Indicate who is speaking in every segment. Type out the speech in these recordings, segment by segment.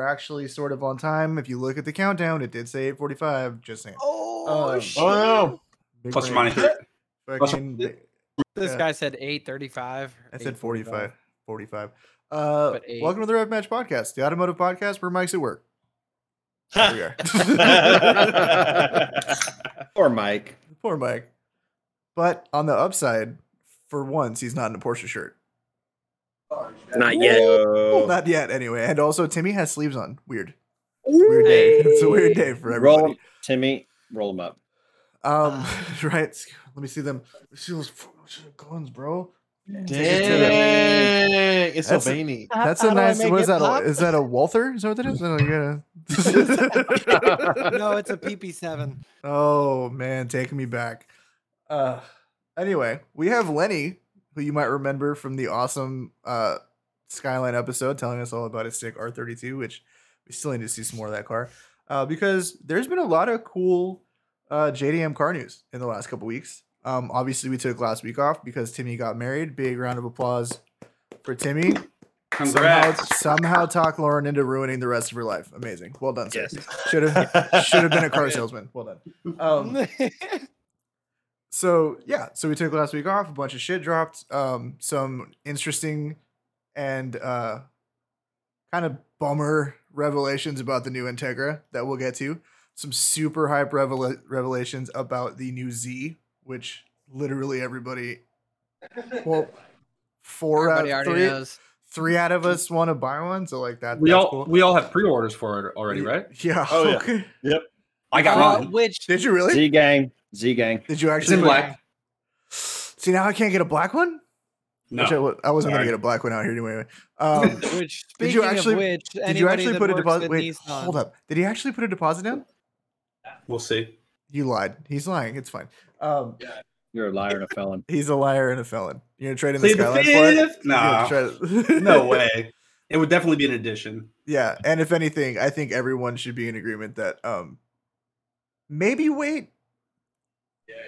Speaker 1: actually sort of on time. If you look at the countdown, it did say 8:45. Just saying.
Speaker 2: Oh,
Speaker 1: Um,
Speaker 2: shit.
Speaker 3: Oh no.
Speaker 1: Big
Speaker 3: Plus or
Speaker 1: brain.
Speaker 3: minus three. plus or
Speaker 1: Fucking
Speaker 3: minus-
Speaker 1: big-
Speaker 4: This
Speaker 1: Yeah.
Speaker 4: guy said 835.
Speaker 1: I said 45. 45. Uh,
Speaker 4: But eight.
Speaker 1: welcome to the Rev Match Podcast, the automotive podcast where Mike's at work. There we are.
Speaker 2: Or Mike.
Speaker 1: Poor Mike. But on the upside, for once, he's not in a Porsche shirt.
Speaker 5: Not yet.
Speaker 3: Oh.
Speaker 1: Not yet, anyway. And also, Timmy has sleeves on. Weird. Weird day. It's a weird day for everybody.
Speaker 2: Roll Timmy, roll him up.
Speaker 4: Uh,
Speaker 1: Um, right. s- Let me see them. Let me see those fucking guns, bro.
Speaker 3: Dang. It's
Speaker 1: That's-
Speaker 3: so veiny.
Speaker 1: That's
Speaker 4: how
Speaker 1: a
Speaker 4: do I
Speaker 1: nice.
Speaker 4: make
Speaker 1: What
Speaker 4: it
Speaker 1: is that?
Speaker 4: pop?
Speaker 1: A, is that a Walther? Is that what that is? Oh, I don't get it.
Speaker 4: no, it's a PP7.
Speaker 1: oh man, taking me back. Uh, anyway, we have Lenny, who you might remember from the awesome uh Skyline episode, telling us all about his sick R32, which we still need to see some more of that car. Uh, because there's been a lot of cool uh, JDM car news in the last couple weeks. Um, obviously, we took last week off because Timmy got married. Big round of applause for Timmy. Somehow,
Speaker 3: Congrats.
Speaker 1: somehow talk Lauren into ruining the rest of her life. Amazing. Well done, sir.
Speaker 5: Yes.
Speaker 1: Should have should have been a car salesman. Well done. Um, so yeah, so we took last week off. A bunch of shit dropped. Um, some interesting and uh, kind of bummer revelations about the new Integra that we'll get to. Some super hype revel- revelations about the new Z, which literally everybody, well, four
Speaker 4: Everybody
Speaker 1: out
Speaker 4: already
Speaker 1: three,
Speaker 4: knows.
Speaker 1: three out of us want to buy one. So like that.
Speaker 3: We
Speaker 1: that's
Speaker 3: all
Speaker 1: cool.
Speaker 3: we all have pre-orders for it already, right?
Speaker 1: Yeah.
Speaker 5: Oh, yeah.
Speaker 1: okay.
Speaker 3: I got
Speaker 4: Uh,
Speaker 3: mine.
Speaker 4: Which
Speaker 1: Did you really?
Speaker 2: Z gang. Z gang.
Speaker 1: Did you
Speaker 3: It's
Speaker 1: actually?
Speaker 3: in black.
Speaker 1: See now I can't get a black one.
Speaker 3: No.
Speaker 1: Which I, wa- I wasn't
Speaker 3: Sorry.
Speaker 1: gonna get a black one out here anyway. Um,
Speaker 4: Which
Speaker 1: Did
Speaker 4: speaking
Speaker 1: you actually-
Speaker 4: of which,
Speaker 1: did you
Speaker 4: anybody
Speaker 1: actually
Speaker 4: that
Speaker 1: put a
Speaker 4: works
Speaker 1: deposit?
Speaker 4: at
Speaker 1: Wait,
Speaker 4: Nissan-
Speaker 1: hold up. Did he actually put a deposit down?
Speaker 3: We'll see.
Speaker 1: You lied. He's lying. It's fine. Um,
Speaker 2: You're a liar and a felon.
Speaker 1: he's a liar and a felon. You're gonna trade in the
Speaker 3: Plead the
Speaker 1: skyline for it.
Speaker 3: fifth?
Speaker 1: You're gonna
Speaker 3: Nah.
Speaker 1: try to-
Speaker 3: No way. It would definitely be an addition.
Speaker 1: yeah, and if anything, I think everyone should be in agreement that um, maybe wait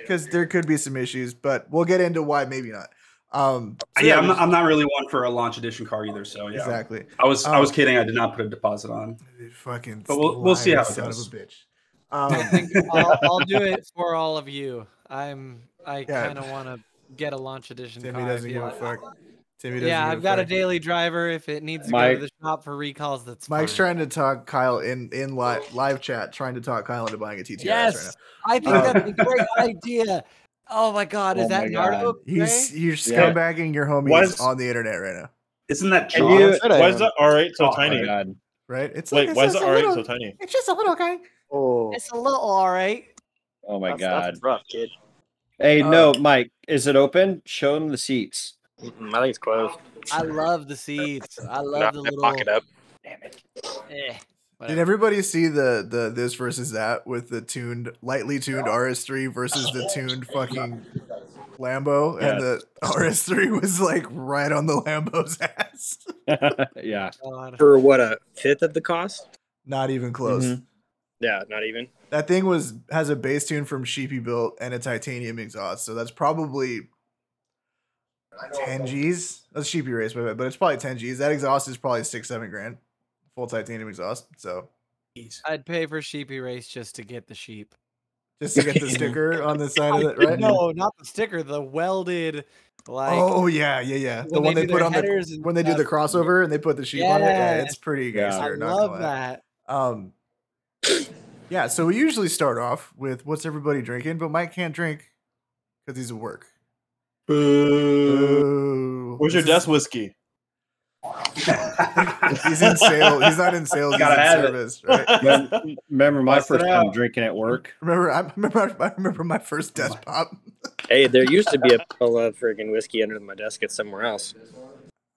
Speaker 1: because there could be some issues, but we'll get into why maybe not. Um, so
Speaker 3: yeah, I'm
Speaker 1: we-
Speaker 3: not, I'm not really one for a launch edition car either. So yeah,
Speaker 1: exactly.
Speaker 3: I was I was
Speaker 1: Um,
Speaker 3: kidding. I did not put a deposit on.
Speaker 1: You Fucking.
Speaker 3: But we'll- we'll see
Speaker 1: lying
Speaker 3: how it
Speaker 1: son
Speaker 3: goes.
Speaker 1: Of a bitch.
Speaker 4: I
Speaker 1: Um,
Speaker 4: think I'll, I'll do it for all of you. I'm. I
Speaker 1: Yeah.
Speaker 4: kind of want to get a launch edition.
Speaker 1: Timmy
Speaker 4: car
Speaker 1: doesn't
Speaker 4: if
Speaker 1: give a
Speaker 4: you want.
Speaker 1: fuck. Timmy doesn't.
Speaker 4: Yeah,
Speaker 1: give
Speaker 4: I've got a
Speaker 1: fuck.
Speaker 4: daily driver. If it needs to go to the shop for recalls, that's
Speaker 1: Mike's
Speaker 4: fine.
Speaker 1: trying to talk Kyle in in live live chat, trying to talk Kyle into buying a TTRS right
Speaker 4: Yes, I think
Speaker 1: Um,
Speaker 4: that's a great idea. Oh my God, is
Speaker 2: Oh
Speaker 4: that
Speaker 2: my
Speaker 4: Nardo?
Speaker 2: God.
Speaker 1: now. You s- you're
Speaker 2: Yeah.
Speaker 1: scumbagging your homies
Speaker 5: Was-
Speaker 1: on the internet right now,
Speaker 3: Isn't that
Speaker 5: And
Speaker 3: John?
Speaker 5: you,
Speaker 4: that's what I
Speaker 5: why
Speaker 4: am.
Speaker 5: is the R8 so
Speaker 3: Oh,
Speaker 2: Oh my
Speaker 5: tiny?
Speaker 2: god.
Speaker 1: right? It's
Speaker 5: Wait,
Speaker 1: like,
Speaker 5: why is
Speaker 1: it's just
Speaker 5: the
Speaker 1: a
Speaker 5: R8
Speaker 1: little-
Speaker 5: so tiny?
Speaker 1: It's just a little guy.
Speaker 5: Oh,
Speaker 4: It's a little all right.
Speaker 2: Oh my god.
Speaker 5: rough, kid.
Speaker 2: Hey,
Speaker 1: Uh,
Speaker 2: no, Mike, is it open? Show him the seats.
Speaker 5: Mm-mm, I think it's closed.
Speaker 4: I love the seats. I
Speaker 5: Nah,
Speaker 4: love the
Speaker 5: I
Speaker 4: little.
Speaker 5: pocket up.
Speaker 4: Eh,
Speaker 1: Did
Speaker 4: whatever.
Speaker 1: everybody see the the this versus that with the tuned lightly tuned RS3 versus the tuned fucking Lambo, and the RS3 was like right on the Lambo's ass.
Speaker 2: yeah.
Speaker 4: oh God.
Speaker 5: For what, a fifth of the cost?
Speaker 1: Not even close.
Speaker 2: Mhm.
Speaker 5: Yeah, not even.
Speaker 1: That thing was has a bass tune from Sheepy Built and a titanium exhaust, so that's probably ten G's. That's Sheepy Race, by the way, but it's probably ten G's. That exhaust is probably six, seven grand, full titanium exhaust. So
Speaker 4: I'd pay for Sheepy Race just to get the sheep.
Speaker 1: just to get the sticker on the side of it, right?
Speaker 4: No, not the sticker. The welded, like
Speaker 1: oh yeah, yeah, yeah. The
Speaker 4: when
Speaker 1: one
Speaker 4: they
Speaker 1: they
Speaker 4: do
Speaker 1: put
Speaker 4: their
Speaker 1: on the
Speaker 4: headers and
Speaker 1: when they do the
Speaker 4: stuff.
Speaker 1: crossover and they put the sheep on it. Yeah,
Speaker 4: Yeah.
Speaker 1: it's pretty
Speaker 2: Yeah.
Speaker 1: gangster.
Speaker 4: I
Speaker 1: not
Speaker 4: love
Speaker 1: gonna lie.
Speaker 4: that.
Speaker 1: Um, yeah, so we usually start off with what's everybody drinking, but Mike can't drink because he's at work.
Speaker 5: Boo.
Speaker 1: Ooh,
Speaker 5: Where's your
Speaker 1: this is-
Speaker 5: desk whiskey?
Speaker 1: He's in sales. He's not in sales. He's
Speaker 3: Gotta
Speaker 1: in
Speaker 3: have it.
Speaker 1: service, right?
Speaker 2: Mem- Remember my
Speaker 3: Bust it
Speaker 2: first time
Speaker 3: out.
Speaker 2: drinking at work?
Speaker 1: Remember, I remember, I remember my first desk pop.
Speaker 5: hey, there used to be a bottle of friggin' whiskey under my desk at somewhere else.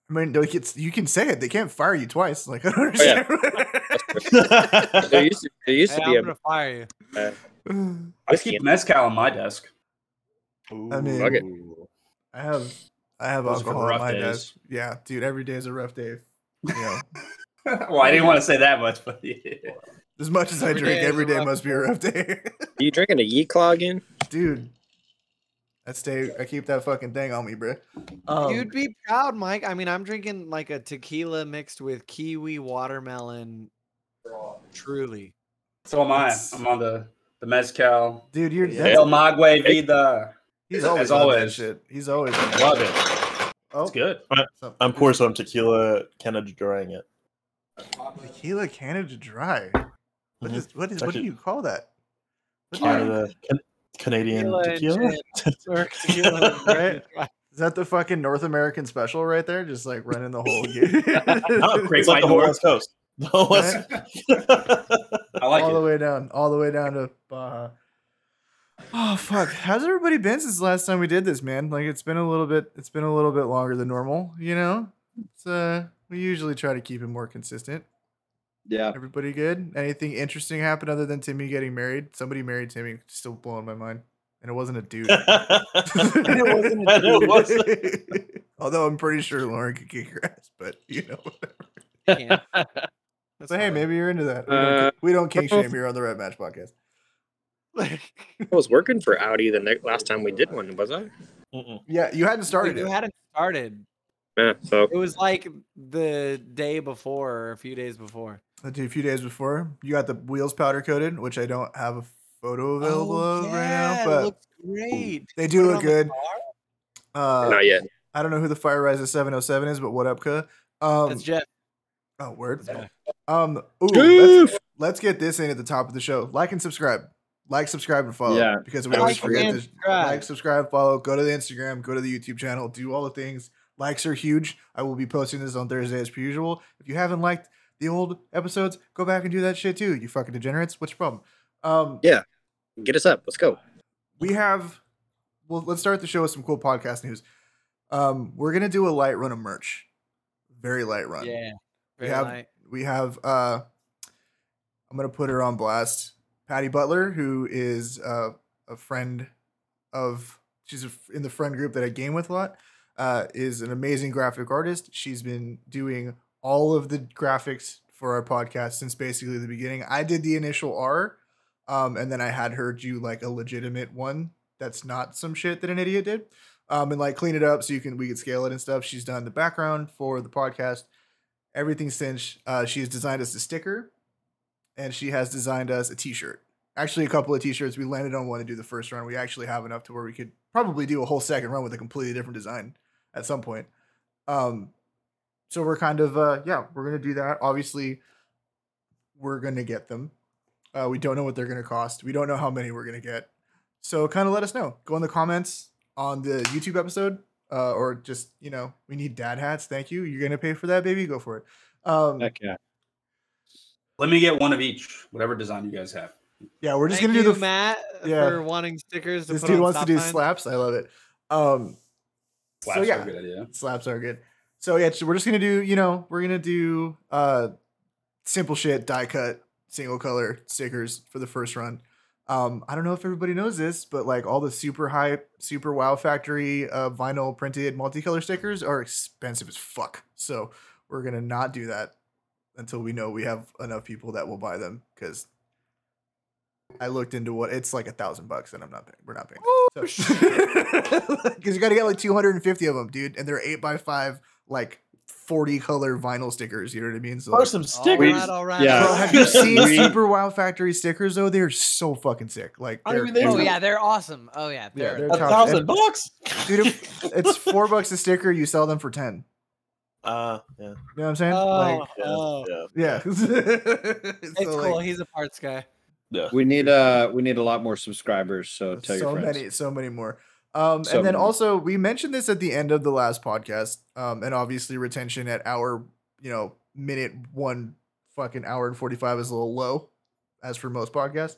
Speaker 1: I mean, like it's, you can say it. They can't fire you twice. Like I don't
Speaker 5: Oh, yeah.
Speaker 1: understand.
Speaker 5: There used to, there used
Speaker 4: Hey,
Speaker 5: to
Speaker 4: I'm
Speaker 5: be a
Speaker 4: gonna fire you.
Speaker 3: I keep mezcal on my desk.
Speaker 1: I mean,
Speaker 5: fuck it.
Speaker 1: I have, I have
Speaker 3: Those are for
Speaker 1: alcohol on
Speaker 3: rough
Speaker 1: my
Speaker 3: days.
Speaker 1: desk. Yeah, dude, every day is a rough day. You know,
Speaker 3: well, I didn't want to say that much, but
Speaker 1: as much as I
Speaker 4: Every
Speaker 1: drink,
Speaker 4: day is
Speaker 1: every
Speaker 4: a
Speaker 1: day
Speaker 4: rough
Speaker 1: must be a rough day.
Speaker 5: Are you drinking a Yee Claw again?
Speaker 1: dude. I stay. I keep that fucking thing on me, bro. Um,
Speaker 4: You'd be proud, Mike. I mean, I'm drinking like a tequila mixed with kiwi watermelon Truly.
Speaker 3: So am I.
Speaker 1: That's-
Speaker 3: I'm on the the mezcal.
Speaker 1: Dude, you're
Speaker 5: Yeah.
Speaker 1: that's-
Speaker 3: El Magwe Vida.
Speaker 1: he's
Speaker 3: As
Speaker 1: always on that
Speaker 3: always.
Speaker 1: shit. He's always
Speaker 3: Love it.
Speaker 1: oh,
Speaker 3: It's good.
Speaker 1: some-
Speaker 6: I'm pouring some tequila, kind of drying it.
Speaker 1: Tequila Canada Dry. What
Speaker 6: Mhm.
Speaker 1: is what is what do
Speaker 6: Actually-
Speaker 1: you call that? What do you-
Speaker 6: Canada, Can- Canadian tequila.
Speaker 4: Or tequila, right?
Speaker 1: Is that the fucking North American special right there? Just like running the whole game.
Speaker 6: No,
Speaker 3: Great
Speaker 6: it's like
Speaker 3: White
Speaker 6: the whole
Speaker 3: North.
Speaker 6: West Coast. The whole West.
Speaker 3: I like
Speaker 1: all the
Speaker 3: it.
Speaker 1: way down, all the way down to Baja. Oh fuck! How's everybody been since the last time we did this, man? Like it's been a little bit, it's been a little bit longer than normal. You know, it's uh, we usually try to keep it more consistent.
Speaker 2: Yeah.
Speaker 1: Everybody good? Anything interesting happened other than Timmy getting married? Somebody married Timmy, still blowing my mind, and it wasn't a dude.
Speaker 6: And it wasn't a dude.
Speaker 1: Although I'm pretty sure Lauren could kick your ass, but you know.
Speaker 4: Can't. That's
Speaker 1: So hey,
Speaker 4: fine.
Speaker 1: maybe you're into that. We don't,
Speaker 5: Uh,
Speaker 1: ki- we don't kink shame here on the Red Match podcast.
Speaker 5: I was working for Audi the ne- last time we did one, was I?
Speaker 6: Mm-mm.
Speaker 1: Yeah, you hadn't started.
Speaker 4: you
Speaker 1: it.
Speaker 4: hadn't started.
Speaker 5: Yeah. So
Speaker 4: It was like the day before or a few days before.
Speaker 1: I did a few days before. You got the wheels powder coated, which I don't have a photo available
Speaker 4: Oh,
Speaker 1: of right now,
Speaker 4: yeah, it
Speaker 1: but
Speaker 4: looks great.
Speaker 1: they
Speaker 4: Put
Speaker 1: do
Speaker 4: it
Speaker 1: look
Speaker 4: on the
Speaker 1: good.
Speaker 4: car?
Speaker 1: Uh,
Speaker 5: not yet.
Speaker 1: I don't know who the Fire Riser 707 is, but what up, cuh? Um,
Speaker 4: That's Jeff.
Speaker 1: oh, word.
Speaker 4: That's Jeff.
Speaker 1: Um, ooh, let's, let's get this in at the top of the show. Like and subscribe. Like, subscribe, and follow.
Speaker 2: Yeah.
Speaker 1: Because we
Speaker 4: Like
Speaker 1: always
Speaker 4: and
Speaker 1: forget to
Speaker 4: subscribe.
Speaker 1: like, subscribe, follow. Go to the Instagram. Go to the YouTube channel. Do all the things. Likes are huge. I will be posting this on Thursday as per usual. If you haven't liked the old episodes, go back and do that shit too. You fucking degenerates. What's your problem? Um,
Speaker 5: Get us up. Let's go.
Speaker 1: we have well let's start the show with some cool podcast news um we're gonna do a light run of merch very light run
Speaker 4: Yeah.
Speaker 1: We
Speaker 4: very
Speaker 1: have-
Speaker 4: light.
Speaker 1: we have uh i'm gonna put her on blast patty butler who is uh, a friend of she's a, in the friend group that i game with a lot uh is an amazing graphic artist she's been doing all of the graphics for our podcast since basically the beginning i did the initial r um and then i had her do like a legitimate one that's not some shit that an idiot did um and like clean it up so you can we can scale it and stuff she's done the background for the podcast everything cinch. Uh, she has designed us a sticker, and she has designed us a T-shirt. Actually, a couple of T-shirts. We landed on one to do the first run. We actually have enough to where we could probably do a whole second run with a completely different design at some point. Um, so we're kind of uh, yeah, we're gonna do that. Obviously, we're gonna get them. Uh, we don't know what they're gonna cost. We don't know how many we're gonna get. So kind of let us know. Go in the comments on the YouTube episode uh, or just you know we need dad hats thank you you're gonna pay for that baby go for it um
Speaker 2: Heck yeah.
Speaker 3: Let me get one of each, whatever design you guys have.
Speaker 1: yeah we're just
Speaker 4: Thank
Speaker 1: gonna do
Speaker 4: you,
Speaker 1: the f-
Speaker 4: Matt
Speaker 1: yeah.
Speaker 4: for wanting stickers. To
Speaker 1: this
Speaker 4: put
Speaker 1: dude
Speaker 4: on
Speaker 1: wants to
Speaker 4: stop
Speaker 1: do
Speaker 4: signs.
Speaker 1: slaps i love it um
Speaker 3: Flaps are
Speaker 1: yeah.
Speaker 3: a good idea.
Speaker 1: slaps are good so yeah we're just gonna do you know we're gonna do uh simple shit die cut single color stickers for the first run um i don't know if everybody knows this but like all the super hype super wow factory uh vinyl printed multicolor stickers are expensive as fuck so we're gonna not do that until we know we have enough people that will buy them because I looked into what it's like a thousand bucks and I'm not paying. We're not paying. Because you got to get like 250 of them, dude, and they're eight by five, like 40 color vinyl stickers. You know what I mean? So,
Speaker 6: Pour
Speaker 1: like,
Speaker 6: some
Speaker 4: All
Speaker 6: stickers.
Speaker 4: right, all right.
Speaker 2: Yeah.
Speaker 1: bro,
Speaker 4: all
Speaker 1: have
Speaker 4: right.
Speaker 1: you seen
Speaker 2: Uh, We-
Speaker 1: Super Wow Factory stickers though? They're so fucking sick. Like,
Speaker 6: I
Speaker 1: they're
Speaker 6: mean, they-
Speaker 4: Oh
Speaker 1: cool.
Speaker 4: yeah, they're awesome. Oh yeah,
Speaker 1: Yeah,
Speaker 4: they're
Speaker 1: they're
Speaker 6: A
Speaker 1: top-
Speaker 6: thousand bucks.
Speaker 1: dude, if- it's four bucks a sticker. You sell them for ten.
Speaker 6: Uh, yeah.
Speaker 1: You know what I'm saying?
Speaker 4: Oh,
Speaker 1: Like,
Speaker 4: oh.
Speaker 6: yeah.
Speaker 1: yeah. it's
Speaker 4: it's cool. He's a parts guy.
Speaker 6: yeah.
Speaker 2: We need uh we need a lot more subscribers, so tell
Speaker 1: so
Speaker 2: your friends.
Speaker 1: many, so many more. Um,
Speaker 2: So
Speaker 1: and then
Speaker 2: many.
Speaker 1: also we mentioned this at the end of the last podcast, um, and obviously retention at our you know minute one fucking hour and forty five is a little low, as for most podcasts.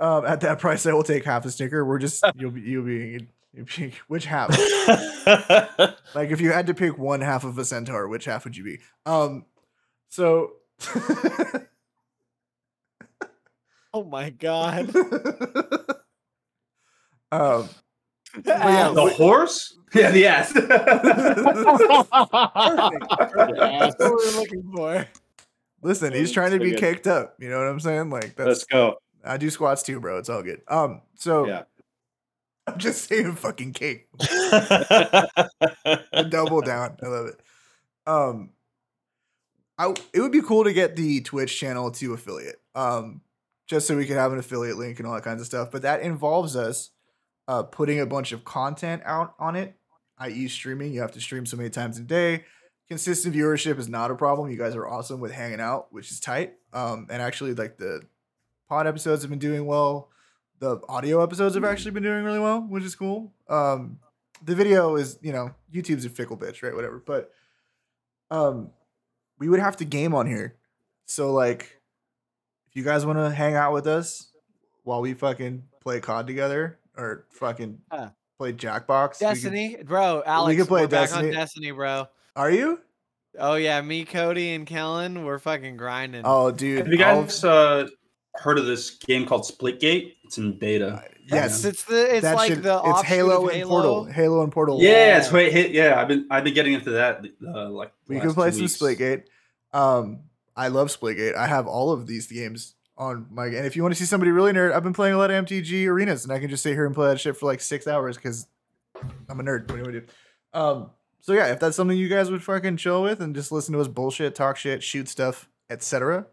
Speaker 1: um, at that price, I will take half a sticker. We're just you'll be you'll be, you'll be which half? like if you had to pick one half of a centaur, which half would you be? Um, so.
Speaker 4: Oh my god.
Speaker 1: um, but yeah,
Speaker 3: The
Speaker 1: we-
Speaker 3: horse? Yeah, the ass.
Speaker 4: That's what we're looking for.
Speaker 1: Listen, he's
Speaker 2: So-
Speaker 1: trying to
Speaker 2: so
Speaker 1: be
Speaker 2: good.
Speaker 1: caked up. You know what I'm saying? Like that's
Speaker 2: Let's go.
Speaker 1: I do squats too, bro. It's all good. Um, so
Speaker 2: Yeah.
Speaker 1: I'm just saying fucking cake. Double down. I love it. Um I it would be cool to get the Twitch channel to affiliate, um, just so we could have an affiliate link and all that kinds of stuff. But that involves us uh, putting a bunch of content out on it, i.e., streaming. You have to stream so many times a day. Consistent viewership is not a problem. You guys are awesome with hanging out, which is tight. Um, and actually, like the pod episodes have been doing well. The audio episodes
Speaker 4: Hmm.
Speaker 1: have actually been doing really well, which is cool. Um, the video is, you know, YouTube's a fickle bitch, right? Whatever. But um, we would have to game on here. So like, if you guys want to hang out with us while we fucking play COD together or fucking
Speaker 4: Huh.
Speaker 1: play Jackbox, we could-
Speaker 4: Destiny, bro. Alex, we
Speaker 1: could play
Speaker 4: are back on
Speaker 1: Destiny.
Speaker 4: Destiny, bro.
Speaker 1: are you?
Speaker 4: Oh yeah, me, Cody, and Kellen, we're fucking grinding.
Speaker 1: Oh, dude.
Speaker 3: Have you
Speaker 1: I'll-
Speaker 3: guys uh, heard of this game called Splitgate? It's in beta.
Speaker 1: yes.
Speaker 4: it's the it's
Speaker 1: that
Speaker 4: like
Speaker 1: shit-
Speaker 4: the
Speaker 1: it's
Speaker 4: offshoot
Speaker 1: Halo
Speaker 4: of
Speaker 1: and Portal. Halo and Portal.
Speaker 3: Yeah, it's wait, hit, yeah. I've been I've been getting into that. Uh, like the
Speaker 1: we
Speaker 3: last
Speaker 1: can play
Speaker 3: two
Speaker 1: some
Speaker 3: weeks.
Speaker 1: Splitgate. Um, I love Splitgate. I have all of these games on my. And if you want to see somebody really nerd, I've been playing a lot of MTG arenas, and I can just sit here and play that shit for like six hours because I'm a nerd. What do you want to do? Um, so yeah, if that's something you guys would fucking chill with and just listen to us bullshit, talk shit, shoot stuff, etc.,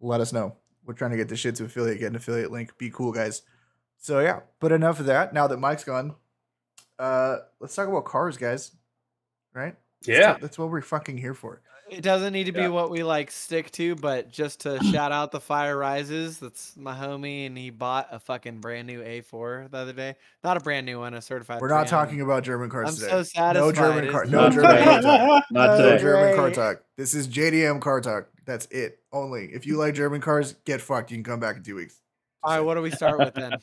Speaker 1: let us know. We're trying to get this shit to affiliate, get an affiliate link. Be cool, guys. So yeah, but enough of that. Now that Mike's gone, uh, let's talk about cars, guys. Right?
Speaker 3: Yeah,
Speaker 1: That's- That's what we're fucking here for.
Speaker 4: It doesn't need to be
Speaker 3: Yeah.
Speaker 4: what we like stick to, but just to shout out the Fire Rises. That's my homie, and he bought a fucking brand new A4 the other day. Not a brand new one, a certified.
Speaker 1: We're not
Speaker 4: 300.
Speaker 1: talking about German cars
Speaker 4: I'm
Speaker 1: today.
Speaker 4: so satisfied.
Speaker 1: No German car.
Speaker 4: It's
Speaker 1: No
Speaker 2: not
Speaker 1: German
Speaker 2: today.
Speaker 1: car talk.
Speaker 2: Not
Speaker 1: No
Speaker 2: today.
Speaker 1: German car
Speaker 4: Right.
Speaker 1: talk. This is JDM car talk. That's it only. If you like German cars, get fucked. You can come back in two weeks.
Speaker 4: All right, what do we start with then?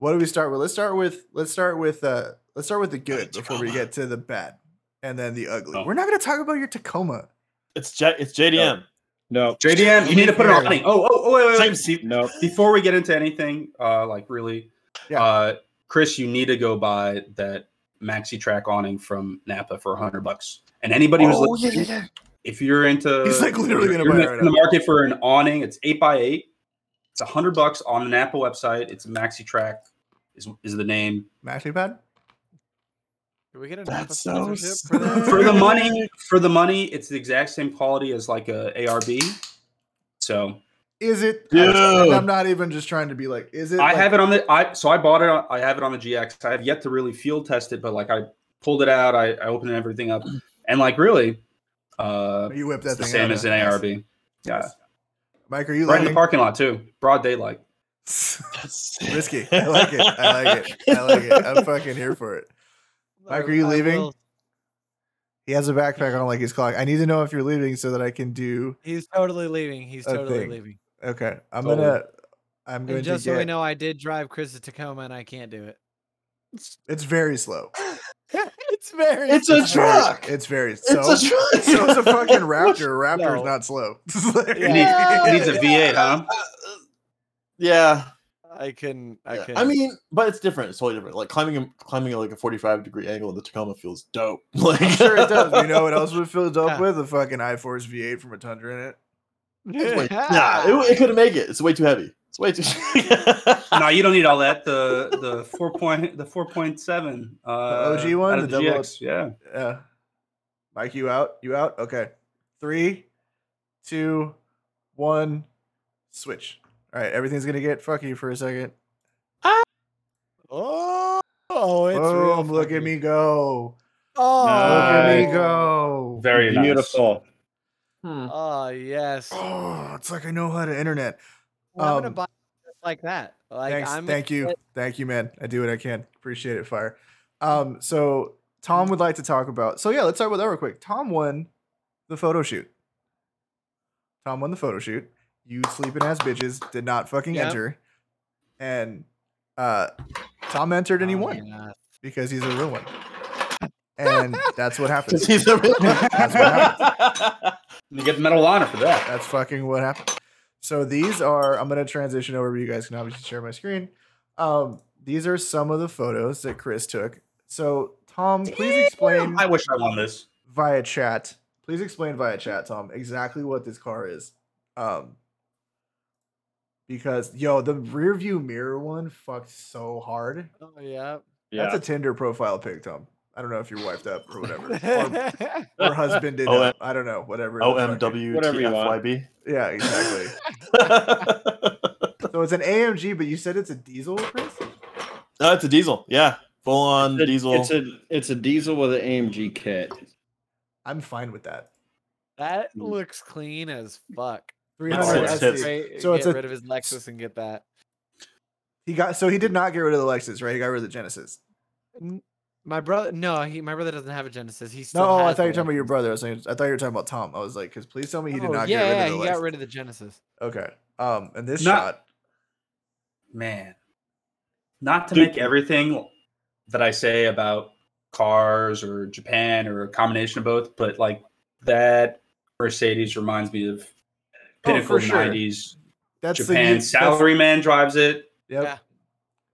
Speaker 1: What do we start with? Let's start with let's start with uh let's start with the good before we
Speaker 6: Tacoma.
Speaker 1: get to the bad, and then the ugly.
Speaker 3: Oh.
Speaker 1: We're not gonna talk about your Tacoma.
Speaker 6: It's J- it's JDM.
Speaker 2: No,
Speaker 3: JDM, you need to put it on.
Speaker 4: Very.
Speaker 3: Oh, oh, oh, wait, wait, wait.
Speaker 6: Same seat.
Speaker 2: no.
Speaker 3: Before we get into anything, uh, like really,
Speaker 1: Yeah.
Speaker 3: uh, Chris, you need to go buy that maxi track awning from Napa for hundred bucks. And anybody
Speaker 6: Oh,
Speaker 3: who's listening, if you're into,
Speaker 1: He's, like, literally
Speaker 3: if
Speaker 1: gonna
Speaker 3: you're
Speaker 1: buy it
Speaker 3: in
Speaker 1: right
Speaker 3: the- in the
Speaker 1: now.
Speaker 3: market for an awning. It's eight by eight. It's hundred bucks on the Napa website. It's a maxi track. Is, is the name
Speaker 1: Maxi pad.
Speaker 4: Did we get a Napa
Speaker 6: That's so
Speaker 4: sponsorship for that?
Speaker 3: for the money for the money it's the exact same quality as like a arb so
Speaker 1: Is it? I-
Speaker 6: Dude.
Speaker 1: and I'm not even just trying to be like. Is it?
Speaker 3: i
Speaker 1: like-
Speaker 3: have it on the i so i bought it on, i have it on the gx i have yet to really field test it but like i pulled it out i, I opened everything up and like really uh
Speaker 1: You whip that
Speaker 3: it's the
Speaker 1: thing
Speaker 3: same
Speaker 1: out,
Speaker 3: as
Speaker 1: huh?
Speaker 3: an
Speaker 1: Nice.
Speaker 3: arb yeah
Speaker 1: Mike, are you
Speaker 3: right in the
Speaker 1: like
Speaker 3: parking lot too broad daylight
Speaker 1: risky? I like it. I like it. I like it. I'm fucking here for it. Mike, are you
Speaker 4: I
Speaker 1: leaving?
Speaker 4: will-
Speaker 1: He has a backpack on like his clock. I need to know if you're leaving so that I can do.
Speaker 4: He's totally leaving. He's
Speaker 1: I
Speaker 4: totally
Speaker 1: think.
Speaker 4: leaving.
Speaker 1: Okay, I'm
Speaker 3: Totally.
Speaker 1: gonna. I'm going
Speaker 4: And just
Speaker 1: to
Speaker 4: so
Speaker 1: get.
Speaker 4: we know, I did drive Chris to Tacoma, and I can't do it.
Speaker 1: It's very slow.
Speaker 4: it's very.
Speaker 6: It's a
Speaker 1: It's very-
Speaker 6: truck.
Speaker 1: It's very.
Speaker 6: It's
Speaker 1: So,
Speaker 6: a truck.
Speaker 1: so it's a fucking Raptor. Raptor's
Speaker 4: No.
Speaker 1: not slow.
Speaker 3: it needs, it needs a v8 huh
Speaker 6: Yeah.
Speaker 4: I couldn't. I
Speaker 6: Yeah,
Speaker 4: couldn't.
Speaker 6: I mean, but it's different. It's totally different. Like climbing a climbing like a forty five degree angle in the Tacoma feels dope. Like
Speaker 1: I'm sure it does. You know what else would fill it up
Speaker 4: Yeah.
Speaker 1: with? A fucking i-Force V8 from a Tundra in it.
Speaker 6: Wait, nah, it, it couldn't make it. It's way too heavy. It's way too.
Speaker 3: no you don't need all that the the four point the 4.7 uh
Speaker 1: OG one,
Speaker 3: out of
Speaker 1: the
Speaker 3: the
Speaker 1: double-
Speaker 3: GX, yeah
Speaker 1: Uh, Mike, you out? You out? Okay. Three, two, one, switch. All right, everything's gonna get fucky for a second.
Speaker 4: oh, oh, it's real.
Speaker 1: Boom! Look at
Speaker 4: fucking-
Speaker 1: me go.
Speaker 4: Oh,
Speaker 1: Look at me
Speaker 2: Nice.
Speaker 1: go.
Speaker 3: very nice.
Speaker 2: Beautiful.
Speaker 4: Oh yes.
Speaker 1: Oh, it's like I know how to internet.
Speaker 4: Well, I'm gonna
Speaker 1: um,
Speaker 4: buy it just like that. Like
Speaker 1: Thanks.
Speaker 4: I'm.
Speaker 1: Thank you. Thank you, man. I do what I can. Appreciate it, Fire. Um, so Tom would like to talk about. So yeah, let's start with that real quick. Tom won the photo shoot. Tom won the photo shoot. You sleeping ass bitches did not fucking
Speaker 4: Yeah.
Speaker 1: enter. And uh Tom entered and he
Speaker 4: Oh,
Speaker 1: won
Speaker 4: yeah.
Speaker 1: because he's a real one. And that's what happened.
Speaker 6: Because he's a real
Speaker 1: That's what
Speaker 3: you get medal of honor for that
Speaker 1: That's fucking what happened. So these are. I'm gonna transition over. but You guys can obviously share my screen. Um, these are some of the photos that Chris took. So Tom, please explain
Speaker 3: I wish I won this.
Speaker 1: via chat. Please explain via chat, Tom, exactly what this car is. Um, because yo, the rear view mirror one fucked so hard.
Speaker 4: Oh yeah.
Speaker 2: Yeah.
Speaker 1: That's a Tinder profile pic, Tom. I don't know if you're wifed up or whatever, or, or husbanded
Speaker 6: O-
Speaker 1: up. I don't know, whatever. the fuck.
Speaker 2: Whatever you want.
Speaker 6: OMWTFYB.
Speaker 1: Yeah, exactly. so it's an AMG, but you said it's a diesel, Chris.
Speaker 6: no, it's a diesel. Yeah. Full on
Speaker 2: It's a-
Speaker 6: diesel.
Speaker 2: It's a it's a diesel with an AMG kit.
Speaker 1: I'm fine with that.
Speaker 4: that
Speaker 1: Hmm.
Speaker 2: Mm.
Speaker 4: looks clean as fuck.
Speaker 1: 300
Speaker 6: it's-
Speaker 1: ST.
Speaker 6: it's-
Speaker 1: So
Speaker 4: so
Speaker 1: it's
Speaker 4: get
Speaker 1: a-
Speaker 4: rid of his Lexus and get that.
Speaker 1: He got so he did not get rid of the Lexus, right? He got rid of the Genesis.
Speaker 4: N- My brother, no, he my brother doesn't have a Genesis. He still
Speaker 1: No, oh, I
Speaker 4: has
Speaker 1: thought you
Speaker 4: the
Speaker 1: were talking about your
Speaker 4: Lexus.
Speaker 1: brother. I, was saying, I thought you were talking about Tom. I was like, because please tell me he did
Speaker 4: Oh,
Speaker 1: not
Speaker 4: yeah,
Speaker 1: get rid
Speaker 4: yeah,
Speaker 1: of the
Speaker 4: he
Speaker 1: Lexus.
Speaker 4: got rid of the Genesis.
Speaker 1: okay. Um, and this
Speaker 3: Not-
Speaker 1: shot.
Speaker 3: man not to
Speaker 6: Dude.
Speaker 3: make everything that i say about cars or japan or a combination of both but like that mercedes reminds me of
Speaker 1: Oh,
Speaker 3: pinnacle
Speaker 1: for sure.
Speaker 3: 90s
Speaker 1: That's
Speaker 3: japan
Speaker 1: the salary.
Speaker 3: salaryman drives it
Speaker 1: Yep.
Speaker 4: Yeah.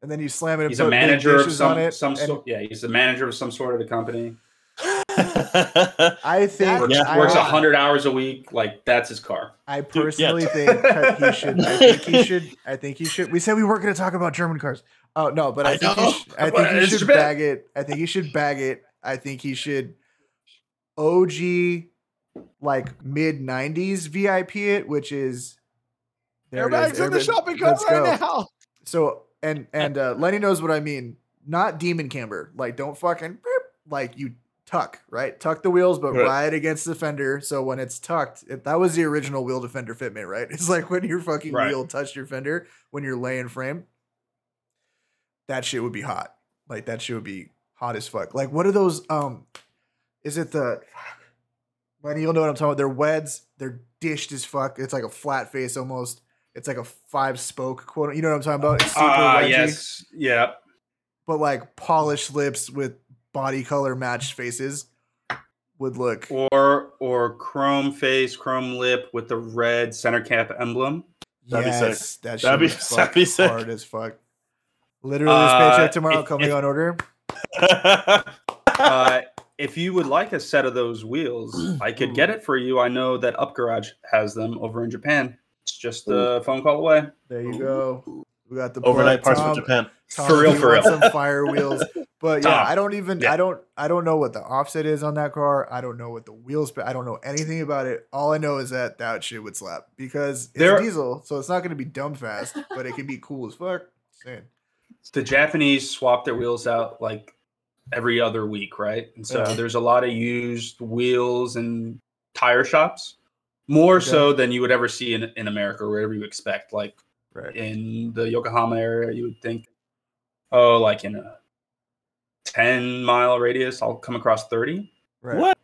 Speaker 1: And then you slam it. And
Speaker 3: he's a
Speaker 1: put big
Speaker 3: manager of
Speaker 1: dishes
Speaker 3: some
Speaker 1: on it.
Speaker 3: some
Speaker 1: and
Speaker 3: sort yeah he's the manager of some sort of the company
Speaker 1: I think
Speaker 3: works,
Speaker 4: Yeah.
Speaker 1: I,
Speaker 3: works
Speaker 4: a
Speaker 3: 100 hours a week like that's his car
Speaker 1: I
Speaker 6: Dude, yeah.
Speaker 1: personally think that he should. I think he should. I think he should. We said we weren't going to talk about German cars. Oh no, but I,
Speaker 6: I
Speaker 1: think
Speaker 6: know,
Speaker 1: he sh- I
Speaker 6: but
Speaker 1: think he
Speaker 6: it's
Speaker 1: should
Speaker 6: Japan.
Speaker 1: bag it. I think he should bag it. I think he should OG like mid '90s VIP it, which is there it is,
Speaker 4: Everybody's in the
Speaker 1: airbag-
Speaker 4: shopping cart
Speaker 1: let's go.
Speaker 4: right now.
Speaker 1: So and and uh, Lenny knows what I mean. Not demon camber. Like don't fucking beep, like you tuck right, tuck the wheels, but
Speaker 6: Right.
Speaker 1: right against the fender. So when it's tucked, it, that was the original wheel to fender fitment, right? It's like when your fucking
Speaker 3: Right.
Speaker 1: wheel touched your fender when you're laying frame. That shit would be hot. Like that shit would be hot as fuck. Like what are those? Um, is it the? Lenny, you'll know what I'm talking about. They're weds. They're dished as fuck. It's like a flat face almost. It's like a five spoke quote. You know what I'm talking about? It's super
Speaker 3: ah
Speaker 1: wedgy,
Speaker 3: yes yeah
Speaker 1: But like polished lips with body color matched faces would look.
Speaker 3: or or chrome face chrome lip with the red center cap emblem
Speaker 6: That'd be sick.
Speaker 1: yes, that shit
Speaker 6: That'd be-
Speaker 1: would fuck
Speaker 6: that'd be sick.
Speaker 1: hard as fuck. Literally, this
Speaker 3: Uh,
Speaker 1: paycheck tomorrow
Speaker 6: if-
Speaker 1: coming
Speaker 6: if-
Speaker 1: on order.
Speaker 3: uh, if you would like a set of those wheels, I could get it for you. I know that Up Garage has them over in Japan. It's just a phone call away.
Speaker 1: There you go. We got the
Speaker 6: Overnight
Speaker 1: plug.
Speaker 6: parts from
Speaker 1: Tom-
Speaker 6: Japan.
Speaker 1: Tom,
Speaker 3: For real,
Speaker 1: you
Speaker 3: for
Speaker 1: want
Speaker 3: real.
Speaker 1: Some fire wheels. But yeah,
Speaker 3: Tom,
Speaker 1: I don't even
Speaker 3: yeah.
Speaker 1: I don't I don't know what the offset is on that car. I don't know what the wheels I don't know anything about it. All I know is that that shit would slap because it's
Speaker 3: There-
Speaker 1: diesel, so it's not going to be dumb fast, but it can be cool as fuck. Saying.
Speaker 3: The Japanese swap their wheels out like every other week, right? And so
Speaker 1: Yeah.
Speaker 3: there's a lot of used wheels and tire shops, more
Speaker 1: Okay.
Speaker 3: so than you would ever see in, in America or wherever you expect. Like
Speaker 1: Right.
Speaker 3: in the Yokohama area, you would think, oh, like in a 10 mile radius, I'll come across 30.
Speaker 1: Right.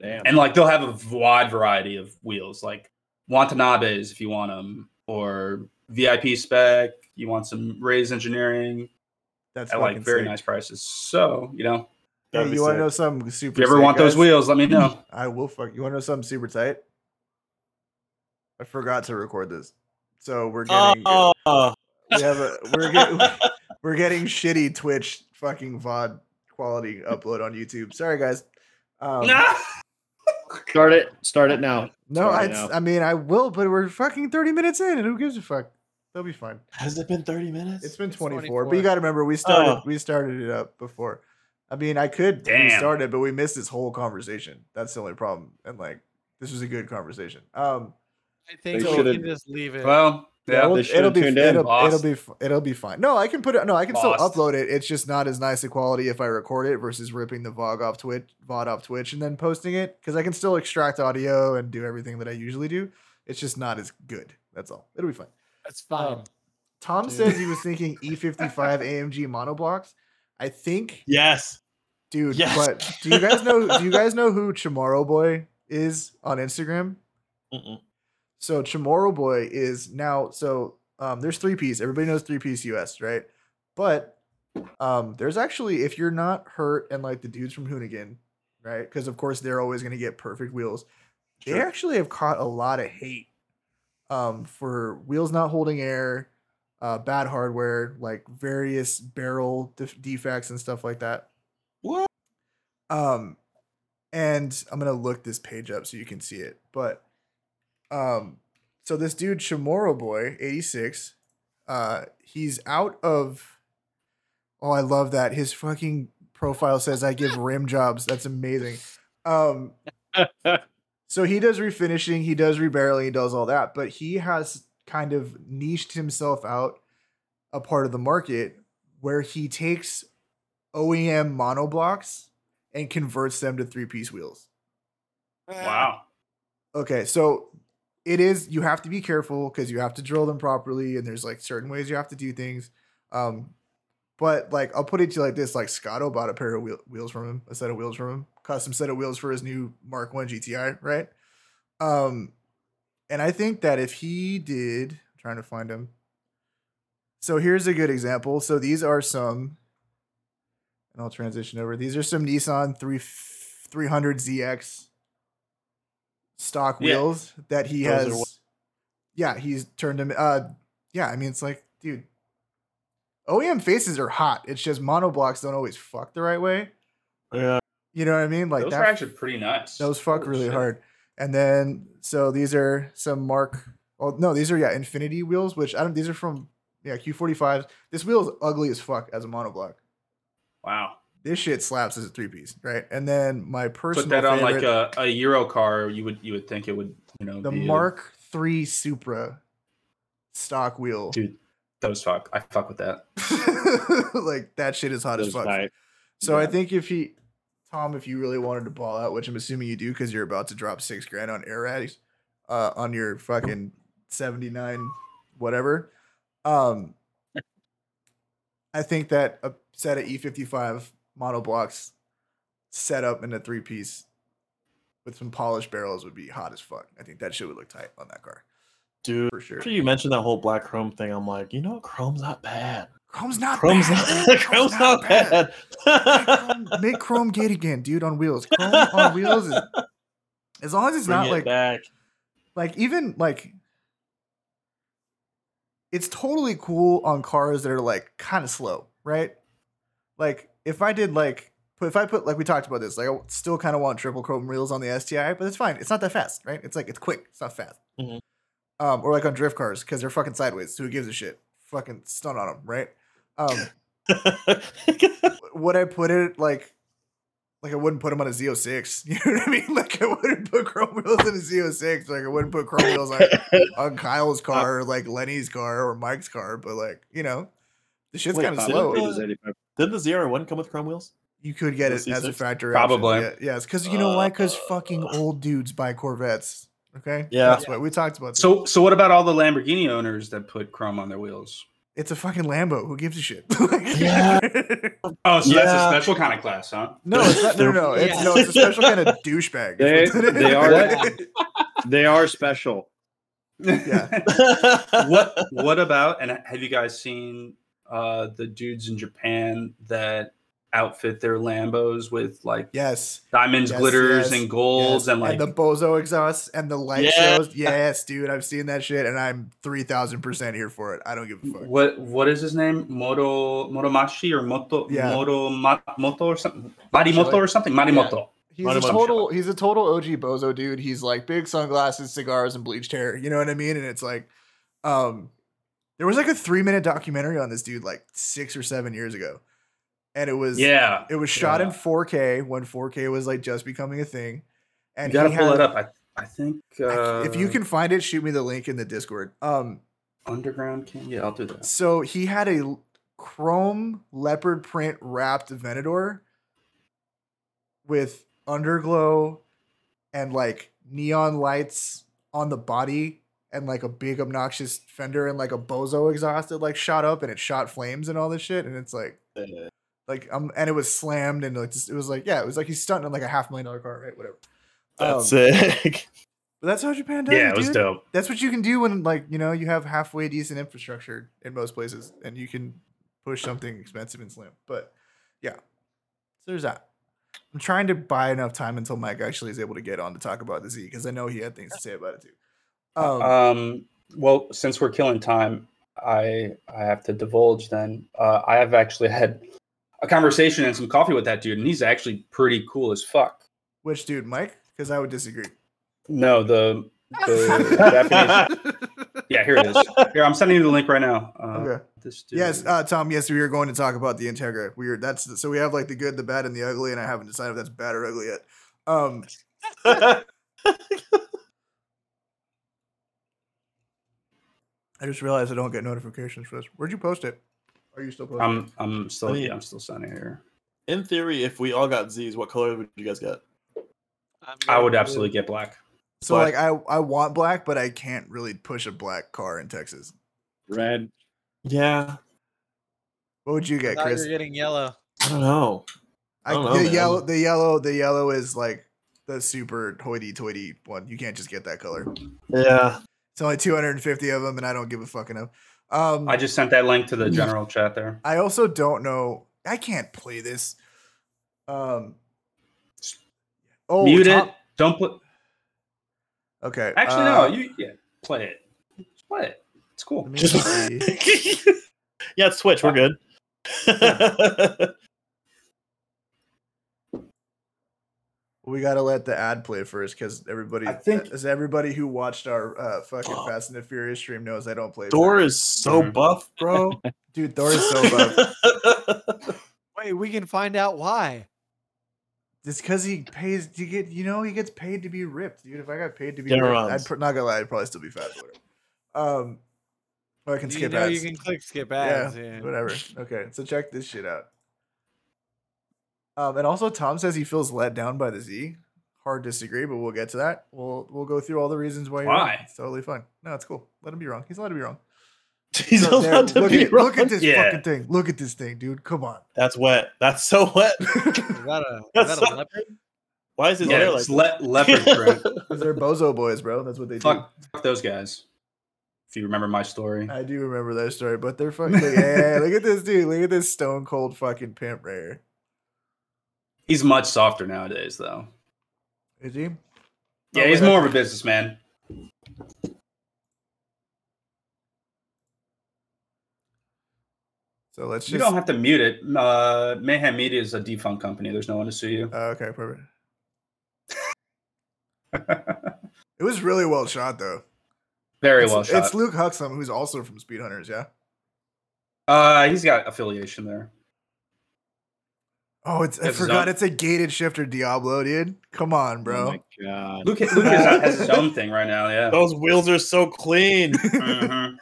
Speaker 2: Damn.
Speaker 3: and like they'll have a wide variety of wheels, like Wantanabes if you want them, or VIP spec. You want some Rays engineering
Speaker 1: That's
Speaker 3: at
Speaker 1: fucking
Speaker 3: like very
Speaker 1: sick.
Speaker 3: nice prices. So you know,
Speaker 1: Hey,
Speaker 6: That'd be
Speaker 1: you want
Speaker 6: sick.
Speaker 1: to know something super
Speaker 3: if you ever
Speaker 1: sick,
Speaker 3: want those
Speaker 1: guys?
Speaker 3: wheels, let me know.
Speaker 1: I will fuck. You want to know something super tight? I forgot to record this. So we're getting
Speaker 6: Oh.
Speaker 1: we have a we're getting we're getting shitty Twitch fucking VOD quality upload on YouTube. Sorry guys. Um,
Speaker 2: Start it. Start it now.
Speaker 1: no,
Speaker 2: sorry,
Speaker 1: I,
Speaker 2: no.
Speaker 1: I mean I will, but we're fucking 30 minutes in and who gives a fuck? They'll be fine.
Speaker 6: Has it been 30 minutes?
Speaker 1: It's been
Speaker 4: It's
Speaker 1: 24, but you
Speaker 4: 24.
Speaker 1: got to remember we started
Speaker 6: Oh.
Speaker 1: we started it up before. I mean, I could
Speaker 3: Damn.
Speaker 1: restart it, but we missed this whole conversation. That's the only problem. And like this was a good conversation. Um
Speaker 4: I think
Speaker 2: They
Speaker 4: we
Speaker 2: should've-
Speaker 4: can just leave it.
Speaker 3: well, yeah,
Speaker 1: it'll,
Speaker 2: they
Speaker 1: it'll
Speaker 2: should've
Speaker 1: be
Speaker 2: tuned in,
Speaker 1: it'll,
Speaker 3: boss.
Speaker 1: it'll be f- it'll be fine. No, I can put it. No, I can still
Speaker 3: Boss.
Speaker 1: upload it. It's just not as nice a quality if I record it versus ripping the vlog off Twitch, vod off Twitch, and then posting it because I can still extract audio and do everything that I usually do. It's just not as good. That's all. It'll be fine.
Speaker 4: That's fine.
Speaker 1: Tom
Speaker 4: Dude.
Speaker 1: says he was thinking E E55 AMG monoblocks. I think,
Speaker 6: Yes.
Speaker 1: dude.
Speaker 6: Yes.
Speaker 1: But do you guys know? Do you guys know who Chamorro Boy is on Instagram?
Speaker 6: Mm-mm.
Speaker 1: So Chamorro Boy is now so um, there's three piece. Everybody knows three piece US, right? But um, there's actually if you're not hurt and like the dudes from Hoonigan, right? Because of course they're always gonna get perfect wheels. They
Speaker 6: Sure.
Speaker 1: actually have caught a lot of hate um, for wheels not holding air, uh, bad hardware, like various barrel def- defects and stuff like that.
Speaker 6: What?
Speaker 1: Um, and I'm gonna look this page up so you can see it. But, um, so this dude Chamorro boy, 86, uh, he's out of. Oh, I love that his fucking profile says I give rim jobs. That's amazing. Um, so he does refinishing, he does rebarreling, he does all that, but he has kind of niched himself out a part of the market where he takes E OEM monoblocks and converts them to three piece wheels.
Speaker 3: Wow.
Speaker 1: Okay, so it is you have to be careful because you have to drill them properly, and there's like certain ways you have to do things. Um, but like I'll put it to you like this: like Scotto bought a pair of wheel, wheels from him, a set of wheels from him, custom set of wheels for his new Mark One GTI, right? Um, and I think that if he did, I'm trying to find him. So here's a good example. So these are some, and I'll transition over. These are some Nissan three 300 ZX stock
Speaker 3: Yeah.
Speaker 1: wheels that he
Speaker 6: Those are
Speaker 1: has. yeah, he's turned them. Uh, yeah, I mean it's like, dude, OEM faces are hot. It's just monoblocks don't always fuck the right way.
Speaker 6: Yeah.
Speaker 1: You know what I mean? Like
Speaker 3: those
Speaker 1: that
Speaker 3: are actually pretty nice.
Speaker 1: those fuck
Speaker 3: Holy
Speaker 1: really
Speaker 3: Oh, shit.
Speaker 1: hard. And then so these are some Mark. Well, no, these are yeah Infinity wheels, which I don't. These are from yeah Q45s. This wheel is ugly as fuck as a monoblock.
Speaker 3: Wow.
Speaker 1: This shit slaps as a three piece, right? And then my personal
Speaker 3: Put that on
Speaker 1: favorite,
Speaker 3: like a, a Euro car, you would you would think it would you know
Speaker 1: the
Speaker 3: be
Speaker 1: Mark Three Supra stock wheel.
Speaker 3: Dude. those fuck. I fuck with that.
Speaker 1: like that shit is hot as
Speaker 5: Those
Speaker 1: fuck.
Speaker 5: guys.
Speaker 1: So I
Speaker 5: Yeah.
Speaker 1: think if he, Tom, if you really wanted to ball out, which I'm assuming you do because you're about to drop six grand on air rags, uh, on your fucking 79, whatever. Um, I think that a set of E E55 monoblocks set up in a three piece with some polished barrels would be hot as fuck. I think that shit would look tight on that car
Speaker 6: Dude,
Speaker 1: for sure.
Speaker 6: after you mentioned that whole black chrome thing, I'm like, you know, chrome's not bad.
Speaker 1: Chrome's not
Speaker 6: Chrome's
Speaker 1: bad.
Speaker 6: not, chrome's not bad.
Speaker 1: Make Chrome- Make Chrome gate again, dude, on wheels. Chrome on wheels is as long as it's
Speaker 6: Bring
Speaker 1: not
Speaker 6: it
Speaker 1: like
Speaker 6: back.
Speaker 1: like even like it's totally cool on cars that are like kind of slow, right? Like if I did like put if I put like we talked about this, like I still kind of want triple chrome reels on the STI, but it's fine. It's not that fast, right? It's like it's quick. It's not fast.
Speaker 6: Mhm.
Speaker 1: Um, or like on drift cars because they're fucking sideways. So who gives a shit? Fucking stunt on them, right? Um, would I put it like like I wouldn't put him on a Z06. You know what I mean? Like I wouldn't put chrome wheels in a Z06. Like I wouldn't put chrome wheels on, on Kyle's car
Speaker 6: Uh,
Speaker 1: or like Lenny's car or Mike's car. But like you know, the shit's
Speaker 6: Wait, uh,
Speaker 1: kind of
Speaker 6: Bob,
Speaker 1: slow.
Speaker 6: did- Didn't the ZR1 come with chrome wheels?
Speaker 1: You could get
Speaker 6: the
Speaker 1: it as a
Speaker 6: C6?
Speaker 1: factory.
Speaker 3: Probably.
Speaker 1: Option. Yeah, yes, because you know why? Because
Speaker 6: Uh,
Speaker 1: fucking old dudes buy Corvettes. Okay.
Speaker 6: Yeah.
Speaker 1: That's why we talked about. this.
Speaker 3: So so what about all the Lamborghini owners that put chrome on their wheels?
Speaker 1: it's a fucking Lambo. Who gives a shit?
Speaker 6: Yeah.
Speaker 3: Oh, so that's
Speaker 6: Yeah.
Speaker 3: a special kind of class, huh?
Speaker 1: No, it's not, no, no, no. It's, no, it's a special kind of douchebag.
Speaker 2: They- they
Speaker 3: are-
Speaker 2: They are special.
Speaker 1: Yeah.
Speaker 3: what what about and have you guys seen uh the dudes in Japan that outfit their Lambos with like
Speaker 1: Yes.
Speaker 3: diamonds,
Speaker 1: Yes,
Speaker 3: glitters,
Speaker 1: yes,
Speaker 3: and golds
Speaker 1: Yes,
Speaker 3: and like
Speaker 1: the bozo exhausts and the light
Speaker 6: Yeah.
Speaker 1: shows. Yes, dude, I've seen that shit, and I'm three thousand percent here for it. I don't give a fuck.
Speaker 3: what what is his name? Moto Motomashi or Moto
Speaker 1: Yeah.
Speaker 3: Moto Ma, Moto or something Marimoto or something Marimoto.
Speaker 1: He's
Speaker 6: Might
Speaker 1: a
Speaker 6: as well.
Speaker 1: total. He's a total OG bozo dude. He's like big sunglasses, cigars, and bleached hair. You know what I mean? And it's like, um, there was like a three minute documentary on this dude like six or seven years ago, and it was
Speaker 3: Yeah,
Speaker 1: it was shot in
Speaker 3: Yeah.
Speaker 1: 4K when 4K was like just becoming a thing. And
Speaker 3: you gotta
Speaker 1: he
Speaker 3: pull
Speaker 1: had-
Speaker 3: that up. I I think uh,
Speaker 1: I- if you can find it, shoot me the link in the Discord. Um,
Speaker 3: underground can yeah, I'll do that.
Speaker 1: So he had a l- chrome leopard print wrapped Venador with underglow and like neon lights on the body and like a big obnoxious fender and like a bozo exhaust that like shot up and it shot flames and all this shit and it's like like um and it was slammed and like just, it was like yeah it was like he's stunting on like a half million dollar car right whatever
Speaker 6: That's
Speaker 1: Um,
Speaker 6: sick.
Speaker 1: but that's how Japan does
Speaker 3: Yeah,
Speaker 1: it
Speaker 3: it was
Speaker 1: dude
Speaker 3: dope.
Speaker 1: that's what you can do when like you know you have halfway decent infrastructure in most places and you can push something expensive and slim but yeah so there's that i'm trying to buy enough time until mike actually is able to get on to talk about the z because i know he had things to say about it too um
Speaker 3: Um, well, since we're killing time, I I have to divulge. Then uh, I have actually had a conversation and some coffee with that dude, and he's actually pretty cool as fuck.
Speaker 1: which dude mike because i would disagree
Speaker 3: No, the, the Japanese, yeah, Yeah, here it is. Here, I'm sending you the link right now. Uh,
Speaker 1: Okay.
Speaker 3: This dude.
Speaker 1: Yes, uh, Tom. Yes, we are going to talk about the Integra. We are that's the, so we have like the good, the bad, and the ugly, and I haven't decided if that's bad or ugly yet. Um, I just realized I don't get notifications for this. Where'd you post it? Are you still posting? it?
Speaker 3: I'm I'm still
Speaker 6: I mean-
Speaker 3: yeah, I'm still sending it here.
Speaker 6: In theory, if we all got Z's, what color would you guys get?
Speaker 4: I'm
Speaker 3: I
Speaker 4: going
Speaker 3: would
Speaker 4: blue.
Speaker 3: absolutely get black.
Speaker 1: so
Speaker 6: black.
Speaker 1: like I I want black, but I can't really push a black car in Texas.
Speaker 2: Red.
Speaker 6: Yeah,
Speaker 1: What would you
Speaker 4: I
Speaker 1: get,
Speaker 4: thought you
Speaker 1: Chris?
Speaker 4: were getting yellow.
Speaker 6: I don't know.
Speaker 1: I,
Speaker 6: don't know,
Speaker 1: the
Speaker 6: man.
Speaker 1: yellow, the yellow, the yellow is like the super hoity-toity one. You can't just get that color.
Speaker 6: Yeah,
Speaker 1: It's only 250 of them, and I don't give a fuck enough. Um,
Speaker 3: I just sent that link to the general chat there.
Speaker 1: I also don't know. I can't play this. Um. Oh,
Speaker 3: Mute
Speaker 1: Tom-
Speaker 3: it. Don't put.
Speaker 1: Okay.
Speaker 3: Actually,
Speaker 1: uh,
Speaker 3: no. You yeah. Play it. Just play it. It's cool.
Speaker 1: let me
Speaker 6: Just-
Speaker 1: see.
Speaker 6: yeah. It's Twitch. We're good.
Speaker 1: we gotta let the ad play first because everybody,
Speaker 3: I think-
Speaker 1: as everybody who watched our uh, fucking Fast and the Furious stream knows, I don't play.
Speaker 6: Thor is so
Speaker 3: Mhm.
Speaker 6: buff, bro.
Speaker 1: Dude, Thor Mm-hmm. is so buff.
Speaker 4: Wait, we can find out why.
Speaker 1: It's because he pays. You get, you know, he gets paid to be ripped, dude. If I got paid to be,
Speaker 6: Get
Speaker 1: ripped,
Speaker 6: around.
Speaker 1: I'd pr- not gonna lie, I'd probably still be fat. but Whatever. Um, or I can
Speaker 4: Do
Speaker 1: skip
Speaker 4: you know
Speaker 1: ads.
Speaker 4: you can click skip ads. Yeah.
Speaker 1: Whatever. Okay, so check this shit out. Um, and also Tom says he feels let down by the Z. Hard disagree, but we'll get to that. We'll we'll go through all the reasons why. You're wrong.
Speaker 3: Why?
Speaker 1: It's totally fine. No, it's cool. Let him be wrong. He's allowed to be wrong.
Speaker 6: He's
Speaker 1: So there-
Speaker 6: allowed to
Speaker 1: look,
Speaker 6: be
Speaker 1: at,
Speaker 6: wrong.
Speaker 1: look at this
Speaker 3: Yeah.
Speaker 1: fucking thing. Look at this thing, dude. Come on.
Speaker 6: That's wet. That's so wet.
Speaker 4: Is that a, is
Speaker 6: That's
Speaker 4: that a
Speaker 6: so-
Speaker 4: leopard?
Speaker 6: Why is his
Speaker 3: yeah,
Speaker 6: hair like
Speaker 3: it's le- leopard print.
Speaker 1: Because they're bozo boys, bro. That's what they do.
Speaker 3: fuck, fuck those guys. If you remember my story,
Speaker 1: I do remember that story, but they're fucking. Like, yeah, look at this dude. Look at this stone cold fucking pimp right here.
Speaker 3: he's much softer nowadays, though.
Speaker 1: Is he?
Speaker 3: Yeah,
Speaker 1: Oh,
Speaker 3: he's
Speaker 1: wait, I-
Speaker 3: more of a businessman.
Speaker 1: So let's just.
Speaker 3: You don't have to mute it. Uh, Mayhem Media is a defunct company. There's no one to sue you.
Speaker 1: Oh, okay, perfect. It was really well shot, though.
Speaker 3: Very
Speaker 1: it's,
Speaker 3: well shot.
Speaker 1: It's Luke Huxham, who's also from Speedhunters, yeah.
Speaker 3: uh, he's got affiliation there.
Speaker 1: Oh, it's I
Speaker 3: It's his
Speaker 1: forgot.
Speaker 3: own-
Speaker 1: It's a gated shifter Diablo, dude. Come on,
Speaker 2: Oh
Speaker 1: bro.
Speaker 2: my god.
Speaker 3: Luke, Luke has, has his own thing right now.
Speaker 1: Oh.
Speaker 3: Yeah.
Speaker 6: those wheels are so clean?
Speaker 3: Mhm.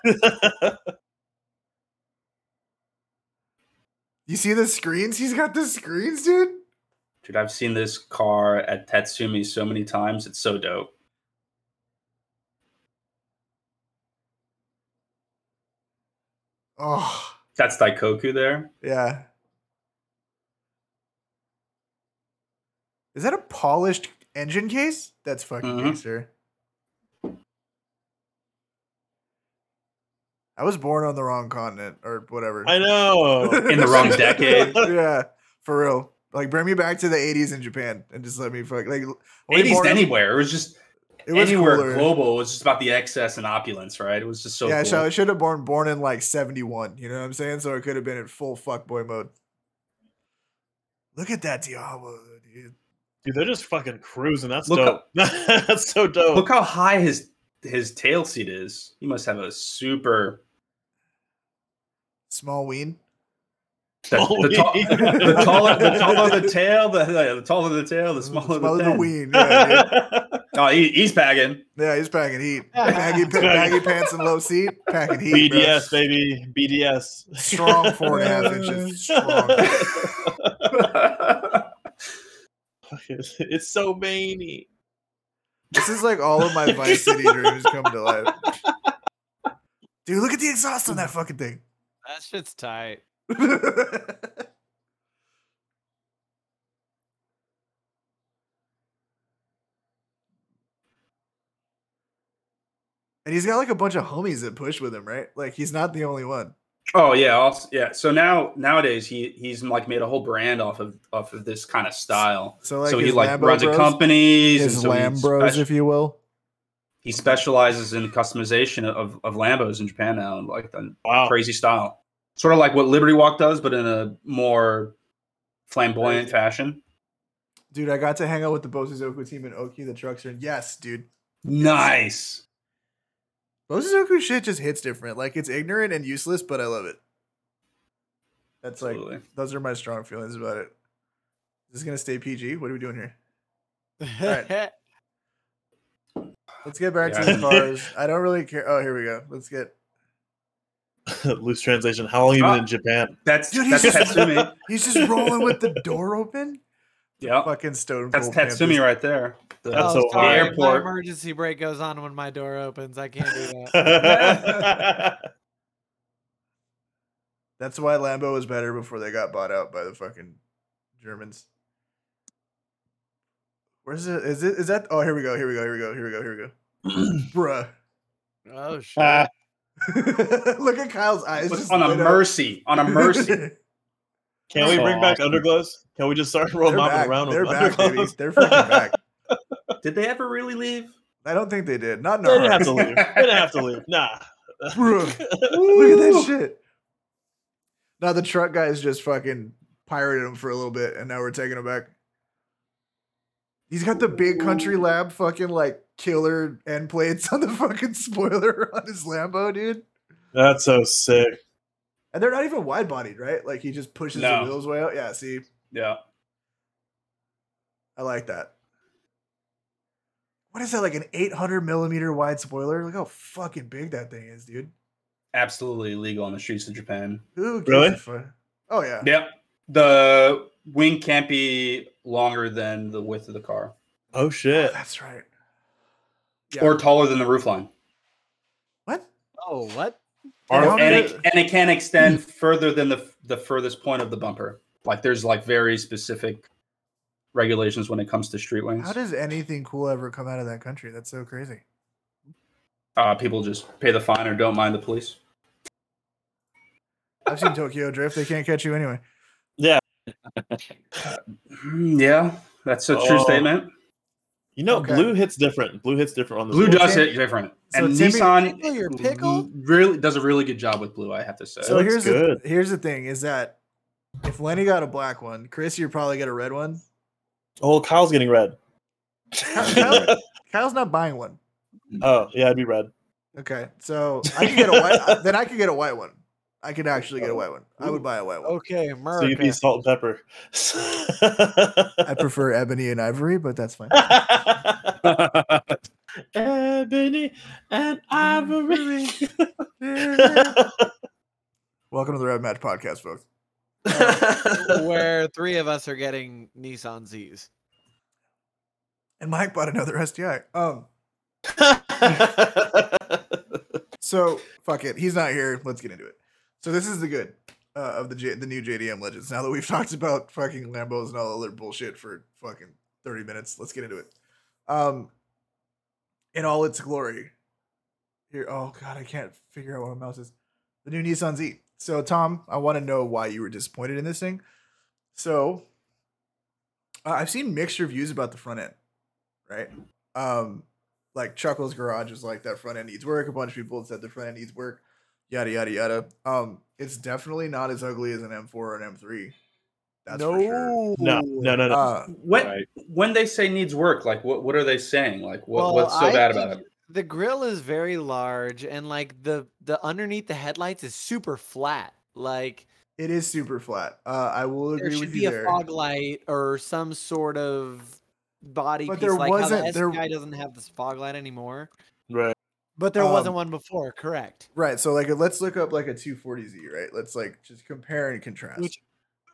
Speaker 1: you see the screens? He's got the screens, dude.
Speaker 3: Dude, I've seen this car at Tatsumi so many times. It's so dope.
Speaker 1: Oh,
Speaker 3: That's Daikoku there.
Speaker 1: yeah. Is that a polished engine case? That's fucking
Speaker 3: Mhm.
Speaker 1: gangster. I was born on the wrong continent or whatever.
Speaker 6: I know.
Speaker 3: In the wrong decade.
Speaker 1: yeah, for real. Like, bring me back to the '80s in Japan and just let me fuck. Like, way
Speaker 3: 80s
Speaker 1: more-
Speaker 3: to anywhere. It was just
Speaker 1: it was
Speaker 3: anywhere
Speaker 1: cooler.
Speaker 3: global. It was just about the excess and opulence, right? It was just so
Speaker 1: yeah,
Speaker 3: cool.
Speaker 1: so I should have born born in like '71. You know what I'm saying? So it could have been in full fuckboy mode. Look at that Diablo, dude.
Speaker 6: Dude, they're just fucking cruising. That's
Speaker 3: Look
Speaker 6: dope. That's so dope.
Speaker 3: Look how high his his tail seat is. He must have a super.
Speaker 1: Small ween.
Speaker 3: The,
Speaker 6: Small
Speaker 3: the, tall-
Speaker 6: ween.
Speaker 3: the taller, the taller the tail, the, the taller the tail, the smaller, the,
Speaker 1: the
Speaker 3: tail.
Speaker 1: ween. Yeah, dude.
Speaker 3: Oh, he, he's bagging.
Speaker 1: Yeah, he's packing heat. Baggy, pa- baggy pants and low seat. Packing heat. bro.
Speaker 6: BDS, baby. BDS.
Speaker 1: Strong four and a half inches. Strong.
Speaker 6: it's so veiny.
Speaker 1: This is like all of my Vice City dreams come to life. Dude, look at the exhaust on that fucking thing.
Speaker 4: That shit's tight.
Speaker 1: And he's got like a bunch of homies that push with him, right? Like he's not the only one.
Speaker 3: Oh yeah, also, yeah. So now nowadays he he's like made a whole brand off of off of this kind of style.
Speaker 1: So like
Speaker 3: so he
Speaker 1: his
Speaker 3: like
Speaker 1: Lambo
Speaker 3: runs
Speaker 1: bros,
Speaker 3: a company.
Speaker 1: his Lambros, if you will.
Speaker 3: he specializes in customization of, of Lambos in Japan now, and like the
Speaker 6: Wow.
Speaker 3: crazy style, sort of like what Liberty Walk does, but in a more flamboyant
Speaker 6: Crazy.
Speaker 3: fashion.
Speaker 1: Dude, I got to hang out with the Bosuzoku team in Oki. The trucks are in. Yes, dude.
Speaker 3: Nice.
Speaker 1: Mochizoku shit just hits different. Like it's ignorant and useless, but I love it. That's like
Speaker 3: Absolutely.
Speaker 1: those are my strong feelings about it. This is gonna stay PG. What are we doing here? Alright. Let's get back to
Speaker 3: Yeah.
Speaker 1: the cars. I don't really care. Oh, here we go. Let's get.
Speaker 6: Loose translation. How long have you been in Japan?
Speaker 3: That's
Speaker 1: Dude,
Speaker 3: that's
Speaker 1: he's-
Speaker 3: Tatsumi.
Speaker 1: He's just rolling with the door open.
Speaker 3: yeah,
Speaker 1: Fucking stone.
Speaker 3: that's
Speaker 1: Cold Panther's-
Speaker 3: Tatsumi right there. The-
Speaker 6: That's so
Speaker 4: Oh, sorry,
Speaker 3: hard.
Speaker 4: My
Speaker 3: Airport.
Speaker 4: emergency brake goes on when my door opens. I can't do that.
Speaker 1: That's why Lambo was better before they got bought out by the fucking Germans. Where's it? Is it? Is that? Oh, here we go. Here we go. Here we go. Here we go. Here we go.
Speaker 4: Oh shit!
Speaker 2: Ah,
Speaker 1: Bruh. Look at Kyle's eyes.
Speaker 3: What's-
Speaker 1: just
Speaker 3: on a
Speaker 1: lit up.
Speaker 3: mercy, on a mercy.
Speaker 6: Can we
Speaker 2: So
Speaker 6: bring back
Speaker 2: awesome.
Speaker 6: underglows? Can we just start
Speaker 1: They're
Speaker 6: rolling mopping
Speaker 1: back.
Speaker 6: around with
Speaker 1: They're back, baby.
Speaker 6: underglows?
Speaker 1: They're fucking back.
Speaker 3: Did they ever really leave?
Speaker 1: I don't think they did. Not in
Speaker 6: They
Speaker 1: our
Speaker 6: didn't have
Speaker 1: hearts.
Speaker 6: to leave. They didn't have to leave. Nah.
Speaker 1: Bruh. Look at that shit. Now the truck guys just fucking pirated him for a little bit, and now we're taking him back. He's got the big country lab fucking like killer end plates on the fucking spoiler on his Lambo, dude.
Speaker 6: That's so sick.
Speaker 1: And they're not even wide bodied, right? Like he just pushes
Speaker 3: No.
Speaker 1: the wheels way out. Yeah, see,
Speaker 3: Yeah.
Speaker 1: I like that. What is that? Like an 800 millimeter wide spoiler? Look how fucking big that thing is, dude.
Speaker 3: absolutely illegal on the streets of Japan.
Speaker 1: Who gives a
Speaker 6: Really?
Speaker 1: fuck? Oh yeah.
Speaker 3: Yep. The wing can't be longer than the width of the car
Speaker 6: Oh
Speaker 1: Oh,
Speaker 6: shit.
Speaker 1: that's right.
Speaker 3: or taller than the roofline.
Speaker 1: What?
Speaker 4: Oh what?
Speaker 1: Yeah, how
Speaker 3: Or, and, it,
Speaker 1: did-
Speaker 3: and it can extend further than the, the furthest point of the bumper. Like there's like very specific regulations when it comes to street wings.
Speaker 1: How does anything cool ever come out of that country? That's so crazy.
Speaker 3: uh, people just pay the fine or don't mind the police.
Speaker 1: I've seen Tokyo Drift. They can't catch you anyway.
Speaker 3: Mm, Yeah, that's a true
Speaker 6: Oh.
Speaker 3: statement.
Speaker 6: You know,
Speaker 1: Okay.
Speaker 6: blue hits different. Blue hits different on the
Speaker 3: Blue
Speaker 1: Well,
Speaker 3: does
Speaker 1: Tim-
Speaker 3: it different,
Speaker 1: so
Speaker 3: and
Speaker 1: Timmy-
Speaker 3: Nissan
Speaker 4: Pickle your pickle?
Speaker 3: really does a really good job with blue. I have to say.
Speaker 1: So
Speaker 6: looks
Speaker 1: here's
Speaker 6: good.
Speaker 1: The, here's the thing: is that if Lenny got a black one, Chris, you're probably get a red one.
Speaker 6: Oh, Kyle's getting red.
Speaker 1: Kyle- Kyle's not buying one.
Speaker 3: Mm.
Speaker 6: oh yeah, I'd be red.
Speaker 1: Okay, so I could get a white. then I could get a white one. I could actually get a white one. I would buy a
Speaker 3: Oh.
Speaker 1: white one.
Speaker 4: Okay,
Speaker 1: Oh,
Speaker 6: So you'd be
Speaker 4: America.
Speaker 6: salt and pepper.
Speaker 1: I prefer ebony and ivory, but that's fine.
Speaker 6: Ebony and ivory.
Speaker 1: Welcome to the Red Match Podcast, folks.
Speaker 4: where three of us are getting Nissan Z's.
Speaker 1: And Mike bought another STI. Um, So fuck it. He's not here. Let's get into it. So this is the good uh, of the J- the new JDM legends. Now that we've talked about fucking Lambos and all the other bullshit for fucking thirty minutes, let's get into it. Um, in all its glory. Here, oh god, I can't figure out what my mouse is. The new Nissan Z. So Tom, I want to know why you were disappointed in this thing. So uh, I've seen mixed reviews about the front end, right? Um, like Chuckles Garage was like that front end needs work. A bunch of people said the front end needs work. Yada yada yada. Um, it's definitely not as ugly as an M4 or an M3. That's for sure.
Speaker 6: no, no, no, no.
Speaker 1: Uh,
Speaker 3: What
Speaker 2: Right.
Speaker 3: when they say needs work, like what what are they saying? Like what,
Speaker 4: Well,
Speaker 3: what's so
Speaker 4: I
Speaker 3: bad about
Speaker 4: think
Speaker 3: it?
Speaker 4: The grill is very large, and like the the underneath the headlights is super flat. Like
Speaker 1: it is super flat. Uh, I will
Speaker 4: there
Speaker 1: agree
Speaker 4: should
Speaker 1: with
Speaker 4: be
Speaker 1: you
Speaker 4: a
Speaker 1: there.
Speaker 4: fog light or some sort of body
Speaker 1: But
Speaker 4: piece.
Speaker 1: there
Speaker 4: like how
Speaker 1: wasn't-
Speaker 4: the
Speaker 1: there-
Speaker 4: STI doesn't have this fog light anymore.
Speaker 6: right.
Speaker 4: But there
Speaker 1: Um,
Speaker 4: wasn't one before, correct?
Speaker 1: Right. So like, let's look up like a 240Z. Right. Let's like just compare and contrast.
Speaker 4: Which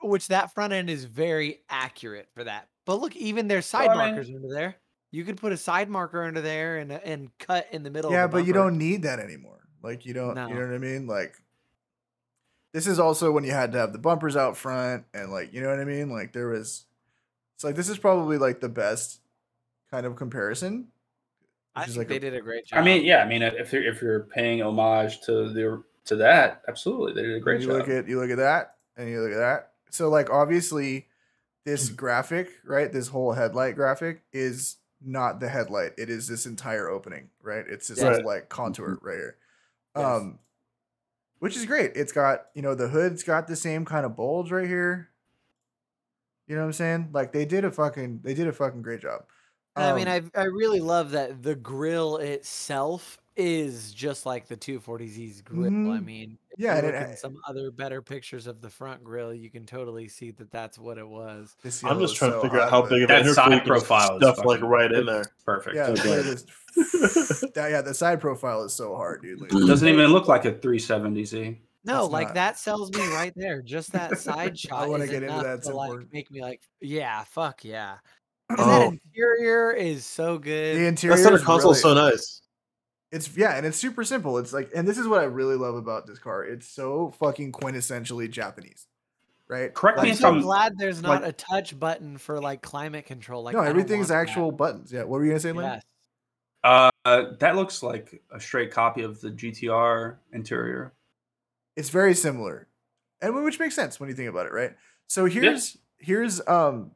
Speaker 4: which that front end is very accurate for that. But look, even their side
Speaker 3: I mean-
Speaker 4: markers under there. You could put a side marker under there and and cut in the middle. of
Speaker 1: yeah,
Speaker 4: the
Speaker 1: but you
Speaker 4: bumper.
Speaker 1: don't need that anymore. Like you don't. You
Speaker 4: No.
Speaker 1: know what I mean? Like. This is also when you had to have the bumpers out front and like you know what I mean? Like there was it's like this is probably like the best kind of comparison.
Speaker 4: I
Speaker 1: which is
Speaker 4: think
Speaker 1: like
Speaker 4: they
Speaker 1: a-
Speaker 4: did a great job.
Speaker 3: I mean, yeah, I mean if you're if you're paying homage to the to that, absolutely, they did a great
Speaker 1: you
Speaker 3: job.
Speaker 1: look at you look at that and you look at that so like obviously
Speaker 6: Mm-hmm.
Speaker 1: this graphic right this whole headlight graphic is not the headlight it is this entire opening right it's this
Speaker 6: Yes.
Speaker 1: whole like contour
Speaker 6: Mm-hmm.
Speaker 1: right here
Speaker 4: Yes.
Speaker 1: um which is great it's got you know the hood's got the same kind of bulge right here you know what i'm saying like they did a fucking they did a fucking great job
Speaker 4: I mean,
Speaker 1: Um,
Speaker 4: I I really love that the grill itself is just like the 240z's grill. I
Speaker 1: Mhm.
Speaker 4: mean, if
Speaker 1: Yeah,
Speaker 4: you
Speaker 1: and it- eh
Speaker 4: look in
Speaker 1: I-
Speaker 4: some other better pictures of the front grill, you can totally see that that's what it was.
Speaker 1: This
Speaker 6: I'm
Speaker 1: yellow
Speaker 6: just
Speaker 1: is
Speaker 6: trying
Speaker 1: so
Speaker 6: to figure
Speaker 1: hot,
Speaker 6: out how
Speaker 1: but-
Speaker 6: big of
Speaker 3: That
Speaker 6: an
Speaker 3: side
Speaker 6: interface
Speaker 3: profile is
Speaker 6: stuff like
Speaker 3: fucking-
Speaker 6: right in there.
Speaker 3: Perfect.
Speaker 1: Yeah,
Speaker 6: Okay.
Speaker 1: the way this- that- yeah, the side profile is so hard, dude. Like,
Speaker 3: Doesn't even look like a 370Z.
Speaker 4: No,
Speaker 1: It's
Speaker 4: like
Speaker 1: not.
Speaker 4: that sells me right there. Just that side shot.
Speaker 1: wanna
Speaker 4: is
Speaker 1: get into
Speaker 4: enough
Speaker 1: that, it's
Speaker 4: To, like,
Speaker 1: important.
Speaker 4: make me like, yeah, fuck yeah. And
Speaker 6: Oh.
Speaker 4: that interior is so good.
Speaker 1: the interior
Speaker 6: That center
Speaker 1: is
Speaker 6: console
Speaker 1: really-
Speaker 6: so nice.
Speaker 1: it's yeah, and it's super simple. It's like, and this is what I really love about this car. It's so fucking quintessentially Japanese, right?
Speaker 3: Correct me
Speaker 1: Like,
Speaker 4: I'm
Speaker 3: if
Speaker 4: so
Speaker 3: I'm
Speaker 4: glad there's
Speaker 3: like-
Speaker 4: not a touch button for like climate control. Like
Speaker 1: no,
Speaker 4: I don't
Speaker 1: everything's
Speaker 4: want that.
Speaker 1: actual buttons. Yeah, what were you gonna say, Lynn?
Speaker 4: Yes.
Speaker 3: Uh, that looks like a straight copy of the GTR interior.
Speaker 1: It's very similar, and wh- which makes sense when you think about it, right? So here's here's um,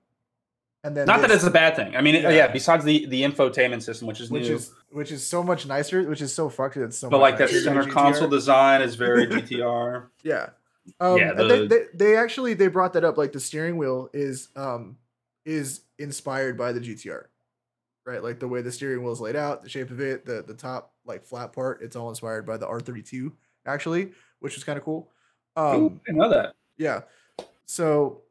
Speaker 1: and then
Speaker 3: Not that
Speaker 1: this,
Speaker 3: it's a bad thing. I mean, yeah.
Speaker 1: Yeah.
Speaker 3: besides the the infotainment system, which is
Speaker 1: which
Speaker 3: new,
Speaker 1: is which is so much nicer, which is so fucked. It's so
Speaker 3: but
Speaker 1: much
Speaker 3: like that
Speaker 1: nicer than
Speaker 3: center
Speaker 1: GTR.
Speaker 3: console design is very GTR.
Speaker 1: Yeah. Um,
Speaker 3: Yeah,
Speaker 1: and they,
Speaker 3: the-
Speaker 1: they, they actually they brought that up. Like the steering wheel is um is inspired by the GTR, right? Like the way the steering wheel is laid out, the shape of it, the the top like flat part, it's all inspired by the R32 actually, which is kind of cool. Um,
Speaker 3: Ooh, I didn't know that.
Speaker 1: yeah. So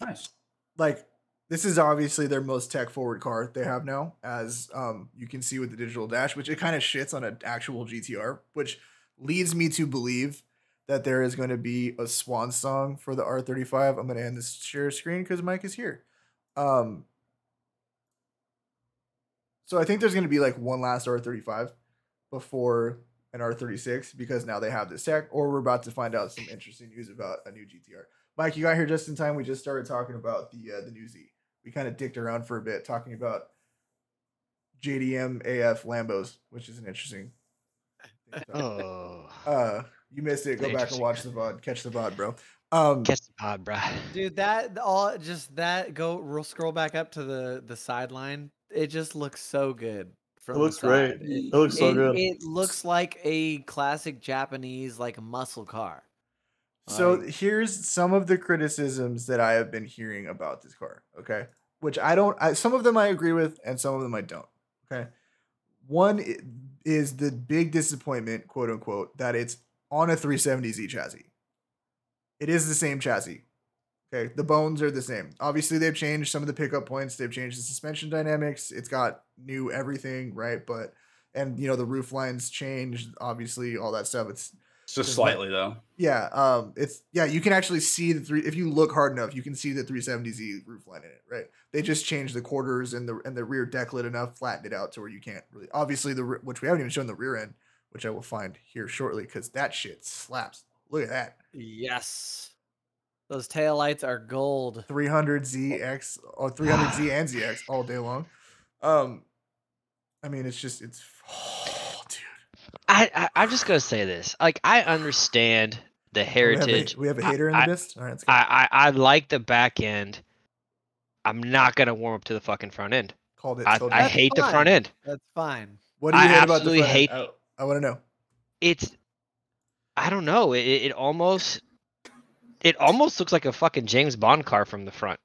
Speaker 3: Nice.
Speaker 1: like this is obviously their most tech forward car they have now as um, you can see with the digital dash which it kind of shits on an actual gtr which leads me to believe that there is going to be a swan song for the r35 i'm going to end this share screen because mike is here um, so i think there's going to be like one last r35 before an r36 because now they have this tech or we're about to find out some interesting news about a new gtr Mike, you got here just in time. We just started talking about the uh, the new Z. We kind of dicked around for a bit talking about JDM AF Lambos, which is an interesting. thing to talk
Speaker 7: Oh,
Speaker 1: about. Uh, you missed it. Go back and
Speaker 7: Interesting.
Speaker 1: watch the vod. Catch the vod, bro. Um,
Speaker 7: catch the pod, bruh.
Speaker 4: Dude, that all just that go roll scroll back up to the the sideline. It just looks so good. From the
Speaker 6: looks great.
Speaker 4: side.
Speaker 6: It looks so
Speaker 4: it,
Speaker 6: good.
Speaker 4: It looks like a classic Japanese like muscle car.
Speaker 1: So
Speaker 4: Like-
Speaker 1: here's some of the criticisms that I have been hearing about this car. Okay, which I don't. I, some of them I agree with, and some of them I don't. Okay, one i- is the big disappointment, quote unquote, that it's on a 370Z chassis. It is the same chassis. Okay, the bones are the same. Obviously, they've changed some of the pickup points. They've changed the suspension dynamics. It's got new everything, right? But and you know the roof lines changed. Obviously, all that stuff. It's
Speaker 3: It's just
Speaker 1: Does that-
Speaker 3: slightly though.
Speaker 1: yeah, um, it's yeah, you can actually see the three if you look hard enough, you can see the 370Z roofline in it, right? They just changed the quarters and the and the rear deck lid enough, flattened it out to where you can't really obviously the re- which we haven't even shown the rear end, which I will find here shortly because that shit slaps. Look at that.
Speaker 4: Yes. Those taillights are gold.
Speaker 1: 300ZX or 300Z and ZX all day long. Um I mean, it's just it's oh, dude.
Speaker 7: I, I I'm just gonna say this. Like I understand the
Speaker 1: We have a-
Speaker 7: heritage.
Speaker 1: We have a,
Speaker 7: I-
Speaker 1: hater
Speaker 7: I-
Speaker 1: in the midst. All right, let's go.
Speaker 7: I, I I like the back end. I'm not gonna warm up to the fucking front end.
Speaker 1: Called it.
Speaker 7: I,
Speaker 1: told
Speaker 7: I
Speaker 1: you.
Speaker 4: That's
Speaker 7: hate the
Speaker 4: fine.
Speaker 7: front end.
Speaker 4: That's fine.
Speaker 1: what do you
Speaker 7: I
Speaker 1: hate about the
Speaker 7: absolutely
Speaker 1: front end?
Speaker 7: hate-
Speaker 1: I- I want to know.
Speaker 7: It's I don't know. It, it almost it almost looks like a fucking James Bond car from the front.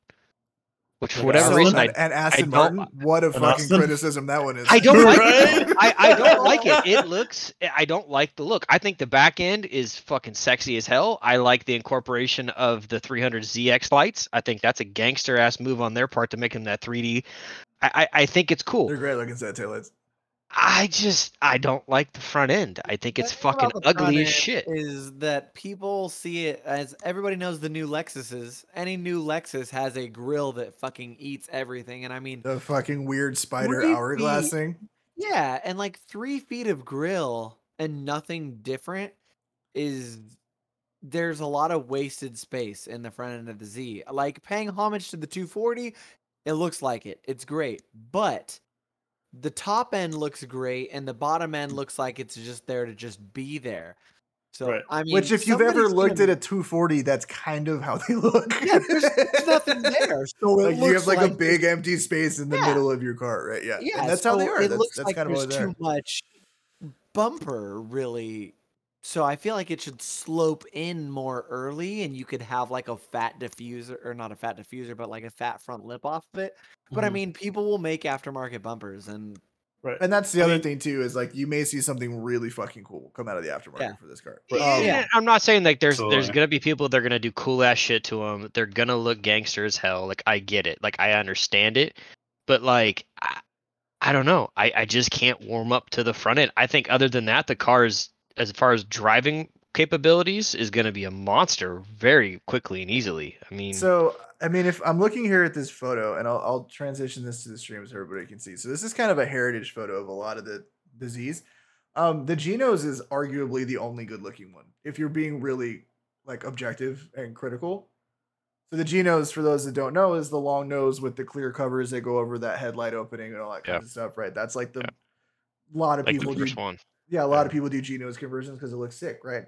Speaker 7: Which for
Speaker 6: Like
Speaker 7: whatever
Speaker 1: So-
Speaker 6: Aston
Speaker 7: reason I
Speaker 1: and, and Aston
Speaker 7: don't-
Speaker 1: Martin. what a
Speaker 6: And
Speaker 1: fucking
Speaker 6: Aston-
Speaker 1: criticism that one is.
Speaker 7: I don't like
Speaker 6: Right?
Speaker 7: it. I, I don't like it. It looks I don't like the look. I think the back end is fucking sexy as hell. I like the incorporation of the 300ZX lights. I think that's a gangster ass move on their part to make them that 3D. I, I, I think it's cool.
Speaker 1: They're great looking set taillights.
Speaker 7: I just I don't like the front end. I think
Speaker 4: The
Speaker 7: it's
Speaker 4: thing about
Speaker 7: fucking
Speaker 4: the front
Speaker 7: ugly
Speaker 4: end
Speaker 7: as shit.
Speaker 4: Is that people see it as everybody knows the new Lexuses. Any new Lexus has a grill that fucking eats everything. And I mean,
Speaker 1: The fucking weird spider
Speaker 4: do you
Speaker 1: hourglass
Speaker 4: see?
Speaker 1: thing.
Speaker 4: yeah, and like three feet of grill and nothing different is there's a lot of wasted space in the front end of the Z. Like paying homage to the 240, it looks like it. It's great. But the top end looks great and the bottom end looks like it's just there to just be there. So
Speaker 6: Right.
Speaker 4: I mean
Speaker 1: Which, if you've ever
Speaker 4: somebody's
Speaker 1: looked
Speaker 4: gonna
Speaker 1: at a 240, that's kind of how they look.
Speaker 4: yeah, there's, there's nothing there. So it
Speaker 1: like you have
Speaker 4: looks
Speaker 1: like, a
Speaker 4: there's-
Speaker 1: big empty space in the
Speaker 4: Yeah.
Speaker 1: middle of your car, right? Yeah,
Speaker 4: Yeah,
Speaker 1: and that's how they
Speaker 4: so
Speaker 1: are.
Speaker 4: It
Speaker 1: that's
Speaker 4: looks
Speaker 1: that's
Speaker 4: like
Speaker 1: kind of
Speaker 4: there's
Speaker 1: what they are.
Speaker 4: too much bumper, really. So I feel like it should slope in more early, and you could have like a fat diffuser, or not a fat diffuser, but like a fat front lip off of it. But I
Speaker 1: Mm-hmm.
Speaker 6: Mhm.
Speaker 4: mean, people will make aftermarket bumpers, and
Speaker 6: Right.
Speaker 1: And that's the
Speaker 6: I
Speaker 1: other
Speaker 6: mean-
Speaker 1: thing too is like you may see something really fucking cool come out of the aftermarket
Speaker 4: Yeah.
Speaker 1: for this car.
Speaker 7: Yeah, I'm not saying like there's there's
Speaker 3: Totally.
Speaker 7: gonna be people that are gonna do cool ass shit to them. They're gonna look gangster as hell. Like I get it. Like I understand it. But like I, I don't know. I I just can't warm up to the front end. I think other than that, the car is as far as driving capabilities is gonna be a monster very quickly and easily. I mean,
Speaker 1: So I mean, if I'm looking here at this photo, and I'll, I'll transition this to the stream so everybody can see. So this is kind of a heritage photo of a lot of the disease. Um, the Geno's is arguably the only good-looking one, if you're being really like objective and critical. So the Geno's, for those that don't know, is the long nose with the clear covers that go over that headlight opening and all that kind
Speaker 7: Yeah.
Speaker 1: of stuff, right? That's like the
Speaker 7: Yeah.
Speaker 1: lot of
Speaker 7: like
Speaker 1: people
Speaker 7: the
Speaker 1: do
Speaker 7: first one.
Speaker 1: yeah, a lot
Speaker 7: Yeah.
Speaker 1: of people do Geno's conversions because it looks sick, right?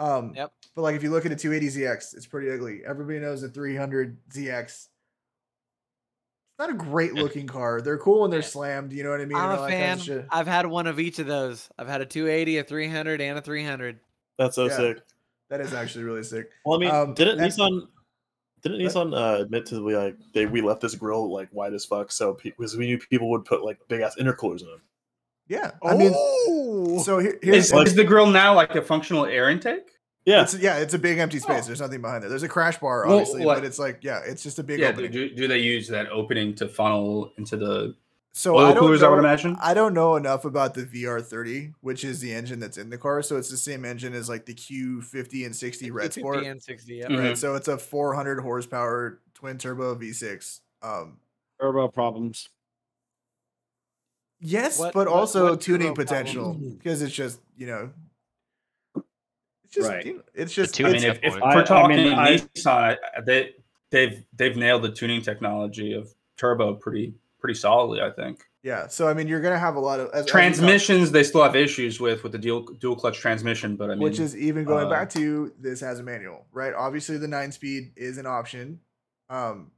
Speaker 1: Um,
Speaker 4: Yep.
Speaker 1: But like, if you look at a 280ZX, it's pretty ugly. Everybody knows the 300ZX. It's not a great
Speaker 7: Yeah.
Speaker 1: looking car. They're cool when they're
Speaker 4: Yeah.
Speaker 1: slammed. You know what I mean? and
Speaker 4: I'm
Speaker 1: all
Speaker 4: a
Speaker 1: that kinds of
Speaker 4: fan.
Speaker 1: shit.
Speaker 4: I've had one of each of those. I've had a 280, a 300, and a 300.
Speaker 6: That's so
Speaker 1: Yeah.
Speaker 6: sick.
Speaker 1: That is actually really sick.
Speaker 6: Well, I mean,
Speaker 1: Um,
Speaker 6: didn't
Speaker 1: and-
Speaker 6: Nissan didn't Nissan uh, admit to we like they we left this grill like wide as fuck, so pe- because we knew people would put like big ass intercoolers in them.
Speaker 1: Yeah, I mean,
Speaker 6: Oh!
Speaker 3: Oh.
Speaker 1: so here, here's
Speaker 3: Is,
Speaker 1: it's,
Speaker 3: is the grill now like a functional air intake?
Speaker 6: Yeah,
Speaker 1: yeah, it's a big empty space.
Speaker 3: Oh.
Speaker 1: There's nothing behind there. There's a crash bar,
Speaker 3: Well,
Speaker 1: obviously,
Speaker 3: what-
Speaker 1: but it's like yeah, it's just a big
Speaker 3: Yeah. Do,
Speaker 1: opening.
Speaker 3: do, do they use that opening to funnel into the
Speaker 1: So
Speaker 3: oil
Speaker 1: I don't
Speaker 3: coolers? I would
Speaker 1: know-
Speaker 3: imagine.
Speaker 1: I don't know enough about the VR30, which is the engine that's in the car. So it's the same engine as like the Q50 and 60 Red Sport,
Speaker 4: and 60. Yep.
Speaker 3: Mm.
Speaker 1: right? So it's a 400 horsepower twin turbo V6. Um,
Speaker 2: Turbo problems.
Speaker 1: yes,
Speaker 4: What-
Speaker 1: but
Speaker 4: what-
Speaker 1: also
Speaker 4: what
Speaker 1: tuning
Speaker 4: turbo problem?
Speaker 1: potential because it's just you know, it's just
Speaker 2: Right.
Speaker 1: you know, it's just
Speaker 3: I
Speaker 7: tuning-
Speaker 1: it's,
Speaker 3: mean, if, if
Speaker 7: I-
Speaker 3: we're
Speaker 2: I
Speaker 3: talking
Speaker 2: mean, I-
Speaker 3: Nissan, I- they they've they've nailed the tuning technology of turbo pretty pretty solidly. I think
Speaker 1: yeah. So I mean, you're gonna have a lot of as- as we talked-
Speaker 3: transmissions they still have issues with with the dual dual clutch transmission, but I mean,
Speaker 1: which is even going
Speaker 3: uh,
Speaker 1: back to this has a manual, right? Obviously, the nine speed is an option, um,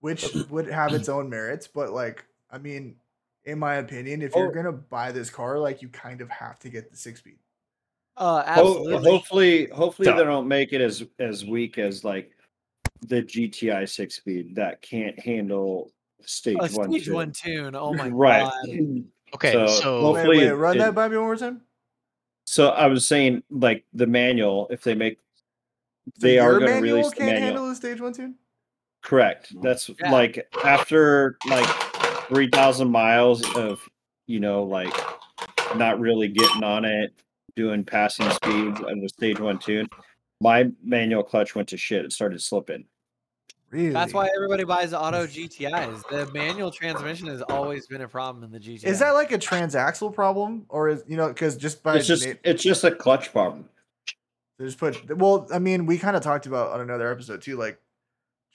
Speaker 1: which would have its own merits, but like, I mean, in my opinion, if you're
Speaker 2: Oh.
Speaker 1: gonna buy this car, like, you kind of have to get the six speed.
Speaker 4: Uh,
Speaker 2: Ho-
Speaker 4: absolutely.
Speaker 2: hopefully, hopefully
Speaker 3: Duh.
Speaker 2: they don't make it as as weak as like the GTI six speed that can't handle stage
Speaker 4: a
Speaker 2: one.
Speaker 4: Oh, stage
Speaker 2: tune.
Speaker 4: one tune. Oh my
Speaker 2: right.
Speaker 4: god.
Speaker 7: Okay,
Speaker 2: so-
Speaker 7: so,
Speaker 2: well,
Speaker 1: Wait,
Speaker 2: Hopefully
Speaker 1: wait,
Speaker 2: it-
Speaker 1: run
Speaker 2: it-
Speaker 1: that by me one more time.
Speaker 2: So I was saying, like the manual, if they make,
Speaker 1: So
Speaker 2: they are
Speaker 1: your
Speaker 2: going to
Speaker 1: manual
Speaker 2: release the
Speaker 1: can't
Speaker 2: manual.
Speaker 1: handle the stage one tune.
Speaker 2: Correct. That's
Speaker 4: Yeah.
Speaker 2: like after like three thousand miles of you know like not really getting on it, doing passing speeds and the stage one tune. My manual clutch went to shit. It started slipping.
Speaker 1: Really?
Speaker 4: That's why everybody buys auto GTIs. The manual transmission has always been a problem in the GTI.
Speaker 1: Is that like a transaxle problem, or is you know because just by
Speaker 2: It's just
Speaker 1: na-
Speaker 2: it's just a clutch problem.
Speaker 1: They just put well, I mean, we kind of talked about on another episode too, like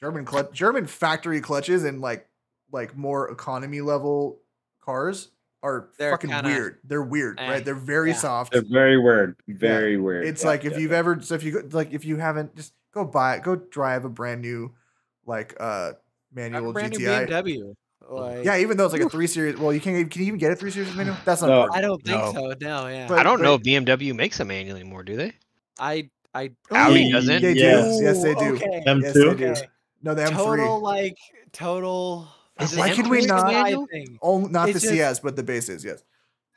Speaker 1: German clutch German factory clutches and like like more economy level cars are
Speaker 4: They're
Speaker 1: fucking
Speaker 4: kinda-
Speaker 1: weird. They're weird,
Speaker 4: eh,
Speaker 1: right? They're very
Speaker 4: yeah.
Speaker 1: soft.
Speaker 2: They're very weird. Very weird.
Speaker 1: it's
Speaker 2: Yeah,
Speaker 1: like if
Speaker 2: yeah.
Speaker 1: you've ever so if you go- like if you haven't just go buy it, go drive a brand new like uh
Speaker 4: Drive a
Speaker 1: manual
Speaker 4: brand new
Speaker 1: GTI.
Speaker 4: BMW? Like,
Speaker 1: Oh, Yeah, even though it's like a three series. Well, you can't even- can you even get a three series manual? That's not
Speaker 2: No.
Speaker 1: important.
Speaker 4: I don't think
Speaker 7: No.
Speaker 4: so. No, yeah.
Speaker 1: But-
Speaker 7: I don't know
Speaker 1: but-
Speaker 7: if BMW makes a manual anymore, do they?
Speaker 4: I I
Speaker 7: Audi
Speaker 2: Ooh,
Speaker 7: doesn't.
Speaker 1: They
Speaker 2: Yes.
Speaker 1: do. Yes, they
Speaker 4: Ooh,
Speaker 1: do.
Speaker 4: Okay.
Speaker 6: M
Speaker 1: Yes,
Speaker 6: two.
Speaker 1: they do.
Speaker 4: Okay.
Speaker 1: No, the M3.
Speaker 4: Total like total
Speaker 7: Is it
Speaker 1: Why
Speaker 7: M
Speaker 1: could we
Speaker 7: Cruise
Speaker 1: not-
Speaker 7: manual?
Speaker 4: thing.
Speaker 1: Oh, not
Speaker 4: It's
Speaker 1: the
Speaker 4: just-
Speaker 1: CS, but the base is yes.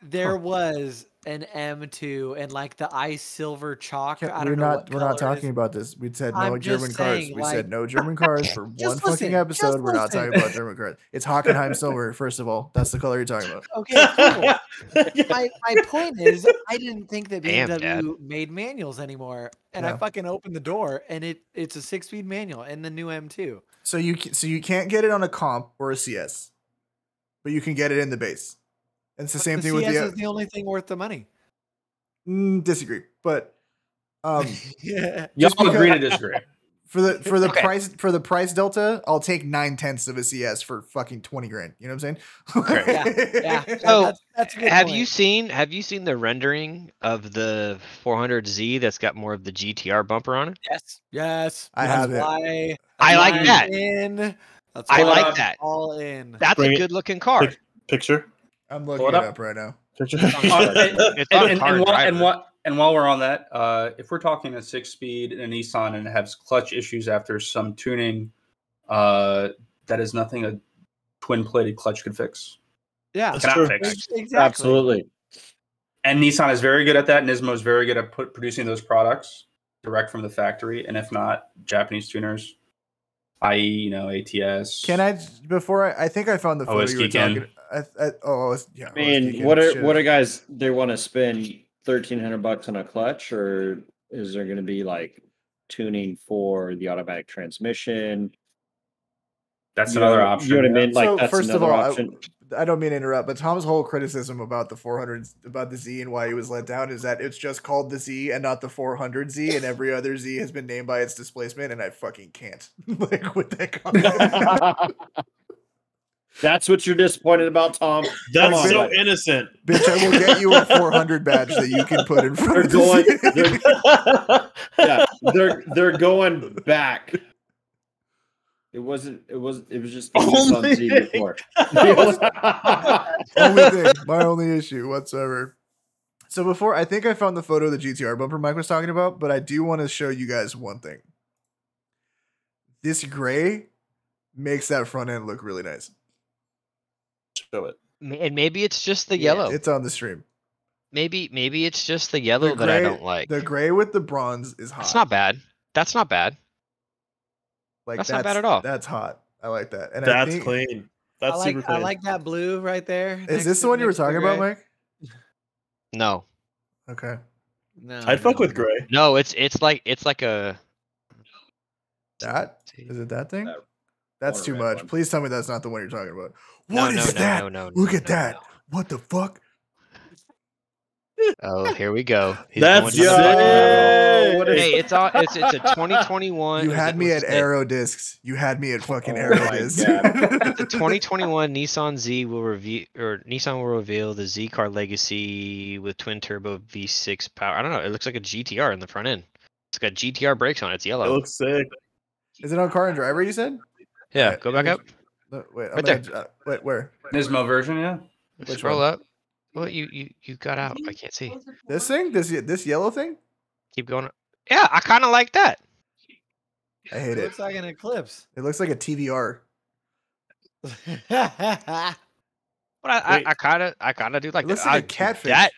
Speaker 4: There
Speaker 1: Oh.
Speaker 4: was an M2 and like the ice silver chalk.
Speaker 1: Can't-
Speaker 4: I
Speaker 1: we're
Speaker 4: don't know
Speaker 1: not
Speaker 4: what
Speaker 1: we're not
Speaker 4: color it is.
Speaker 1: talking about this. We said no
Speaker 4: I'm just
Speaker 1: German cars.
Speaker 4: saying,
Speaker 1: we said
Speaker 4: like-
Speaker 1: no German cars for one
Speaker 4: Just listen,
Speaker 1: fucking
Speaker 4: just
Speaker 1: episode. We're not talking
Speaker 4: listen.
Speaker 1: about German cars. It's Hockenheim silver, first of all. That's the color you're talking about.
Speaker 4: Okay, cool. my, my point is, I didn't think that
Speaker 7: Damn,
Speaker 4: BMW
Speaker 7: Dad.
Speaker 4: made manuals anymore, and I
Speaker 1: No.
Speaker 4: fucking opened the door, and it it's a six speed manual and the new M2.
Speaker 1: So you ca- so you can't get it on a comp or a CS, but you can get it in the base. And it's the
Speaker 4: But
Speaker 1: same
Speaker 4: the
Speaker 1: thing
Speaker 4: CS
Speaker 1: with the, uh
Speaker 4: is the only thing worth the money.
Speaker 1: Mm, disagree, but um,
Speaker 4: yeah,
Speaker 3: y'all
Speaker 1: just because-
Speaker 3: agree to disagree.
Speaker 1: for the for the
Speaker 7: Okay.
Speaker 1: price for the price delta, I'll take nine tenths of a CS for fucking twenty grand. You know what I'm saying?
Speaker 4: yeah. that-
Speaker 7: So,
Speaker 4: that's, that's a good
Speaker 7: have
Speaker 4: point.
Speaker 7: you seen have you seen the rendering of the 400Z that's got more of the GTR bumper on it?
Speaker 4: Yes, yes.
Speaker 1: I
Speaker 4: that's
Speaker 1: have it.
Speaker 4: Why
Speaker 7: I like
Speaker 4: I'm
Speaker 7: that.
Speaker 4: In. That's
Speaker 7: I
Speaker 4: why
Speaker 7: like
Speaker 4: I'm
Speaker 7: that.
Speaker 4: All in.
Speaker 7: That's
Speaker 6: Bring
Speaker 7: a
Speaker 6: it-
Speaker 7: good looking car.
Speaker 6: Pic- picture.
Speaker 1: I'm looking
Speaker 3: Hold
Speaker 1: it
Speaker 3: up.
Speaker 1: up right now.
Speaker 6: Picture.
Speaker 3: Uh, and-
Speaker 7: It's
Speaker 3: and,
Speaker 7: not a
Speaker 3: and,
Speaker 7: car
Speaker 3: and, while, and,
Speaker 7: driver.
Speaker 3: while, and while we're on that, uh, if we're talking a six speed and a Nissan and it has clutch issues after some tuning, uh, that is nothing a twin plated clutch could fix.
Speaker 4: Yeah,
Speaker 6: That's true.
Speaker 3: fixed.
Speaker 4: exactly.
Speaker 2: Absolutely.
Speaker 3: And Nissan is very good at that. Nismo is very good at put, producing those products direct from the factory. And if not, Japanese tuners, i.e., you know, ATS.
Speaker 1: Can I j- before I? I think I found the photo you were
Speaker 3: OSG can.
Speaker 1: talking. I, I, oh, OS, yeah.
Speaker 2: I mean, what are what are guys they want to spend thirteen hundred bucks on a clutch, or is there going to be like tuning for the automatic transmission?
Speaker 3: That's
Speaker 2: You
Speaker 3: another
Speaker 2: know-
Speaker 3: option.
Speaker 2: You know what I mean? Like
Speaker 1: So,
Speaker 2: that's
Speaker 1: first of
Speaker 2: another
Speaker 1: all, I-
Speaker 2: option.
Speaker 1: I don't mean to interrupt, but Tom's whole criticism about the 400 about the Z and why he was let down is that it's just called the Z and not the 400Z, and every other Z has been named by its displacement, and I fucking can't like with that comment.
Speaker 2: that's what you're disappointed about, Tom.
Speaker 6: That's
Speaker 2: on,
Speaker 6: so
Speaker 2: buddy.
Speaker 6: innocent.
Speaker 1: Bitch, I will get you a 400 badge that you can put in front
Speaker 2: They're
Speaker 1: of the
Speaker 2: going.
Speaker 1: Z.
Speaker 2: They're, yeah, they're they're going back. It wasn't. It was. It was just focused on
Speaker 6: Only
Speaker 2: Z
Speaker 6: thing.
Speaker 2: before.
Speaker 1: only thing, my only issue whatsoever. So before, I think I found the photo of the GTR bumper Mike was talking about, but I do want to show you guys one thing. This gray makes that front end look really nice.
Speaker 6: Show it.
Speaker 7: M- And maybe it's just the
Speaker 1: Yeah,
Speaker 7: yellow.
Speaker 1: It's on the stream.
Speaker 7: maybe maybe it's just the
Speaker 1: The
Speaker 7: yellow that I
Speaker 1: gray-
Speaker 7: don't like.
Speaker 1: The gray with the bronze is hot.
Speaker 7: That's not bad. That's not bad.
Speaker 1: Like
Speaker 7: that's not bad at all.
Speaker 1: That's hot. I like that. And I
Speaker 6: That's
Speaker 1: think,
Speaker 6: clean.
Speaker 4: I
Speaker 6: That's
Speaker 4: like
Speaker 6: super clean.
Speaker 4: I like that blue right there.
Speaker 1: Is this the one you were talking about, Mike?
Speaker 7: No.
Speaker 1: Okay.
Speaker 4: No,
Speaker 6: I'd fuck
Speaker 4: no,
Speaker 6: with gray.
Speaker 7: No, it's it's like it's like a
Speaker 1: That is it. That thing.
Speaker 2: That
Speaker 1: That's too
Speaker 2: red
Speaker 1: much.
Speaker 2: one.
Speaker 1: Please tell me that's not the one you're talking about.
Speaker 7: no,
Speaker 1: What is
Speaker 7: no, no,
Speaker 1: that?
Speaker 7: no, no,
Speaker 1: Look
Speaker 7: no,
Speaker 1: at
Speaker 7: no,
Speaker 1: that.
Speaker 7: no.
Speaker 1: What the fuck?
Speaker 7: Oh, here we go. He's
Speaker 6: That's
Speaker 7: going down the fucking rabbit hole.
Speaker 6: sick.
Speaker 2: What is-
Speaker 7: Hey, it's all it's it's a 2021.
Speaker 1: You
Speaker 7: is
Speaker 1: had
Speaker 7: it-
Speaker 1: me
Speaker 7: what's
Speaker 1: at
Speaker 7: his name?
Speaker 1: arrow discs. You had me at fucking
Speaker 2: Oh
Speaker 1: arrow
Speaker 2: my
Speaker 1: discs.
Speaker 7: The 2021 Nissan Z will review or Nissan will reveal the Z car legacy with twin turbo V6 power. I don't know. It looks like a GTR in the front end. It's got GTR brakes on it. It's
Speaker 6: It
Speaker 7: yellow.
Speaker 6: looks sick.
Speaker 1: is it on Car and Driver? You said?
Speaker 7: yeah,
Speaker 1: alright,
Speaker 7: go
Speaker 1: it
Speaker 7: back up.
Speaker 1: looks- No, wait, I'm
Speaker 7: Right
Speaker 1: gonna,
Speaker 7: there.
Speaker 1: uh, wait, where?
Speaker 3: Nismo version, yeah.
Speaker 1: Which
Speaker 7: Scroll
Speaker 1: one?
Speaker 7: up. Well, you you you got out. I can't see.
Speaker 1: This thing? This ye- this yellow thing?
Speaker 7: Keep going. Yeah, I kind of like that.
Speaker 1: I hate
Speaker 4: It
Speaker 1: it.
Speaker 4: looks like an eclipse.
Speaker 1: It looks like a TVR.
Speaker 7: But I I,
Speaker 6: Wait.
Speaker 7: I kind of I kind of do like
Speaker 1: It looks
Speaker 7: that.
Speaker 1: like a
Speaker 7: I-
Speaker 1: catfish.
Speaker 7: That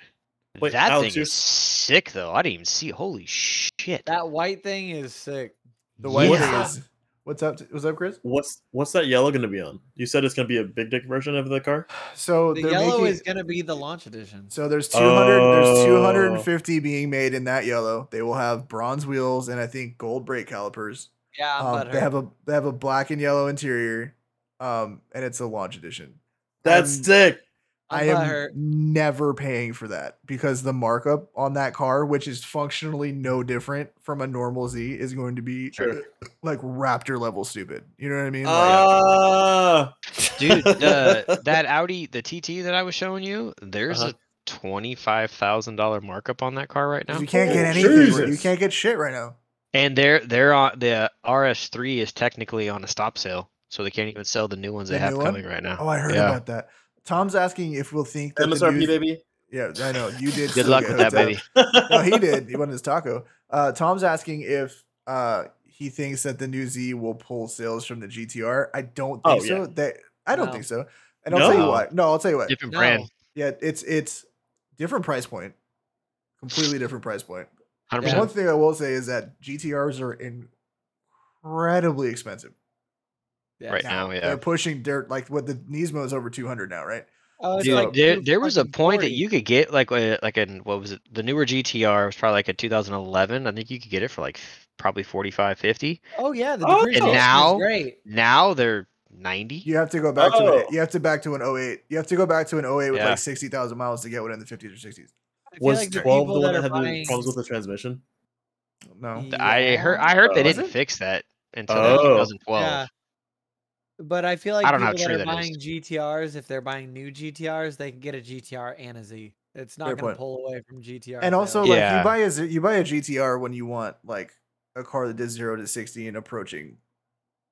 Speaker 6: Wait,
Speaker 7: that
Speaker 6: Alex,
Speaker 7: thing
Speaker 6: you're
Speaker 7: is sick though. I didn't even see. Holy shit.
Speaker 4: that white thing is sick.
Speaker 1: The white
Speaker 7: Yeah.
Speaker 1: thing is. What's up? What's up, Chris?
Speaker 6: What's what's that yellow going to be on? You said it's going to be a big dick version of the car.
Speaker 1: So
Speaker 4: The
Speaker 1: they're
Speaker 4: yellow
Speaker 1: making,
Speaker 4: is gonna be the launch edition.
Speaker 1: So there's 200. There's
Speaker 6: Oh.
Speaker 1: 250 being made in that yellow. They will have bronze wheels and I think gold brake calipers.
Speaker 4: Yeah, I'm
Speaker 1: Um,
Speaker 4: butthurt.
Speaker 1: they have a they have a black and yellow interior, um, and it's a launch edition.
Speaker 4: Um,
Speaker 6: That's
Speaker 1: I'm-
Speaker 6: sick.
Speaker 1: I
Speaker 4: I'm
Speaker 1: am
Speaker 4: butthurt.
Speaker 1: never paying for that because the markup on that car, which is functionally no different from a normal Z, is going to be
Speaker 6: Sure. Oh,
Speaker 1: like Raptor level stupid. You know what I
Speaker 4: Oh.
Speaker 1: mean? Like,
Speaker 6: Ah,
Speaker 7: Dude, the, that Audi, the TT that I was showing you, there's
Speaker 6: Uh-huh.
Speaker 7: a twenty-five thousand dollar markup on that car right
Speaker 1: 'cause
Speaker 7: now,
Speaker 1: you can't get
Speaker 6: Oh,
Speaker 1: anything. right- You
Speaker 6: Jesus.
Speaker 1: can't get shit right now.
Speaker 7: and they're they're on the RS3 is technically on a stop sale, so they can't even sell the new ones
Speaker 1: The
Speaker 7: they have
Speaker 1: new one?
Speaker 7: coming right now.
Speaker 1: Oh, I heard
Speaker 7: Yeah.
Speaker 1: about that. Tom's asking if we'll think that the
Speaker 6: MSRP
Speaker 1: new-
Speaker 6: baby.
Speaker 1: Yeah, I know you did.
Speaker 7: Good
Speaker 1: still
Speaker 7: luck
Speaker 1: get
Speaker 7: with that,
Speaker 1: hooked up.
Speaker 7: baby.
Speaker 1: no, he did. He wanted his taco. Uh, Tom's asking if uh, he thinks that the new Z will pull sales from the GTR. I don't
Speaker 6: Oh,
Speaker 1: think so. That I don't
Speaker 4: No.
Speaker 1: think so. And I'll tell you
Speaker 6: No.
Speaker 1: why. No, I'll tell you what.
Speaker 7: Different
Speaker 4: No.
Speaker 7: brand,
Speaker 1: Yeah, it's it's different price point. Completely different price point.
Speaker 7: hundred
Speaker 1: And one
Speaker 7: percent.
Speaker 1: thing I will say is that GTRs are incredibly expensive
Speaker 4: Yeah.
Speaker 7: Right now, yeah.
Speaker 1: They're pushing dirt like what the Nismo is over 200 now, right?
Speaker 4: Oh, it's
Speaker 7: Dude,
Speaker 4: like
Speaker 7: there
Speaker 4: two
Speaker 7: there was a
Speaker 4: fucking
Speaker 7: point that
Speaker 4: 40.
Speaker 7: you could get like a, like an what was it? The newer GTR was probably like a 2011. I think you could get it for like f- probably 45, 50.
Speaker 4: Oh yeah, the
Speaker 6: Oh, and
Speaker 4: depreciation
Speaker 7: now-
Speaker 4: is great.
Speaker 7: Now they're 90.
Speaker 1: You have to go back to an,
Speaker 6: Oh.
Speaker 1: you have to back to an 08. You have to go back to an 08 with
Speaker 7: Yeah.
Speaker 1: like 60,000 miles to get one in the 50s or 60s.
Speaker 4: I feel
Speaker 6: Was
Speaker 4: like the
Speaker 6: twelve the
Speaker 4: people
Speaker 6: one that
Speaker 4: are
Speaker 6: had the
Speaker 4: buying-
Speaker 6: problems with the transmission?
Speaker 1: No.
Speaker 7: Th- I heard
Speaker 4: Yeah.
Speaker 7: I heard they
Speaker 6: Oh, is
Speaker 7: didn't
Speaker 1: it?
Speaker 7: fix that until
Speaker 6: Oh.
Speaker 7: 2012.
Speaker 4: Yeah. But I feel like
Speaker 7: don't know how
Speaker 4: people
Speaker 7: true
Speaker 4: that are
Speaker 7: that is.
Speaker 4: buying GTRs, if they're buying new GTRs, they can get a GTR and a Z. It's
Speaker 1: Fair
Speaker 4: not going
Speaker 1: point.
Speaker 4: to pull away from GTR.
Speaker 1: And also,
Speaker 4: sales.
Speaker 1: like you
Speaker 7: Yeah.
Speaker 1: buy a Z- you buy a GTR when you want like a car that does zero to sixty and approaching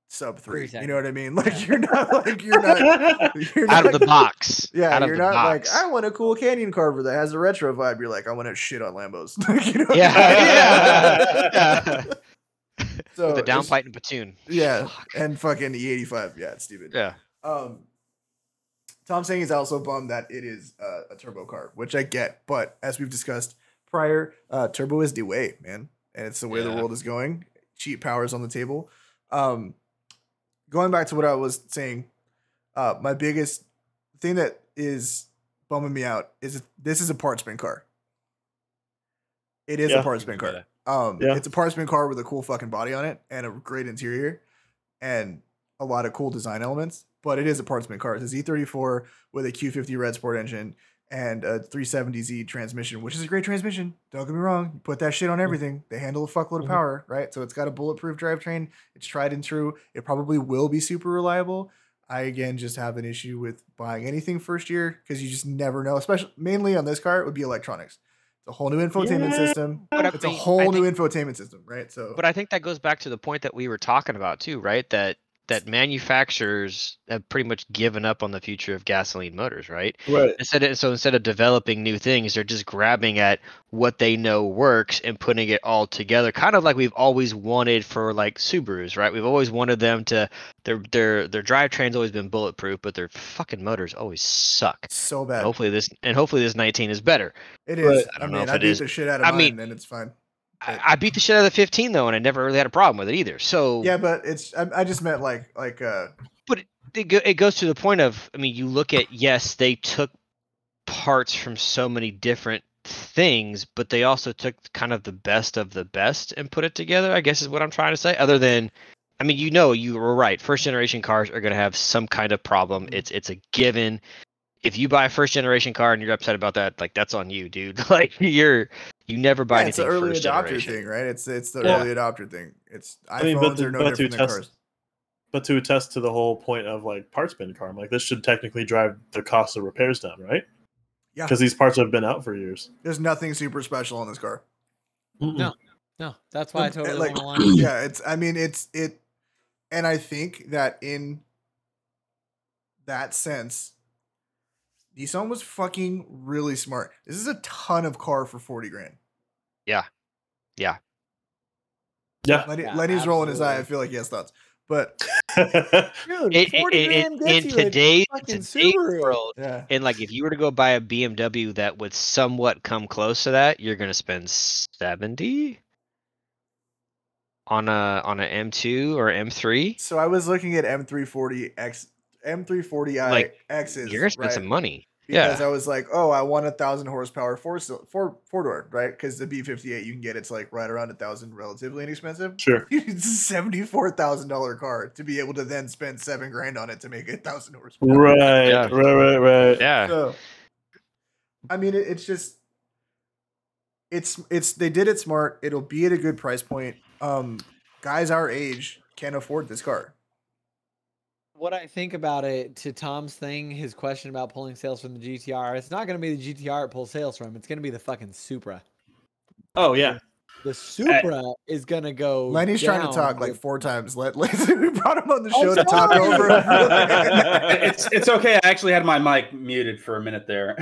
Speaker 1: sub
Speaker 4: Three
Speaker 1: three. You
Speaker 4: seconds.
Speaker 1: know what I mean? Like you're not like you're not you're
Speaker 7: Out of
Speaker 1: not-
Speaker 7: the box.
Speaker 1: Yeah,
Speaker 7: out of
Speaker 1: you're
Speaker 7: the
Speaker 1: not
Speaker 7: box.
Speaker 1: like I want a cool canyon carver that has a retro vibe. You're like I want to shit on Lambos. Like, you know what I
Speaker 7: yeah,
Speaker 1: mean?
Speaker 7: yeah, yeah.
Speaker 1: So
Speaker 7: With a
Speaker 1: it's-
Speaker 7: downpipe and platoon.
Speaker 1: Yeah, E
Speaker 7: Fuck.
Speaker 1: and fucking E85. Yeah, it's stupid.
Speaker 7: Yeah.
Speaker 1: Um, Tom Singh is also bummed that it is uh, a turbo car, which I get. But as we've discussed prior, uh, turbo is the way, man, and it's the way the
Speaker 7: Yeah.
Speaker 1: world is going. Cheap power is on the table. Um, going back to what I was saying, uh, my biggest thing that is bumming me out is this is a parts bin car. It is
Speaker 6: Yeah.
Speaker 1: a parts bin car. Um,
Speaker 6: Yeah.
Speaker 1: it's a parchment car with a cool fucking body on it and a great interior and a lot of cool design elements. But it is a parchment car. It's a Z34 with a Q50 Red Sport engine and a 370Z transmission, which is a great transmission. Don't get me wrong. You put that shit on everything. They handle a fuckload of
Speaker 6: Mhm.
Speaker 1: power, right? So it's got a bulletproof drivetrain. It's tried and true. It probably will be super reliable. I again just have an issue with buying anything first year because you just never know. Especially mainly on this car, it would be electronics. It's a whole new infotainment
Speaker 2: Yeah.
Speaker 1: system
Speaker 7: But I
Speaker 1: it's a
Speaker 7: mean, I
Speaker 1: whole
Speaker 7: think-
Speaker 1: new infotainment system, right? So,
Speaker 7: But I think that goes back to the point that we were talking about too, right? That that manufacturers have pretty much given up on the future of gasoline motors, right?
Speaker 6: Right.
Speaker 7: Instead of, so instead of developing new things, they're just grabbing at what they know works and putting it all together. Kind of like we've always wanted for like Subarus, right? We've always wanted them to their their their drivetrain's always been bulletproof, but their fucking motors always suck.
Speaker 1: so
Speaker 7: And
Speaker 1: bad.
Speaker 7: hopefully this and hopefully this 19 is better.
Speaker 1: It is.
Speaker 7: I
Speaker 1: I,
Speaker 7: don't know
Speaker 1: mean,
Speaker 7: if
Speaker 1: I
Speaker 7: it
Speaker 1: beat
Speaker 7: is.
Speaker 1: the shit out of
Speaker 7: I
Speaker 1: mine,
Speaker 7: mean-
Speaker 1: and it's fine.
Speaker 7: I, I beat the shit out of the 15 though, and I never really had a problem with it either. So
Speaker 1: Yeah, but it's. I, I just meant like, like, uh,
Speaker 7: it, go, it goes to the point of i mean you look at yes they took parts from so many different things but they also took kind of the best of the best and put it together i guess is what i'm trying to say other than i mean you know you were right first generation cars are going to have some kind of
Speaker 1: Mm-hmm.
Speaker 7: problem it's it's a given if you buy a first generation car and you're upset about that like that's on you dude like you're you never buy
Speaker 1: yeah, it's
Speaker 7: anything
Speaker 1: the early
Speaker 7: first
Speaker 1: adopter
Speaker 7: generation.
Speaker 1: thing, right? It's it's the
Speaker 6: Yeah.
Speaker 1: early adopter thing. It's iPhones
Speaker 6: I mean, but
Speaker 1: are
Speaker 6: to,
Speaker 1: no
Speaker 6: but to
Speaker 1: different than
Speaker 6: test,
Speaker 1: cars.
Speaker 6: but to attest to the whole point of like parts bin car, I'm like this should technically drive the cost of repairs down, right?
Speaker 1: Yeah.
Speaker 6: Because these parts have been out for years.
Speaker 1: There's nothing super special on this car.
Speaker 6: Mm-mm.
Speaker 4: No. No, that's why I
Speaker 1: Um,
Speaker 4: totally
Speaker 1: like-
Speaker 4: want one.
Speaker 1: yeah, it's. I mean, it's it, and I think that in that sense, Nissan was fucking really smart. This is a ton of car for forty grand.
Speaker 6: Yeah.
Speaker 1: Lenny,
Speaker 4: Yeah,
Speaker 1: Lenny's rolling his eye. I
Speaker 4: absolutely.
Speaker 1: feel like he has thoughts, but
Speaker 4: Dude,
Speaker 7: It- it- it- it- in today's, in today's world
Speaker 1: yeah,
Speaker 7: And like, if you were to go buy a BMW that would somewhat come close to that, you're gonna spend seventy on a on a M2 or M3.
Speaker 1: So I was looking at M340 X, M340i
Speaker 7: Like,
Speaker 1: X's.
Speaker 7: you're gonna spend
Speaker 1: right?
Speaker 7: some money.
Speaker 1: because
Speaker 7: yeah.
Speaker 1: I was like, oh, I want a thousand horsepower four sil- four four door, right? Because the B58 you can get it's like right around a thousand, relatively inexpensive.
Speaker 6: Sure.
Speaker 1: It's a seventy four thousand dollar car to be able to then spend seven grand on it to make a thousand horsepower.
Speaker 6: Right.
Speaker 7: Yeah.
Speaker 6: Right. Right. Right.
Speaker 7: Yeah.
Speaker 1: So, I mean, it, it's just it's it's they did it smart. It'll be at a good price point. Um, guys our age can afford this car.
Speaker 4: what I think about it to Tom's thing, his question about pulling sales from the GTR, it's not going to be the GTR it pulls sales from. It's going to be the fucking Supra.
Speaker 6: Oh yeah.
Speaker 4: The Supra is going to go.
Speaker 1: Lenny's trying to
Speaker 4: down
Speaker 1: talk like
Speaker 4: with-
Speaker 1: four times. Let, let we brought him on the
Speaker 4: Oh,
Speaker 1: show to talk
Speaker 4: sorry.
Speaker 1: over. him.
Speaker 3: it's it's okay. I actually had my mic muted for a minute there,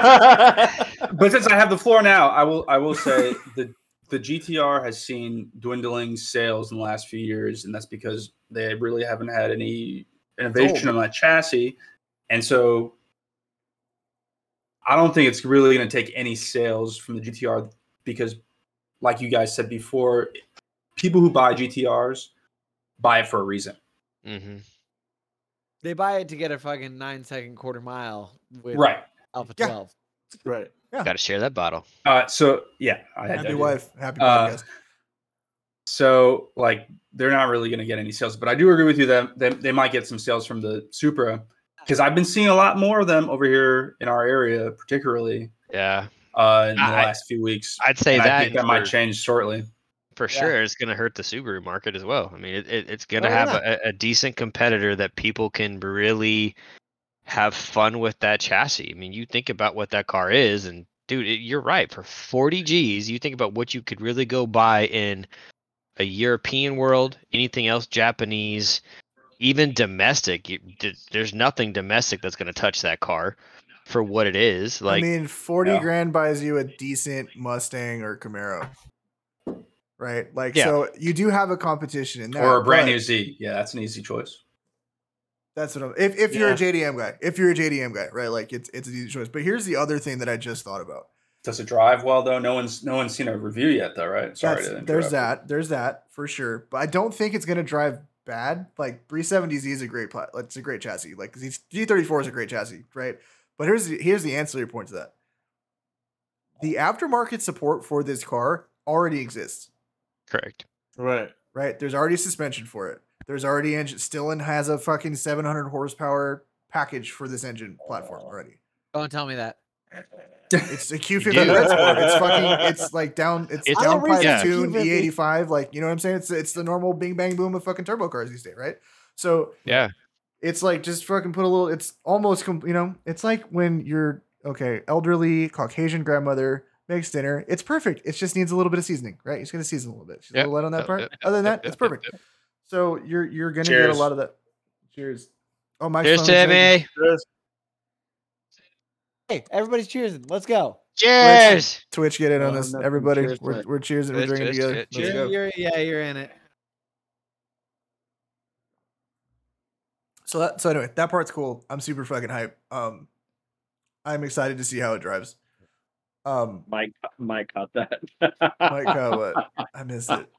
Speaker 3: but since I have the floor now, I will I will say the the GTR has seen dwindling sales in the last few years, and that's because they really haven't had any innovation on that chassis, and so I don't think it's really going to take any sales from the GTR because, like you guys said before, people who buy GTRs buy it for a reason.
Speaker 7: hmm
Speaker 4: They buy it to get a fucking nine second quarter mile with
Speaker 3: Right.
Speaker 4: Alpha
Speaker 1: Yeah.
Speaker 4: 12.
Speaker 6: right.
Speaker 7: Got to share that bottle.
Speaker 3: Uh, so yeah, I had to
Speaker 1: happy
Speaker 3: do-
Speaker 1: wife, happy
Speaker 3: Uh,
Speaker 1: podcast.
Speaker 3: So like they're not really going to get any sales, but I do agree with you that they, they might get some sales from the Supra because I've been seeing a lot more of them over here in our area, particularly
Speaker 7: Yeah,
Speaker 3: uh, in the
Speaker 7: I-
Speaker 3: last few weeks.
Speaker 7: I'd say
Speaker 3: And
Speaker 7: that,
Speaker 3: I think that
Speaker 7: and
Speaker 3: might
Speaker 7: for-
Speaker 3: change shortly.
Speaker 7: for
Speaker 4: Yeah.
Speaker 7: sure. It's gonna hurt the Subaru market as well. I mean, it, it, it's gonna
Speaker 4: Oh,
Speaker 7: have
Speaker 4: yeah.
Speaker 7: a, a decent competitor that people can really have fun with that chassis. I mean, you think about what that car is, and dude, it, you're right. For 40 G's, you think about what you could really go buy in a European world, anything else Japanese, even domestic. You, th- there's nothing domestic that's going to touch that car for what it is. Like,
Speaker 1: I mean, forty
Speaker 3: Yeah.
Speaker 1: grand buys you a decent Mustang or Camaro, right? Like,
Speaker 7: Yeah.
Speaker 1: so you do have a competition in that,
Speaker 3: Or a brand
Speaker 1: but
Speaker 3: new Z. Yeah, that's an easy choice.
Speaker 1: That's what I'm. If, if you're a
Speaker 6: Yeah.
Speaker 1: JDM guy, if you're a JDM guy, right? Like it's it's an easy choice. But here's the other thing that I just thought about.
Speaker 3: Does it drive well though? No one's no one's seen a review yet though, right? Sorry,
Speaker 1: That's-
Speaker 3: to
Speaker 1: there's
Speaker 3: interrupt.
Speaker 1: that. There's that for sure. But I don't think it's gonna drive bad. Like 370Z is a great plat. like, It's a great chassis. Like G thirty four is a great chassis, right? But here's the, here's the ancillary point to that. The aftermarket support for this car already exists,
Speaker 7: Correct.
Speaker 6: Right.
Speaker 1: right? There's already suspension for it. There's already engine. Stillen has a fucking 700 horsepower package for this engine
Speaker 3: Oh.
Speaker 1: platform already.
Speaker 4: Don't tell me that.
Speaker 1: It's a Q50
Speaker 7: do.
Speaker 1: red sport. It's fucking. It's like down. It's
Speaker 7: It's-
Speaker 1: down
Speaker 4: I'm a
Speaker 1: pipe
Speaker 7: Yeah.
Speaker 1: tuned
Speaker 4: Q50.
Speaker 1: E85. E Like you know what I'm saying? It's it's the normal Bing Bang Boom of fucking turbo cars these days, right? So
Speaker 7: Yeah.
Speaker 1: it's like just fucking put a little. It's almost com- you know. It's like when your okay elderly Caucasian grandmother makes dinner. It's perfect. It just needs a little bit of seasoning, right? You just gotta season a little bit. She's
Speaker 7: Yep.
Speaker 1: a little light on that
Speaker 7: Yep,
Speaker 1: part.
Speaker 7: yep,
Speaker 1: Other than
Speaker 7: yep,
Speaker 1: that,
Speaker 7: yep,
Speaker 1: it's
Speaker 7: yep,
Speaker 1: perfect. So you're you're gonna get a
Speaker 2: Cheers.
Speaker 1: lot of that. Cheers. Oh my.
Speaker 7: Cheers, Timmy.
Speaker 6: There's-
Speaker 4: Hey, everybody's cheersing. Let's go.
Speaker 7: Cheers.
Speaker 1: Twitch, get in on
Speaker 4: Oh,
Speaker 1: this,
Speaker 4: nothing.
Speaker 1: everybody.
Speaker 4: Cheers,
Speaker 1: we're
Speaker 4: Twitch.
Speaker 1: we're cheers and we're
Speaker 7: Cheers,
Speaker 1: drinking
Speaker 7: cheers,
Speaker 1: together.
Speaker 7: cheers,
Speaker 1: Let's
Speaker 7: cheers.
Speaker 1: go.
Speaker 4: You're, you're, yeah, you're in it.
Speaker 1: So that so anyway, that part's cool. I'm super fucking hype. Um, I'm excited to see how it drives. Um,
Speaker 2: Mike, Mike caught that.
Speaker 1: Mike, uh, what? I missed it.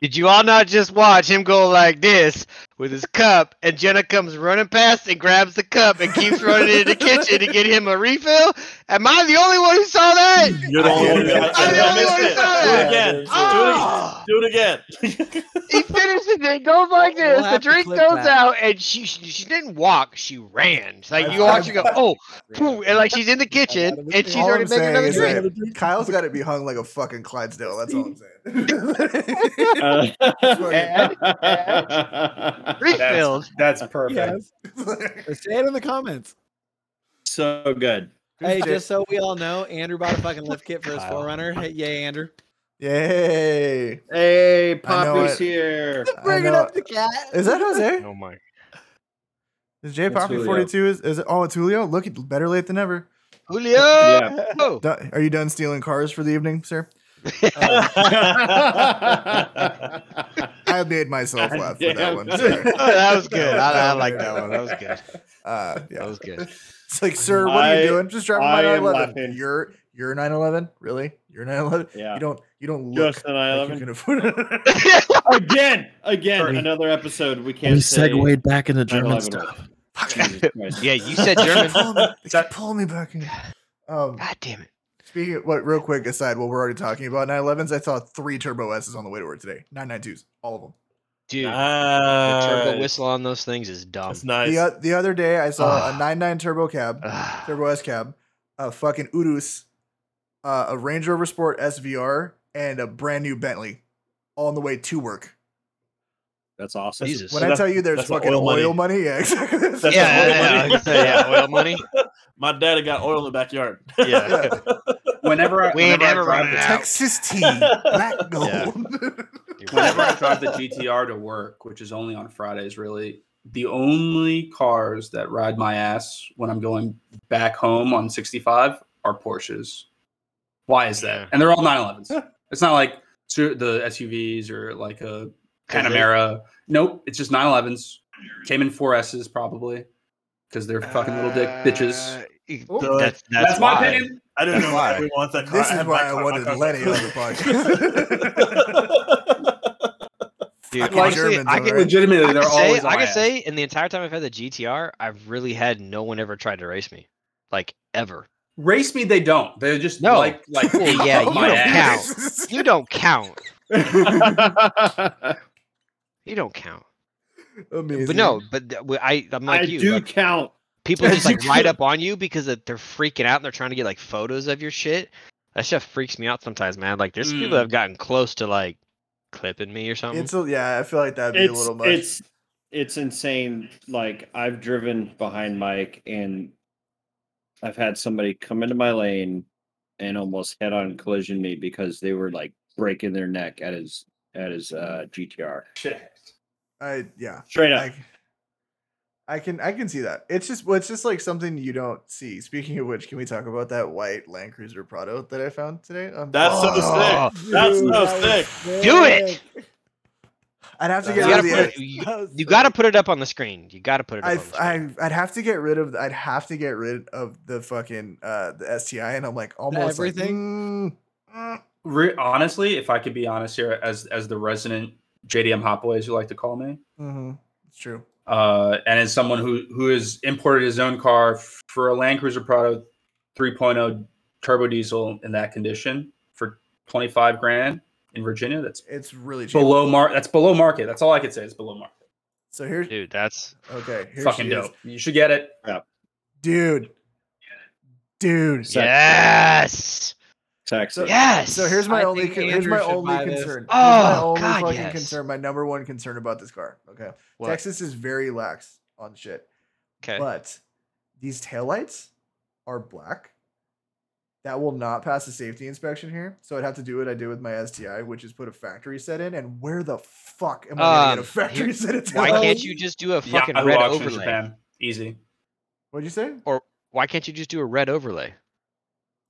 Speaker 7: Did you all not just watch him go like this with his cup, and Jenna comes running past and grabs the cup and keeps running into the kitchen to get him a refill? Am I the only one who saw that?
Speaker 6: You're the only one.
Speaker 1: I'm
Speaker 6: that-
Speaker 1: the
Speaker 6: I
Speaker 7: only one who
Speaker 6: missed
Speaker 7: saw
Speaker 6: it. Do
Speaker 7: that.
Speaker 6: it again.
Speaker 1: Ah.
Speaker 7: Oh!
Speaker 6: Do it again. Do it again.
Speaker 7: he finishes it, goes like
Speaker 4: We'll
Speaker 7: this. the
Speaker 4: have to
Speaker 7: drink
Speaker 4: clip
Speaker 7: goes
Speaker 4: that.
Speaker 7: out, and she, she she didn't walk, she ran. It's like
Speaker 1: I've-
Speaker 7: you watch, you go,
Speaker 1: I've-
Speaker 7: oh, phew, and like she's in the kitchen, and she's
Speaker 1: All
Speaker 7: already
Speaker 1: I'm
Speaker 7: making
Speaker 1: saying
Speaker 7: another
Speaker 1: is
Speaker 7: drink.
Speaker 1: that Kyle's got to be hung like a fucking Clydesdale. That's all I'm saying.
Speaker 2: Uh,
Speaker 7: Ed, Refilled.
Speaker 3: That's perfect.
Speaker 4: Yes. Say it in the comments.
Speaker 2: so good.
Speaker 4: Hey,
Speaker 1: Who's
Speaker 4: just so we all know, Andrew bought a fucking lift kit for his
Speaker 7: Kyle.
Speaker 4: forerunner. Hey, yay, Andrew.
Speaker 1: Yay!
Speaker 2: Hey,
Speaker 1: I know
Speaker 2: Poppy's
Speaker 1: it.
Speaker 2: here.
Speaker 1: I
Speaker 4: Bringing
Speaker 1: know-
Speaker 4: up the cat.
Speaker 1: Is that Jose?
Speaker 7: Oh my.
Speaker 1: Is J
Speaker 2: It's
Speaker 1: Poppy
Speaker 2: Julio.
Speaker 1: forty two? Is is it? Oh, it's Julio. Look, it- better late than never.
Speaker 7: Julio!
Speaker 2: Yeah.
Speaker 7: Oh,
Speaker 1: Done- Are you done stealing cars for the evening, sir? I made myself
Speaker 2: God
Speaker 1: laugh with that
Speaker 2: damn.
Speaker 1: one. Sorry.
Speaker 7: that was good. I, I like that one. That was good.
Speaker 1: Uh,
Speaker 7: That
Speaker 1: yeah.
Speaker 7: was good.
Speaker 1: It's like, sir, what are
Speaker 2: I-
Speaker 1: you doing? Just driving my
Speaker 2: I am
Speaker 1: 911.
Speaker 2: laughing.
Speaker 1: You're you're 911. Really? You're 911.
Speaker 2: Yeah.
Speaker 1: You don't you don't look
Speaker 2: Just an
Speaker 1: like you
Speaker 2: 911.
Speaker 1: can afford it.
Speaker 2: Again, again,
Speaker 6: Sorry.
Speaker 2: another episode. We can't
Speaker 6: We
Speaker 2: say
Speaker 6: segued back into German
Speaker 2: 9/11.
Speaker 6: stuff.
Speaker 1: Fuck.
Speaker 2: Jesus Christ.
Speaker 7: Yeah, you said German.
Speaker 1: Pull me, they keep pulling me back in. Um,
Speaker 7: God damn it.
Speaker 1: speaking of what, real quick aside, while we're already talking about 911s, I saw three Turbo S's on the way to work today. 992s, all of them.
Speaker 7: Dude, the turbo
Speaker 6: Nice.
Speaker 7: whistle on those things is dumb.
Speaker 6: That's nice.
Speaker 1: The, o- the other day, I saw a
Speaker 7: Ah.
Speaker 1: 99 Turbo Cab,
Speaker 7: Ugh.
Speaker 1: Turbo S Cab, a fucking Urus, uh, a Range Rover Sport SVR, and a brand new Bentley, all on the way to work.
Speaker 2: That's awesome.
Speaker 7: Jesus.
Speaker 1: When
Speaker 6: So
Speaker 1: I
Speaker 6: that's-
Speaker 1: tell you there's
Speaker 6: that's the
Speaker 1: fucking oil
Speaker 6: oil
Speaker 1: money,
Speaker 6: money.
Speaker 1: yeah, exactly.
Speaker 7: yeah,
Speaker 6: That's the
Speaker 7: yeah,
Speaker 6: oil
Speaker 7: yeah, I
Speaker 6: money.
Speaker 7: was gonna say, yeah, oil money.
Speaker 6: My dad had got oil in the backyard.
Speaker 7: Yeah.
Speaker 3: Whenever I,
Speaker 7: We
Speaker 3: whenever I
Speaker 7: never
Speaker 3: drive
Speaker 7: run
Speaker 3: the
Speaker 7: it out.
Speaker 1: Texas tea, black gold.
Speaker 7: Yeah.
Speaker 3: whenever I drive the GTR to work, which is only on Fridays, really, the only cars that ride my ass when I'm going back home on 65 are Porsches. Why is that?
Speaker 7: Yeah.
Speaker 3: And they're all 911s. It's not like su- the SUVs or like a Panamera. Nope, it's just 911s. Came in 4S's probably because they're fucking little dick bitches.
Speaker 7: Uh, e-
Speaker 1: Oh.
Speaker 7: That's, that's,
Speaker 3: That's, my
Speaker 7: why.
Speaker 3: opinion.
Speaker 6: I didn't
Speaker 7: That's
Speaker 6: know
Speaker 7: why.
Speaker 6: why. we want that car.
Speaker 1: This is
Speaker 6: had
Speaker 1: why
Speaker 6: my
Speaker 1: I
Speaker 6: car- my
Speaker 1: wanted
Speaker 6: car's
Speaker 1: Lenny on
Speaker 6: like-
Speaker 1: the podcast.
Speaker 7: Dude,
Speaker 1: Fucking
Speaker 7: honestly,
Speaker 1: Germans,
Speaker 7: I get-
Speaker 1: alright?
Speaker 3: Legitimately,
Speaker 7: I
Speaker 3: they're
Speaker 7: can, say,
Speaker 3: always.
Speaker 7: I
Speaker 3: on my
Speaker 7: can
Speaker 3: ass.
Speaker 7: say, in the entire time I've had the GTR, I've really had no one ever tried to race me, like ever.
Speaker 3: race me. They don't. They're just
Speaker 7: No.
Speaker 3: like like
Speaker 7: Well, yeah,
Speaker 3: beat
Speaker 7: you
Speaker 3: my
Speaker 7: don't
Speaker 3: ass.
Speaker 7: count. You don't count.
Speaker 2: I
Speaker 7: You don't count.
Speaker 1: Amazing.
Speaker 7: But no, but th- w- I, am like you.
Speaker 2: do
Speaker 7: like,
Speaker 2: count.
Speaker 7: people
Speaker 2: I
Speaker 7: just like
Speaker 2: do
Speaker 7: ride
Speaker 2: count.
Speaker 7: up on you because that they're freaking out and they're trying to get like photos of your shit. That stuff freaks me out sometimes, man. Like there's people
Speaker 3: Mm.
Speaker 7: that have gotten close to like clipping me or something.
Speaker 1: it's a, yeah. I feel like that'd be a
Speaker 2: It's
Speaker 1: little much.
Speaker 2: it's it's insane. Like I've driven behind Mike and I've had somebody come into my lane and almost head on collision me because they were like breaking their neck at his at his uh GTR.
Speaker 1: I yeah.
Speaker 2: Straight up.
Speaker 1: I, I can I can see that. It's just well, it's just like something you don't see. Speaking of which, can we talk about that white Land Cruiser Prado that I found today? Um,
Speaker 6: That's so
Speaker 7: Oh,
Speaker 6: sick. That's so sick.
Speaker 7: do it.
Speaker 1: I'd have to
Speaker 6: You
Speaker 1: get
Speaker 7: gotta
Speaker 1: rid of
Speaker 7: put
Speaker 1: the.
Speaker 7: it- you- You got to put it up on the screen. You got to put it up
Speaker 1: I,
Speaker 7: on the screen.
Speaker 1: I I'd have to get rid of I'd have to get rid of the fucking uh the STI and I'm like almost like, mm, mm.
Speaker 3: Re- honestly, if I could be honest here, as as the resident JDM Hopaway, as you like to call me,
Speaker 1: hmm It's true.
Speaker 3: uh, and as someone who who has imported his own car f- for a Land Cruiser Prado 3.0 turbo diesel in that condition for 25 grand in Virginia, that's
Speaker 1: It's really cheap.
Speaker 3: below mar. That's below market. That's all I could say. It's below market.
Speaker 1: So here's
Speaker 7: Dude, that's
Speaker 1: okay. Here's
Speaker 3: Fucking dope. You should get it.
Speaker 1: dude. Dude.
Speaker 2: So-
Speaker 7: yes,
Speaker 2: Texas.
Speaker 7: yes.
Speaker 1: So here's my
Speaker 4: I
Speaker 1: only
Speaker 4: think
Speaker 1: con- here's my
Speaker 4: Andrew should
Speaker 1: only
Speaker 4: buy this.
Speaker 1: concern. here's my
Speaker 7: Oh,
Speaker 1: only
Speaker 7: God,
Speaker 1: fucking
Speaker 7: yes.
Speaker 1: concern. My number one concern about this car. Okay.
Speaker 7: What?
Speaker 1: Texas is very lax on shit.
Speaker 7: okay.
Speaker 1: But these taillights are black. That will not pass the safety inspection here. So I'd have to do what I did with my STI, which is put a factory set in. And where the fuck am I gonna get a
Speaker 7: Um,
Speaker 1: factory
Speaker 7: here-
Speaker 1: set at
Speaker 7: Why
Speaker 1: taillight?
Speaker 7: can't you just do a fucking
Speaker 3: Yahoo
Speaker 7: red
Speaker 3: auctions,
Speaker 7: overlay?
Speaker 3: Japan. Easy.
Speaker 1: What'd you say?
Speaker 7: Why can't you just do a red overlay?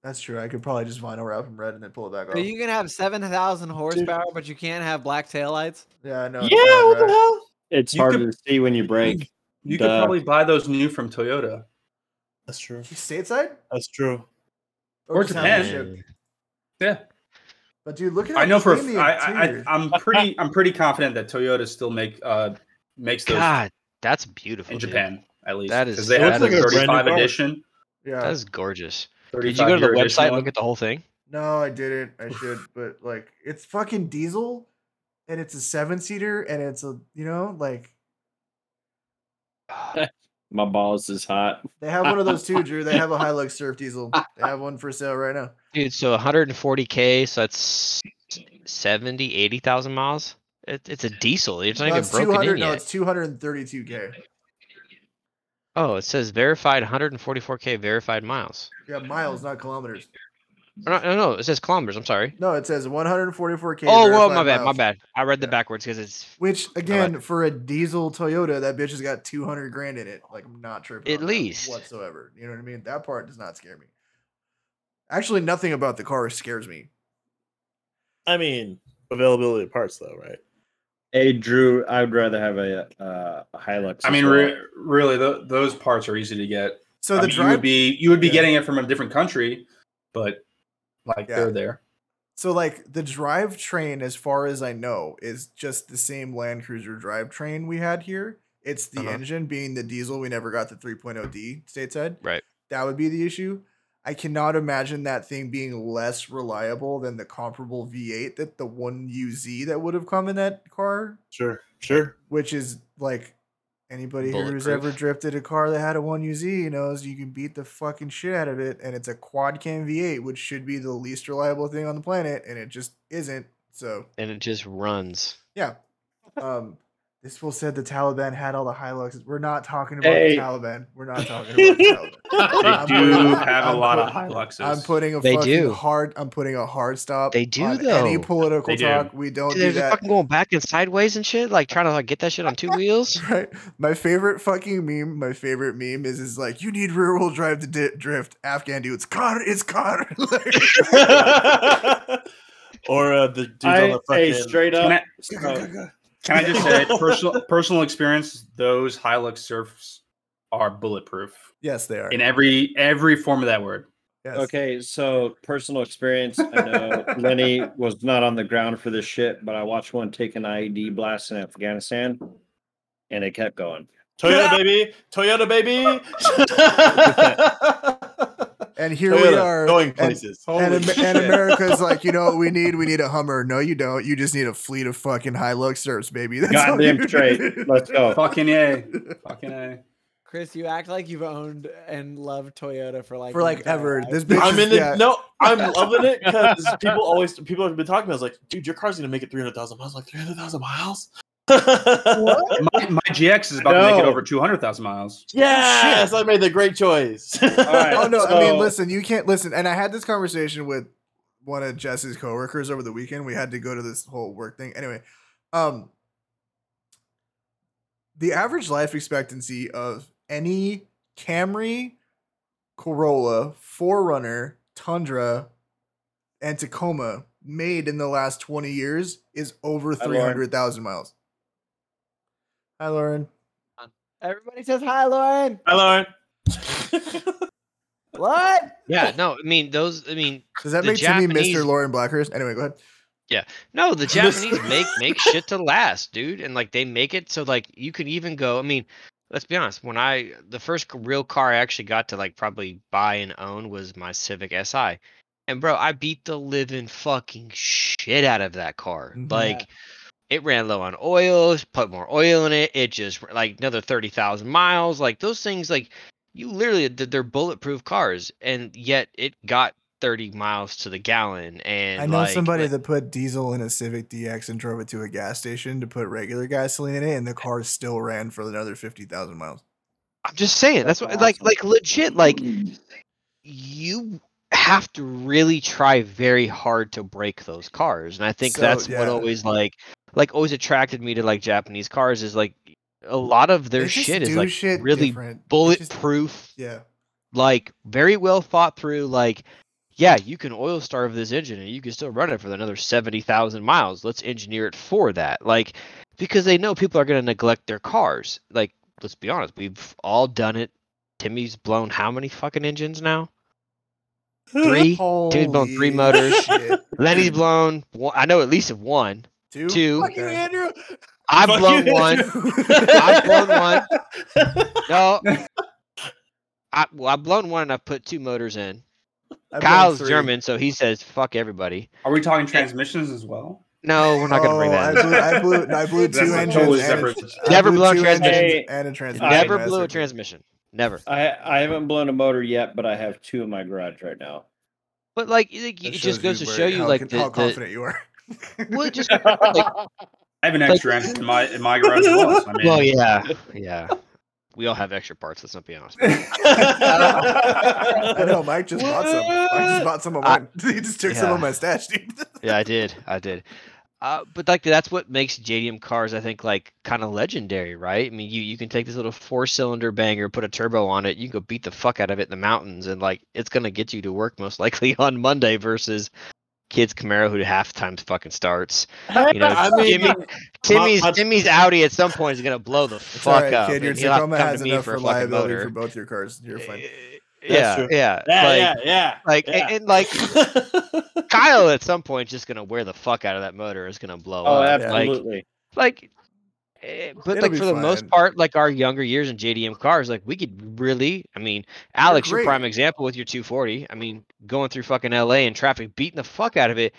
Speaker 1: That's true. I could probably just vinyl wrap them red and then pull it back off.
Speaker 4: So you can have seven thousand horsepower, but you can't have black taillights.
Speaker 1: Yeah, I know.
Speaker 6: Yeah,
Speaker 1: it's not
Speaker 6: what the
Speaker 1: right.
Speaker 6: hell?
Speaker 2: It's
Speaker 3: You
Speaker 2: harder
Speaker 3: could-
Speaker 2: to see when you break.
Speaker 3: You
Speaker 2: Duh.
Speaker 3: could probably buy those new from Toyota.
Speaker 6: That's true.
Speaker 1: You Stateside
Speaker 6: That's true.
Speaker 1: or,
Speaker 3: Or
Speaker 1: just have them
Speaker 3: Japan.
Speaker 1: shipped?
Speaker 3: Yeah,
Speaker 1: But dude, look at
Speaker 3: I
Speaker 1: how
Speaker 3: know for a
Speaker 1: clean
Speaker 3: f-
Speaker 1: the
Speaker 3: I, I,
Speaker 1: interior-
Speaker 3: I am pretty I'm pretty confident that Toyota still make uh makes those
Speaker 7: God, that's beautiful.
Speaker 3: in
Speaker 7: dude.
Speaker 3: Japan at least
Speaker 7: That is-
Speaker 3: because they
Speaker 7: that
Speaker 3: have the
Speaker 7: is- Looks like a brand new
Speaker 3: 35
Speaker 6: car.
Speaker 3: edition.
Speaker 1: yeah.
Speaker 7: That is gorgeous.
Speaker 3: 35
Speaker 7: Did you go to the
Speaker 3: year edition
Speaker 7: website and
Speaker 3: one.
Speaker 7: look at the whole thing?
Speaker 1: No, I didn't. I should, but like it's fucking diesel and it's a seven seater and it's a you know, like
Speaker 2: My balls is hot.
Speaker 1: they have one of those too, Drew. They have a Hilux surf diesel. They have one for sale right now.
Speaker 7: Dude, so 140k, so that's 70, 80,000 miles. It, it's a diesel. It's not
Speaker 1: No,
Speaker 7: even
Speaker 1: it's two
Speaker 7: broken in
Speaker 1: hundred
Speaker 7: yet.
Speaker 1: no, it's two hundred and thirty two K.
Speaker 7: Oh, it says verified 144k verified miles.
Speaker 1: Yeah, miles, not kilometers.
Speaker 7: Or not- No, no, it says kilometers. I'm sorry.
Speaker 1: No, it says one hundred and forty four K.
Speaker 7: oh, well, my bad, my bad. I read the
Speaker 1: Yeah.
Speaker 7: backwards because it's
Speaker 1: Which again, for a diesel Toyota, that bitch has got two hundred grand in it. Like I'm not tripping.
Speaker 7: At
Speaker 1: on that
Speaker 7: least.
Speaker 1: whatsoever. You know what I mean? That part does not scare me. Actually, nothing about the car scares me.
Speaker 6: I mean, availability of parts, though, right?
Speaker 2: Hey Drew, I would rather have a uh, a Hilux.
Speaker 3: I
Speaker 2: as
Speaker 3: mean,
Speaker 2: well.
Speaker 3: re- really, tho- those parts are easy to get.
Speaker 1: So
Speaker 3: I
Speaker 1: the
Speaker 3: mean, you
Speaker 1: drive
Speaker 3: would be you would be
Speaker 1: yeah.
Speaker 3: getting it from a different country, but like
Speaker 1: Yeah.
Speaker 3: they're there.
Speaker 1: So like the drivetrain, as far as I know, is just the same Land Cruiser drivetrain we had here. It's the
Speaker 7: Uh-huh.
Speaker 1: engine being the diesel. We never got the 3.0D stateside.
Speaker 7: Right.
Speaker 1: That would be the issue. I cannot imagine that thing being less reliable than the comparable V8 that the one UZ that would have come in that car,
Speaker 6: Sure, sure.
Speaker 1: which is like anybody who's ever
Speaker 7: Bulletproof.
Speaker 1: drifted a car that had a one UZ knows you can beat the fucking shit out of it. And it's a quad cam V8, which should be the least reliable thing on the planet, and it just isn't. So
Speaker 7: and it just runs.
Speaker 1: yeah. Um, this fool said the Taliban had all the Hiluxes. We're not talking about
Speaker 2: Hey.
Speaker 1: the Taliban. We're not talking about the Taliban.
Speaker 3: They
Speaker 1: I'm
Speaker 3: do
Speaker 1: putting-
Speaker 3: have
Speaker 1: I'm
Speaker 3: a lot of
Speaker 1: putting-
Speaker 3: Hiluxes.
Speaker 1: I'm putting a
Speaker 7: They
Speaker 1: fucking
Speaker 7: do.
Speaker 1: hard. I'm putting a hard stop.
Speaker 7: They do,
Speaker 1: on Any
Speaker 7: though.
Speaker 1: political
Speaker 3: They do.
Speaker 1: talk, we don't
Speaker 7: Dude,
Speaker 1: do
Speaker 7: they're just
Speaker 1: that.
Speaker 7: fucking going back and sideways and shit, like trying to like get that shit on two wheels.
Speaker 1: Right. My favorite fucking meme. My favorite meme is is like you need rear wheel drive to di- drift. Afghan dude, it's car. It's car. Like,
Speaker 6: or uh, the dudes on
Speaker 2: I,
Speaker 6: the
Speaker 2: hey,
Speaker 6: fucking.
Speaker 2: straight up.
Speaker 3: Can I,
Speaker 2: uh,
Speaker 3: can I just say personal personal experience? Those Hilux Surfs are bulletproof
Speaker 1: yes, they are.
Speaker 3: in every every form of that word.
Speaker 1: Yes.
Speaker 2: Okay, so personal experience. I know Lenny was not on the ground for this shit, but I watched one take an IED blast in Afghanistan, and it kept going.
Speaker 6: Toyota baby, Toyota baby.
Speaker 1: And here we
Speaker 6: Toyota,
Speaker 1: are
Speaker 6: going
Speaker 1: and-
Speaker 6: places.
Speaker 1: and, Am-
Speaker 6: shit.
Speaker 1: and America's like, you know what we need? We need a Hummer. No, you don't. You just need a fleet of fucking Hilux serfs, baby. That's all
Speaker 2: Goddamn
Speaker 1: you
Speaker 2: straight.
Speaker 1: need.
Speaker 2: Let's go.
Speaker 3: Fucking a, fucking a.
Speaker 4: Chris, you act like you've owned and loved Toyota for like
Speaker 1: For
Speaker 4: your
Speaker 1: like
Speaker 4: entire
Speaker 1: ever.
Speaker 4: life.
Speaker 1: This bitch
Speaker 6: I'm
Speaker 1: is,
Speaker 6: in the
Speaker 1: yeah,
Speaker 6: no. I'm loving it because people always people have been talking. about it. I was like, dude, your car's gonna make it 300,000 miles. I'm like 300,000 miles.
Speaker 3: My, my GX is about to make it
Speaker 2: No.
Speaker 3: over two hundred thousand miles.
Speaker 6: Yes, I made the great choice.
Speaker 2: right.
Speaker 1: Oh no, I mean
Speaker 2: So-
Speaker 1: listen, you can't listen. And I had this conversation with one of Jess's coworkers over the weekend. We had to go to this whole work thing. Anyway, um the average life expectancy of any Camry, Corolla, Forerunner, Tundra, and Tacoma made in the last 20 years is over
Speaker 2: Hi, Lauren.
Speaker 1: 300,000 miles. Hi, Lauren.
Speaker 4: Everybody says hi, Lauren.
Speaker 6: Hi, Lauren.
Speaker 4: What?
Speaker 7: Yeah, no, I mean those. I mean,
Speaker 1: Does that
Speaker 7: The
Speaker 1: make to me
Speaker 7: Japanese-
Speaker 1: Mr. Lauren Blackhurst? Anyway, go ahead.
Speaker 7: no, the
Speaker 6: This-
Speaker 7: Japanese make make shit to last, dude, and like they make it so like you can even go. I mean, let's be honest. When I the first c- real car I actually got to like probably buy and own was my Civic Si, and bro, I beat the living fucking shit out of that car.
Speaker 1: Mhm. Yeah.
Speaker 7: Like. It ran low on oil. Put more oil in it. It just like another thirty thousand miles. Like those things, like you literally th- they're bulletproof cars, and yet it got thirty miles to the gallon. And
Speaker 1: I know
Speaker 7: like,
Speaker 1: somebody
Speaker 7: like-
Speaker 1: that put diesel in a Civic DX and drove it to a gas station to put regular gasoline in it, and the car still ran for another fifty thousand miles.
Speaker 7: I'm just saying. That's,
Speaker 2: That's
Speaker 7: what, like,
Speaker 2: awesome.
Speaker 7: like legit, like you have to really try very hard to break those cars, and I think
Speaker 1: So,
Speaker 7: that's
Speaker 1: yeah.
Speaker 7: what always like, like always attracted me to like Japanese cars is like a lot of their
Speaker 1: They just
Speaker 7: shit is
Speaker 1: do
Speaker 7: like
Speaker 1: shit
Speaker 7: really
Speaker 1: different. They just-
Speaker 7: bulletproof,
Speaker 1: yeah,
Speaker 7: like very well thought through, like. Yeah, you can oil starve this engine and you can still run it for another 70,000 miles. Let's engineer it for that. Like, because they know people are going to neglect their cars. Like, let's be honest, we've all done it. Timmy's blown how many fucking engines now? Three.
Speaker 1: Holy
Speaker 7: blown three motors.
Speaker 1: shit.
Speaker 7: Lenny's blown. One, I know at least of one.
Speaker 1: Two.
Speaker 7: Two.
Speaker 1: Fuck you, Andrew.
Speaker 7: I've
Speaker 6: Fuck
Speaker 7: blown
Speaker 6: you,
Speaker 7: one. I've blown one. No. I, well, I've blown one and I've put two motors in.
Speaker 1: I've blown
Speaker 7: Kyle's
Speaker 1: three.
Speaker 7: German, so he says fuck everybody.
Speaker 3: Are we talking transmissions as well?
Speaker 7: No, we're not going to bring
Speaker 1: Oh,
Speaker 7: that.
Speaker 1: I
Speaker 7: in.
Speaker 1: blew, I blew, I blew two
Speaker 3: That's a
Speaker 1: engines.
Speaker 3: totally
Speaker 1: and a-
Speaker 3: separate-
Speaker 1: I
Speaker 7: Never
Speaker 1: blew
Speaker 7: blown
Speaker 1: two engines
Speaker 2: transmission.
Speaker 1: and a transmission.
Speaker 7: Never blew a
Speaker 1: master.
Speaker 7: transmission. Never.
Speaker 2: I I haven't blown a motor yet, but I have two in my garage right now.
Speaker 7: But like, it, it
Speaker 1: That
Speaker 7: just
Speaker 1: shows
Speaker 7: goes to
Speaker 1: where-
Speaker 7: show you
Speaker 1: how,
Speaker 7: like
Speaker 1: con-
Speaker 7: the,
Speaker 1: how
Speaker 7: the-
Speaker 1: confident you are.
Speaker 7: well, it just like,
Speaker 3: I have an
Speaker 7: Like-
Speaker 3: extra engine in my in my garage as well. So I mean,
Speaker 7: well, yeah, yeah. We all have extra parts. Let's not be honest.
Speaker 1: I know. Mike just bought some. Mike just bought some of
Speaker 7: I-
Speaker 1: mine. he just took some
Speaker 7: yeah.
Speaker 1: of my stash, dude.
Speaker 7: yeah, I did. I did. Uh, but like that's what makes JDM cars, I think, like kind of legendary, right? I mean, you you can take this little four-cylinder banger, put a turbo on it, you can go beat the fuck out of it in the mountains, and like it's gonna get you to work most likely on Monday versus kids Camaro who half times fucking starts. You know,
Speaker 6: I mean,
Speaker 7: Timmy, Timmy's
Speaker 6: my-
Speaker 7: Timmy's Audi at some point is gonna blow the
Speaker 1: It's
Speaker 7: fuck
Speaker 1: all right,
Speaker 7: up.
Speaker 1: kid. Your
Speaker 7: and he'll have to
Speaker 1: Tacoma
Speaker 7: come to
Speaker 1: has
Speaker 7: me
Speaker 1: enough
Speaker 7: for a
Speaker 1: for
Speaker 7: fucking
Speaker 1: liability
Speaker 7: motor.
Speaker 1: for both your cars. You're
Speaker 7: Eh,
Speaker 1: fine.
Speaker 7: Yeah,
Speaker 6: true.
Speaker 7: yeah,
Speaker 6: Yeah,
Speaker 7: like,
Speaker 6: yeah, yeah.
Speaker 7: like,
Speaker 6: yeah.
Speaker 7: and, and, like Kyle at some point just gonna wear the fuck out of that motor. Is gonna blow
Speaker 2: Oh,
Speaker 7: up. Like,
Speaker 2: absolutely.
Speaker 7: like eh, but
Speaker 1: It'll
Speaker 7: like
Speaker 1: be
Speaker 7: for the most
Speaker 1: fine.
Speaker 7: part like our younger years in jdm cars like we could really i mean alex your
Speaker 1: great.
Speaker 7: prime example with your 240 i mean going through fucking la and traffic beating the fuck out of it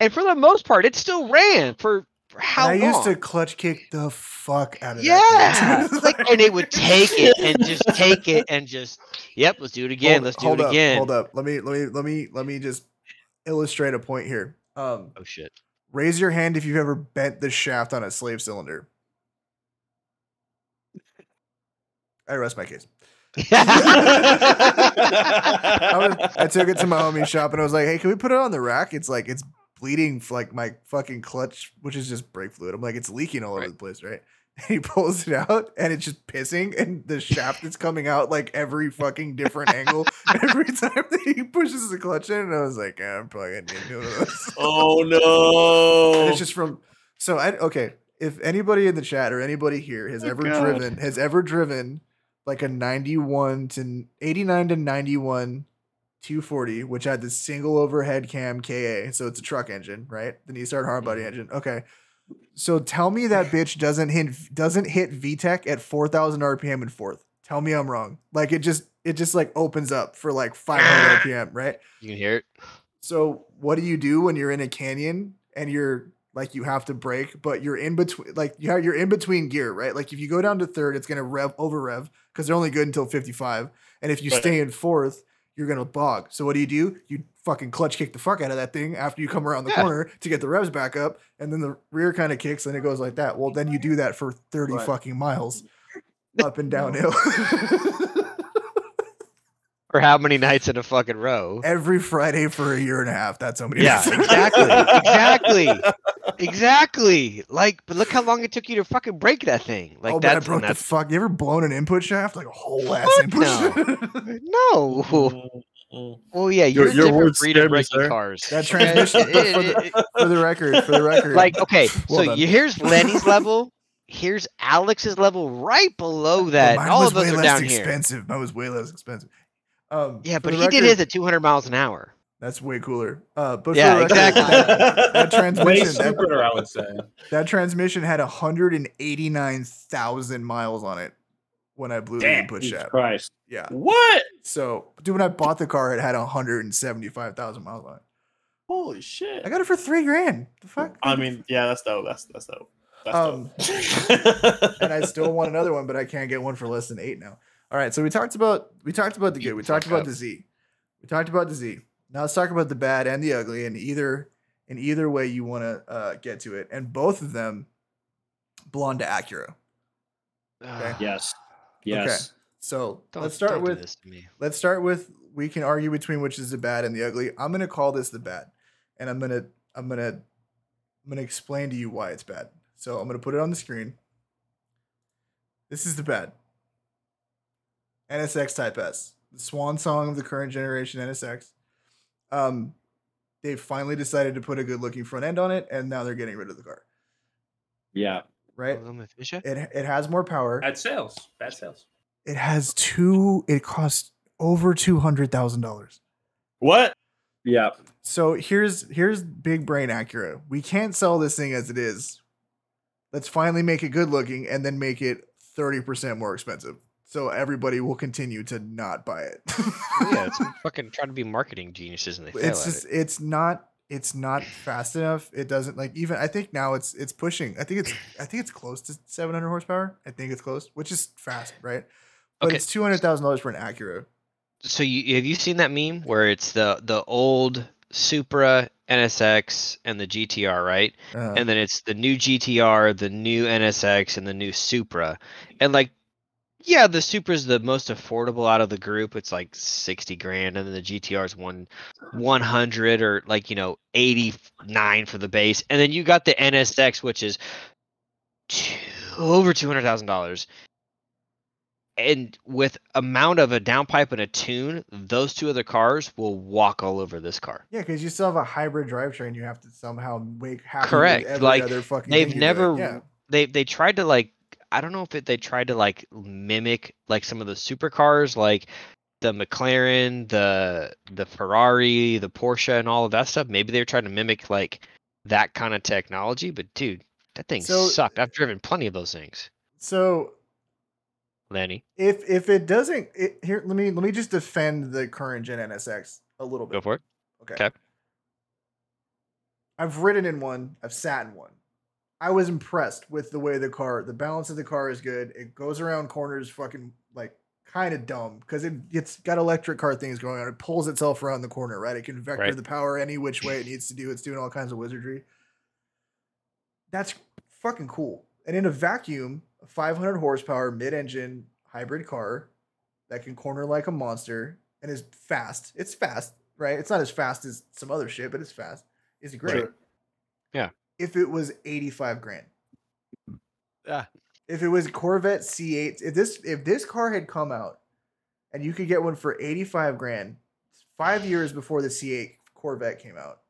Speaker 7: and for the most part it still ran for, for
Speaker 1: And
Speaker 7: how
Speaker 1: I
Speaker 7: long
Speaker 1: used to clutch kick the fuck out of
Speaker 7: yeah
Speaker 1: that. thing.
Speaker 7: like, and it would take it and just take it and just yep let's do it again
Speaker 1: Hold-
Speaker 7: let's do
Speaker 1: hold
Speaker 7: it
Speaker 1: up,
Speaker 7: again
Speaker 1: Hold up. Let me let me let me let me just illustrate a point here. Um,
Speaker 7: oh shit
Speaker 1: raise your hand if you've ever bent the shaft on a slave cylinder. I rest my case. I, was- I took it to my homie's shop and I was like, "Hey, can we put it on the rack?" It's like it's bleeding for like my fucking clutch, which is just brake fluid. I'm like, it's leaking all over
Speaker 7: Right.
Speaker 1: the place, right? he pulls it out and it's just pissing, and the shaft is coming out like every fucking different angle every time that he pushes the clutch in. And I was like, yeah, "I'm probably gonna need one of those."
Speaker 6: oh
Speaker 1: And
Speaker 6: no!
Speaker 1: it's just from so I okay. If anybody in the chat or anybody here has ever
Speaker 2: God.
Speaker 1: driven has ever driven like a 91 to 89 to 91 240, which had the single overhead cam KA, so it's a truck engine, right? The Nissan hard body engine. Okay. So tell me that bitch doesn't hit doesn't hit VTEC at 4000 RPM and fourth. Tell me I'm wrong. Like it just it just like opens up for like 500 RPM, right?
Speaker 7: you can hear it
Speaker 1: So what do you do when you're in a canyon and you're like you have to brake, but you're in between like you have, you're in between gear, right? Like if you go down to third, it's gonna rev over rev because they're only good until 55. And if you
Speaker 6: Right.
Speaker 1: stay in fourth, you're gonna bog. So what do you do? You fucking clutch kick the fuck out of that thing after you come around the
Speaker 7: Yeah.
Speaker 1: corner to get the revs back up, and then the rear kind of kicks and it goes like that. Well, then you do that for 30
Speaker 6: Right.
Speaker 1: fucking miles up and downhill.
Speaker 7: for how many nights in a fucking row
Speaker 1: Every Friday for a year and a half. That's how many
Speaker 7: Yeah,
Speaker 1: days.
Speaker 7: exactly, exactly, exactly. Like, but look how long it took you to fucking break that thing. Like
Speaker 1: oh, man, I
Speaker 7: that's,
Speaker 1: broke
Speaker 7: and
Speaker 1: the
Speaker 7: that's
Speaker 1: fuck. You ever blown an input shaft like a whole ass
Speaker 7: Fuck
Speaker 1: input?
Speaker 7: no.
Speaker 1: shaft?
Speaker 7: no. Well, yeah,
Speaker 6: Your- your
Speaker 7: you're a different
Speaker 6: words
Speaker 7: breed of
Speaker 6: scared me,
Speaker 7: breaking
Speaker 6: sir.
Speaker 7: cars.
Speaker 1: That
Speaker 7: okay?
Speaker 1: transmission-
Speaker 7: It-
Speaker 1: for
Speaker 7: it- it-
Speaker 1: for the record, for the record,
Speaker 7: like, okay,
Speaker 1: Well
Speaker 7: so
Speaker 1: done.
Speaker 7: you, here's Lenny's level. Here's Alex's level right below that.
Speaker 1: Mine
Speaker 7: All
Speaker 1: was
Speaker 7: of us
Speaker 1: way
Speaker 7: are
Speaker 1: less
Speaker 7: down here.
Speaker 1: expensive. Mine was way less expensive. Um,
Speaker 7: Yeah,
Speaker 1: for
Speaker 7: but
Speaker 1: the
Speaker 7: he did
Speaker 1: record-
Speaker 7: his at 200 miles an hour.
Speaker 1: That's way cooler. Uh, but
Speaker 7: Yeah,
Speaker 1: for the record,
Speaker 7: exactly.
Speaker 1: that, that
Speaker 3: Way
Speaker 1: transmission, that,
Speaker 3: stupider, I would say.
Speaker 1: that transmission had 189,000 miles on it when I blew the
Speaker 2: Damn,
Speaker 1: input
Speaker 2: Jesus
Speaker 1: shaft.
Speaker 2: Christ.
Speaker 1: Yeah.
Speaker 6: What?
Speaker 1: So, dude, when I bought the car, it had 175,000 miles on it.
Speaker 6: Holy shit!
Speaker 1: I got it for three grand. The fuck?
Speaker 6: I mean, yeah, that's dope. That's that's dope. That's
Speaker 1: Um,
Speaker 6: dope.
Speaker 1: and I still want another one, but I can't get one for less than eight now. All right, so we talked about we talked about the
Speaker 7: Beat
Speaker 1: good, we
Speaker 7: the
Speaker 1: talked
Speaker 7: fuck
Speaker 1: about
Speaker 7: up.
Speaker 1: the Z, we talked about the Z. Now let's talk about the bad and the ugly, and either in either way you want to uh, get to it, and both of them blonde to Acura.
Speaker 7: Ugh,
Speaker 2: Yes. Yes.
Speaker 1: So
Speaker 7: don't-
Speaker 1: let's start
Speaker 7: don't do
Speaker 1: with
Speaker 7: this to me.
Speaker 1: let's start with we can argue between which is the bad and the ugly. I'm gonna call this the bad, and I'm gonna I'm gonna I'm gonna explain to you why it's bad. So I'm gonna put it on the screen. This is the bad. NSX Type S, the swan song of the current generation NSX. Um, they finally decided to put a good looking front end on it, and now they're getting rid of the car.
Speaker 2: Yeah.
Speaker 1: Right?
Speaker 7: Loma Fuchsia?
Speaker 1: It it has more power.
Speaker 3: Bad sales. Bad sales.
Speaker 1: It has two. It costs over two hundred thousand dollars.
Speaker 6: what?
Speaker 2: Yeah.
Speaker 1: So here's here's big brain Acura. We can't sell this thing as it is. Let's finally make it good looking and then make it 30% more expensive. So everybody will continue to not buy it.
Speaker 7: yeah, it's fucking trying to be marketing geniuses and they fail
Speaker 1: it's
Speaker 7: at
Speaker 1: just
Speaker 7: it.
Speaker 1: it's not it's not fast enough. It doesn't like even I think now it's it's pushing. I think it's I think it's close to 700 horsepower. I think it's close, which is fast, right? But
Speaker 7: Okay.
Speaker 1: it's $200,000 for an Acura.
Speaker 7: So you have you seen that meme where it's the the old Supra NSX and the GTR, right?
Speaker 1: Uh,
Speaker 7: and then it's the new GTR, the new NSX, and the new Supra. And like, yeah, the Supra's the most affordable out of the group. It's like sixty grand, and then the GTR's one one hundred or like you know eighty nine for the base, and then you got the NSX, which is two, over two hundred thousand dollars. And with amount of a downpipe and a tune, those two other cars will walk all over this car.
Speaker 1: Yeah, because you still have a hybrid drivetrain. You have to somehow make happy
Speaker 7: Correct,
Speaker 1: With every
Speaker 7: like,
Speaker 1: other fucking.
Speaker 7: they've
Speaker 1: thing you do.
Speaker 7: never
Speaker 1: Yeah.
Speaker 7: they they tried to like I don't know if it, they tried to like mimic like some of the supercars like the McLaren, the the Ferrari, the Porsche and all of that stuff. Maybe they were trying to mimic like that kind of technology, but dude, that thing
Speaker 1: So-
Speaker 7: sucked. I've driven plenty of those things,
Speaker 1: So
Speaker 7: Lanny.
Speaker 1: if if it doesn't it, here, let me let me just defend the current gen NSX a little
Speaker 7: Go
Speaker 1: bit.
Speaker 7: for it.
Speaker 1: Okay.
Speaker 7: okay.
Speaker 1: I've ridden in one. I've sat in one. I was impressed with the way the car, the balance of the car is good. It goes around corners, fucking like kind of dumb because it, it's got electric car things going on. It pulls itself around the corner, right? It can vector
Speaker 7: Right.
Speaker 1: the power any which way it needs to do. It's doing all kinds of wizardry. That's fucking cool. And in a vacuum, a 500 horsepower mid-engine hybrid car that can corner like a monster and is fast. It's fast, right? It's not as fast as some other shit, but it's fast. Is great.
Speaker 7: Right. Yeah.
Speaker 1: If it was 85 grand.
Speaker 4: Yeah.
Speaker 1: If it was Corvette C8, if this if this car had come out and you could get one for 85 grand 5 years before the C8 Corvette came out,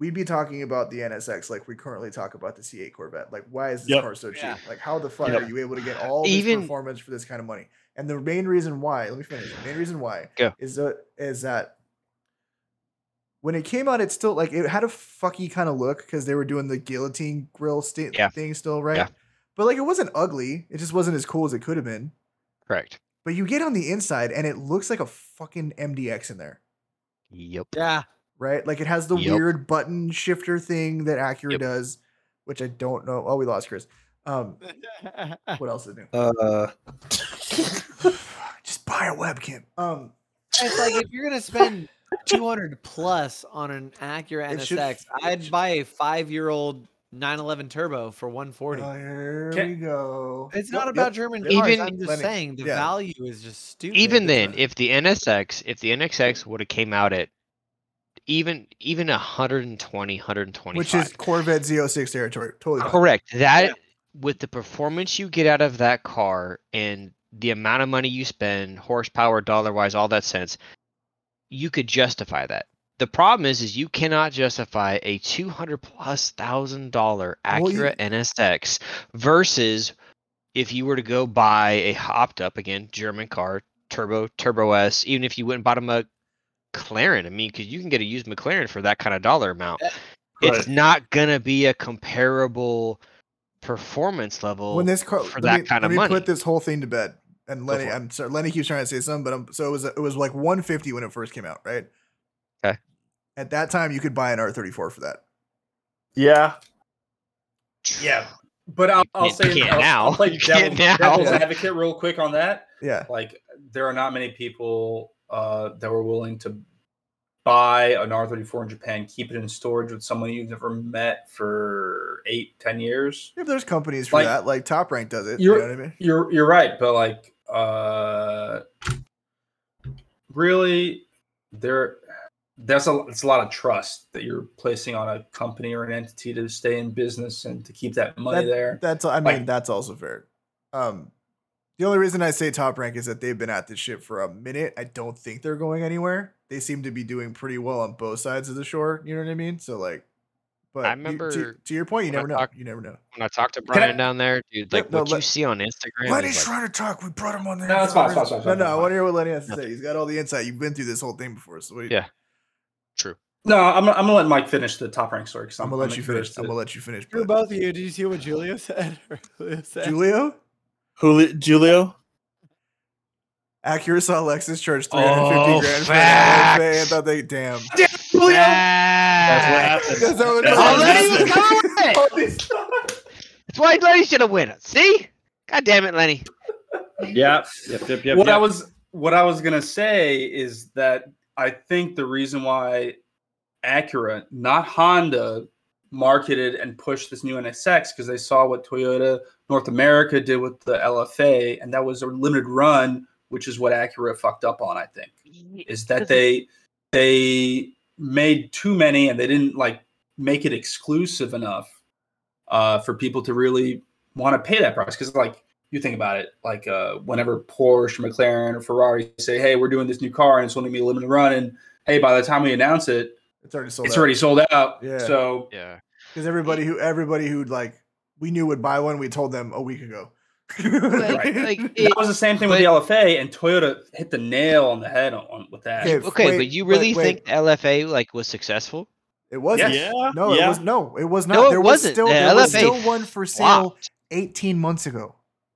Speaker 1: we'd be talking about the NSX like we currently talk about the C8 Corvette. Like why is this
Speaker 6: Yep.
Speaker 1: car so cheap?
Speaker 4: Yeah.
Speaker 1: Like how the fuck
Speaker 6: Yep.
Speaker 1: are you able to get all this
Speaker 7: Even-
Speaker 1: performance for this kind of money? And the main reason why, let me finish. The main reason why
Speaker 7: Go.
Speaker 1: is that is that when it came out, it still like it had a fucky kind of look because they were doing the guillotine grill sta-
Speaker 7: Yeah.
Speaker 1: thing still, right?
Speaker 7: Yeah.
Speaker 1: But like it wasn't ugly. It just wasn't as cool as it could have been.
Speaker 7: Correct.
Speaker 1: But you get on the inside and it looks like a fucking MDX in there,
Speaker 7: Yep.
Speaker 4: Yeah.
Speaker 1: right? Like it has the
Speaker 7: Yep.
Speaker 1: weird button shifter thing that Acura
Speaker 7: Yep.
Speaker 1: does, which I don't know. Oh, we lost Chris. Um, what else is new?
Speaker 6: Uh,
Speaker 1: just buy a webcam. Um,
Speaker 4: it's like if you're gonna spend 200 plus on an Acura
Speaker 1: It should-
Speaker 4: NSX,
Speaker 1: it
Speaker 4: I'd
Speaker 1: should-
Speaker 4: buy a five-year-old 911 Turbo for 140.
Speaker 1: oh, here
Speaker 3: Can-
Speaker 1: we go.
Speaker 4: it's
Speaker 1: Nope,
Speaker 4: not
Speaker 1: yep.
Speaker 4: about German cars.
Speaker 1: Yep.
Speaker 7: Even-
Speaker 4: I'm just
Speaker 1: Lenny,
Speaker 4: saying the
Speaker 1: yeah.
Speaker 4: value is just stupid.
Speaker 7: even
Speaker 1: good
Speaker 7: then,
Speaker 1: time.
Speaker 7: if the NSX, if the NXX would have came out at even even 120, 125,
Speaker 1: which is Corvette Z06 territory. Totally. fine.
Speaker 7: Correct. That with the performance you get out of that car and the amount of money you spend, horsepower, dollar wise, all that sense, you could justify that. The problem is, is you cannot justify a two hundred plus thousand dollar
Speaker 1: Well, you-
Speaker 7: Acura NSX versus if you were to go buy a hopped up again German car, turbo, turbo S. Even if you went and bought a McLaren, I mean, because you can get a used McLaren for that kind of dollar amount.
Speaker 6: Right.
Speaker 7: It's not gonna be a comparable performance level.
Speaker 1: when this car
Speaker 7: for
Speaker 1: let
Speaker 7: that
Speaker 1: me,
Speaker 7: kind
Speaker 1: let
Speaker 7: of
Speaker 1: me
Speaker 7: money.
Speaker 1: put this whole thing to bed and lenny
Speaker 7: for it.
Speaker 1: i'm sorry lenny keeps trying to say something but I'm, so it was it was like 150 when it first came out right
Speaker 7: Okay.
Speaker 1: at that time you could buy an r34 for that
Speaker 6: Yeah,
Speaker 3: Yeah, but I'll,
Speaker 7: You
Speaker 3: I'll
Speaker 7: can't-
Speaker 3: say
Speaker 7: you can't
Speaker 3: I'll, I'll
Speaker 7: now.
Speaker 3: play
Speaker 7: You
Speaker 3: devil-
Speaker 7: can't now.
Speaker 3: devil's advocate real quick on that.
Speaker 1: yeah
Speaker 3: Like there are not many people uh, that were willing to buy an R34 in Japan, keep it in storage with someone you've never met for eight, ten years.
Speaker 1: if there's companies for
Speaker 3: Like-
Speaker 1: that like top rank does it you
Speaker 3: You're-
Speaker 1: know what i mean
Speaker 3: You're you're right, but like uh, really, there that's a it's a lot of trust that you're placing on a company or an entity to stay in business and to keep that money there.
Speaker 1: that's i mean
Speaker 3: Like-
Speaker 1: that's also fair um the only reason i say top rank is that they've been at this shit for a minute i don't think they're going anywhere they seem to be doing pretty well on both sides of the shore you know what i mean so like but you- to-
Speaker 7: remember
Speaker 1: to, your point you
Speaker 7: when I
Speaker 1: never know
Speaker 7: talked-
Speaker 1: you never know
Speaker 7: when I talked to
Speaker 3: Can I-
Speaker 7: Brian down there, dude, like
Speaker 1: no,
Speaker 7: what you
Speaker 1: let-
Speaker 7: see on Instagram.
Speaker 1: Lenny's
Speaker 7: is, like,
Speaker 1: trying to talk. We brought him on there.
Speaker 3: No, it's fine, it's fine,
Speaker 1: first.
Speaker 3: it's fine, it's
Speaker 1: No,
Speaker 3: fine,
Speaker 1: no,
Speaker 3: it's
Speaker 1: I
Speaker 3: fine.
Speaker 1: want to hear what Lenny has to
Speaker 7: Nothing.
Speaker 1: say. He's got all the insight. You've been through this whole thing before, so what do you-
Speaker 7: Yeah. true.
Speaker 3: No, I'm, I'm gonna let Mike finish the top rank story because
Speaker 1: I'm
Speaker 3: I'm,
Speaker 1: gonna let
Speaker 3: I'm
Speaker 1: you finish.
Speaker 3: curious
Speaker 1: I'm
Speaker 3: to-
Speaker 1: gonna let you finish.
Speaker 4: Screw
Speaker 1: bud.
Speaker 4: both of you. Did you see what Julio said? Or Julio said?
Speaker 1: Julio,
Speaker 6: Julio, Julio?
Speaker 1: Acura saw Lexus charge
Speaker 7: Oh,
Speaker 1: 350 grand for an LFA and
Speaker 7: facts.
Speaker 1: thought they damn.
Speaker 7: That's
Speaker 6: happened.
Speaker 1: That's how it
Speaker 6: That's
Speaker 1: goes.
Speaker 6: what
Speaker 7: Lenny was coming with it. That's why Lenny should have won it. See? God damn it, Lenny.
Speaker 2: Yep. Yep. Yep. Yep.
Speaker 3: what I
Speaker 2: yep.
Speaker 3: was what I was gonna say is that I think the reason why Acura, not Honda, marketed and pushed this new NSX because they saw what Toyota North America did with the LFA, and that was a limited run, which is what Acura fucked up on. I think is that they they made too many and they didn't like make it exclusive enough uh, for people to really want to pay that price because like you think about it, like uh, whenever Porsche, McLaren, or Ferrari say, "Hey, we're doing this new car and it's only going to be a limited run," and hey, by the time we announce it,
Speaker 1: It's already sold.
Speaker 3: it's already sold out.
Speaker 1: Yeah.
Speaker 3: So
Speaker 7: Yeah.
Speaker 1: because everybody who everybody who like we knew would buy one. We told them a week ago.
Speaker 7: Like, like, it-
Speaker 3: that was the same thing with the LFA, and Toyota hit the nail on the head on, on with that.
Speaker 1: Okay,
Speaker 7: okay,
Speaker 1: wait,
Speaker 7: but you really
Speaker 1: wait,
Speaker 7: think LFA like was successful?
Speaker 1: It wasn't.
Speaker 6: Yeah.
Speaker 1: No,
Speaker 6: yeah.
Speaker 1: it was no. It was not.
Speaker 7: No, it
Speaker 1: there was
Speaker 7: wasn't.
Speaker 1: still
Speaker 7: The
Speaker 1: there was
Speaker 7: LFA
Speaker 1: still one for sale 18 months ago.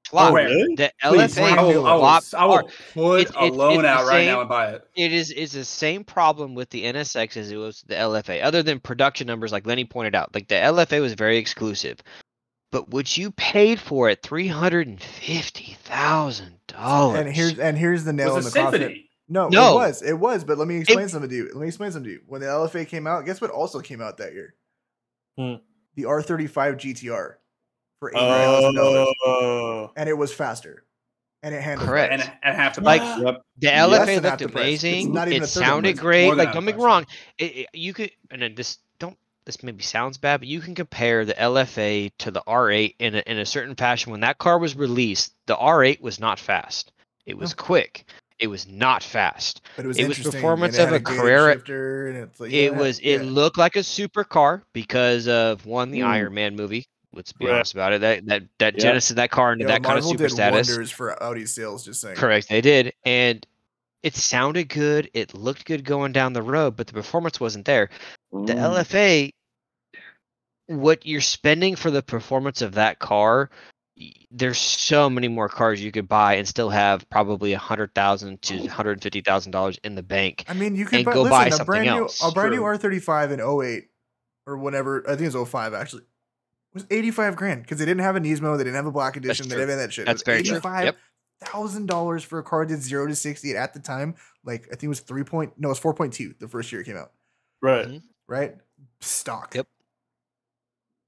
Speaker 7: Flop.
Speaker 3: wait,
Speaker 6: really?
Speaker 7: the
Speaker 1: please,
Speaker 7: LFA
Speaker 3: I will, I will,
Speaker 7: flop
Speaker 3: I will
Speaker 7: hard.
Speaker 3: put
Speaker 7: It's-
Speaker 3: a
Speaker 7: it's-
Speaker 3: loan
Speaker 7: it's the
Speaker 3: out right
Speaker 7: same-
Speaker 3: now and buy it.
Speaker 7: It is it's the same problem with the NSX as it was the LFA, other than production numbers, like Lenny pointed out. Like the LFA was very exclusive, but what you paid for it three hundred and fifty thousand dollars.
Speaker 1: And here's and here's the
Speaker 3: It
Speaker 1: nail in
Speaker 3: was
Speaker 1: the
Speaker 3: a
Speaker 1: coffin.
Speaker 3: symphony.
Speaker 1: No, it
Speaker 7: No.
Speaker 1: was. It was, but let me explain something to you. Let me explain something to you. When the LFA came out, guess what also came out that year?
Speaker 6: Hmm.
Speaker 1: The R35 GTR for $8,000.
Speaker 6: Oh,
Speaker 1: And it was faster. And it handled
Speaker 7: Correct.
Speaker 3: and and half the
Speaker 7: Like-
Speaker 3: price.
Speaker 2: Yep.
Speaker 7: The
Speaker 1: Yes,
Speaker 7: LFA
Speaker 1: and half
Speaker 7: looked
Speaker 1: the price. It's
Speaker 7: amazing.
Speaker 1: not even
Speaker 7: it
Speaker 1: a third of the
Speaker 7: sounded
Speaker 1: price.
Speaker 7: great.
Speaker 3: More than
Speaker 7: Like
Speaker 3: half
Speaker 7: don't
Speaker 3: the
Speaker 7: get me
Speaker 3: price,
Speaker 7: wrong. It, it- you could and then this don't this maybe sounds bad, but you can compare the LFA to the R8 in a, in a certain fashion. When that car was released, the R8 was not fast. It was quick. It was not fast.
Speaker 1: But it was
Speaker 7: It was
Speaker 1: interesting, and
Speaker 7: performance
Speaker 1: it had
Speaker 7: of a
Speaker 1: gauge
Speaker 7: Carrera-
Speaker 1: shifter, and it's like,
Speaker 7: it
Speaker 1: yeah,
Speaker 7: was it
Speaker 1: yeah. Hmm.
Speaker 7: looked like a supercar because of one the
Speaker 2: Mm.
Speaker 7: Iron Man movie. Let's be
Speaker 6: Right.
Speaker 7: honest about it. That that that
Speaker 2: Yep.
Speaker 7: Genesis that car into
Speaker 1: Yo,
Speaker 7: that kind of
Speaker 1: Marvel
Speaker 7: super
Speaker 1: did
Speaker 7: status.
Speaker 1: wonders for Audi sales, just saying.
Speaker 7: Correct, they did, and it sounded good. It looked good going down the road, but the performance wasn't there. The
Speaker 1: Hmm.
Speaker 2: Mm.
Speaker 7: LFA, what you're spending for the performance of that car, y- there's so many more cars you could buy and still have probably a hundred thousand to hundred and fifty thousand dollars in the bank.
Speaker 1: I mean, you could
Speaker 7: and
Speaker 1: buy,
Speaker 7: go
Speaker 1: listen,
Speaker 7: buy
Speaker 1: a
Speaker 7: something
Speaker 1: brand
Speaker 7: else.
Speaker 1: new a brand new
Speaker 3: True.
Speaker 1: R35 in 08 or whatever. I think it was 05 actually. Was 85 grand because they didn't have an Nismo, they didn't have a black edition, they
Speaker 7: true.
Speaker 1: didn't have that shit.
Speaker 7: That's
Speaker 1: it was
Speaker 7: very true. Yep.
Speaker 1: thousand dollars for a car that did zero to sixty at the time. Like I think it was three point no, it was four point two the first year it came out,
Speaker 6: right.
Speaker 1: right? Stock.
Speaker 7: Yep.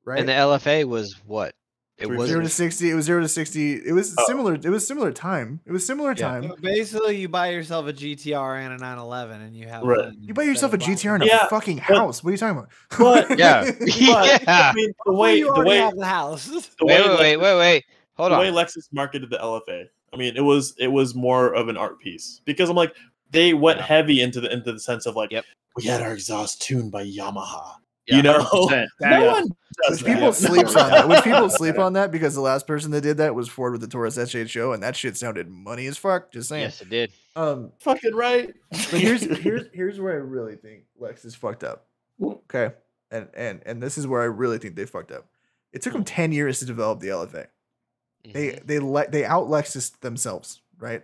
Speaker 1: Right.
Speaker 7: And the LFA was what? It
Speaker 6: Three
Speaker 7: was
Speaker 1: zero to sixty. It was zero to sixty. It was
Speaker 6: Oh.
Speaker 1: similar. It was similar time. It was similar
Speaker 7: Yeah.
Speaker 1: time.
Speaker 4: So basically, you buy yourself a GTR and a 911, and you have
Speaker 6: Right.
Speaker 4: fun
Speaker 1: You buy yourself a
Speaker 4: instead of
Speaker 1: GTR
Speaker 4: buying-
Speaker 1: and a
Speaker 6: Yeah,
Speaker 1: fucking
Speaker 6: but-
Speaker 1: house. What are you talking about?
Speaker 6: but-
Speaker 7: Yeah.
Speaker 6: But,
Speaker 7: Yeah.
Speaker 6: I mean, the
Speaker 4: Hopefully
Speaker 6: way
Speaker 4: you
Speaker 6: the
Speaker 4: already
Speaker 6: way
Speaker 4: have the house.
Speaker 6: the way
Speaker 7: wait, wait,
Speaker 6: Lex-
Speaker 7: wait, wait, wait. Hold
Speaker 6: the
Speaker 7: on.
Speaker 6: way Lexus marketed the LFA. I mean, it was it was more of an art piece because I'm like, they went
Speaker 7: Yeah.
Speaker 6: heavy into the into the sense of like
Speaker 7: Yep.
Speaker 6: we had our exhaust tuned by Yamaha.
Speaker 7: Yeah.
Speaker 6: You know,
Speaker 2: 100%.
Speaker 6: no
Speaker 2: Yeah.
Speaker 6: one does
Speaker 1: Which
Speaker 6: that.
Speaker 1: people sleeps on that. Which people sleep on that because the last person that did that was Ford with the Taurus SHO, and that shit sounded money as fuck. Just saying.
Speaker 7: Yes, it did.
Speaker 1: Um,
Speaker 6: fucking right.
Speaker 1: but here's here's here's where I really think Lex is fucked up. Okay, and and and this is where I really think they fucked up. It took them ten years to develop the LFA. They they let they out Lexus themselves, right?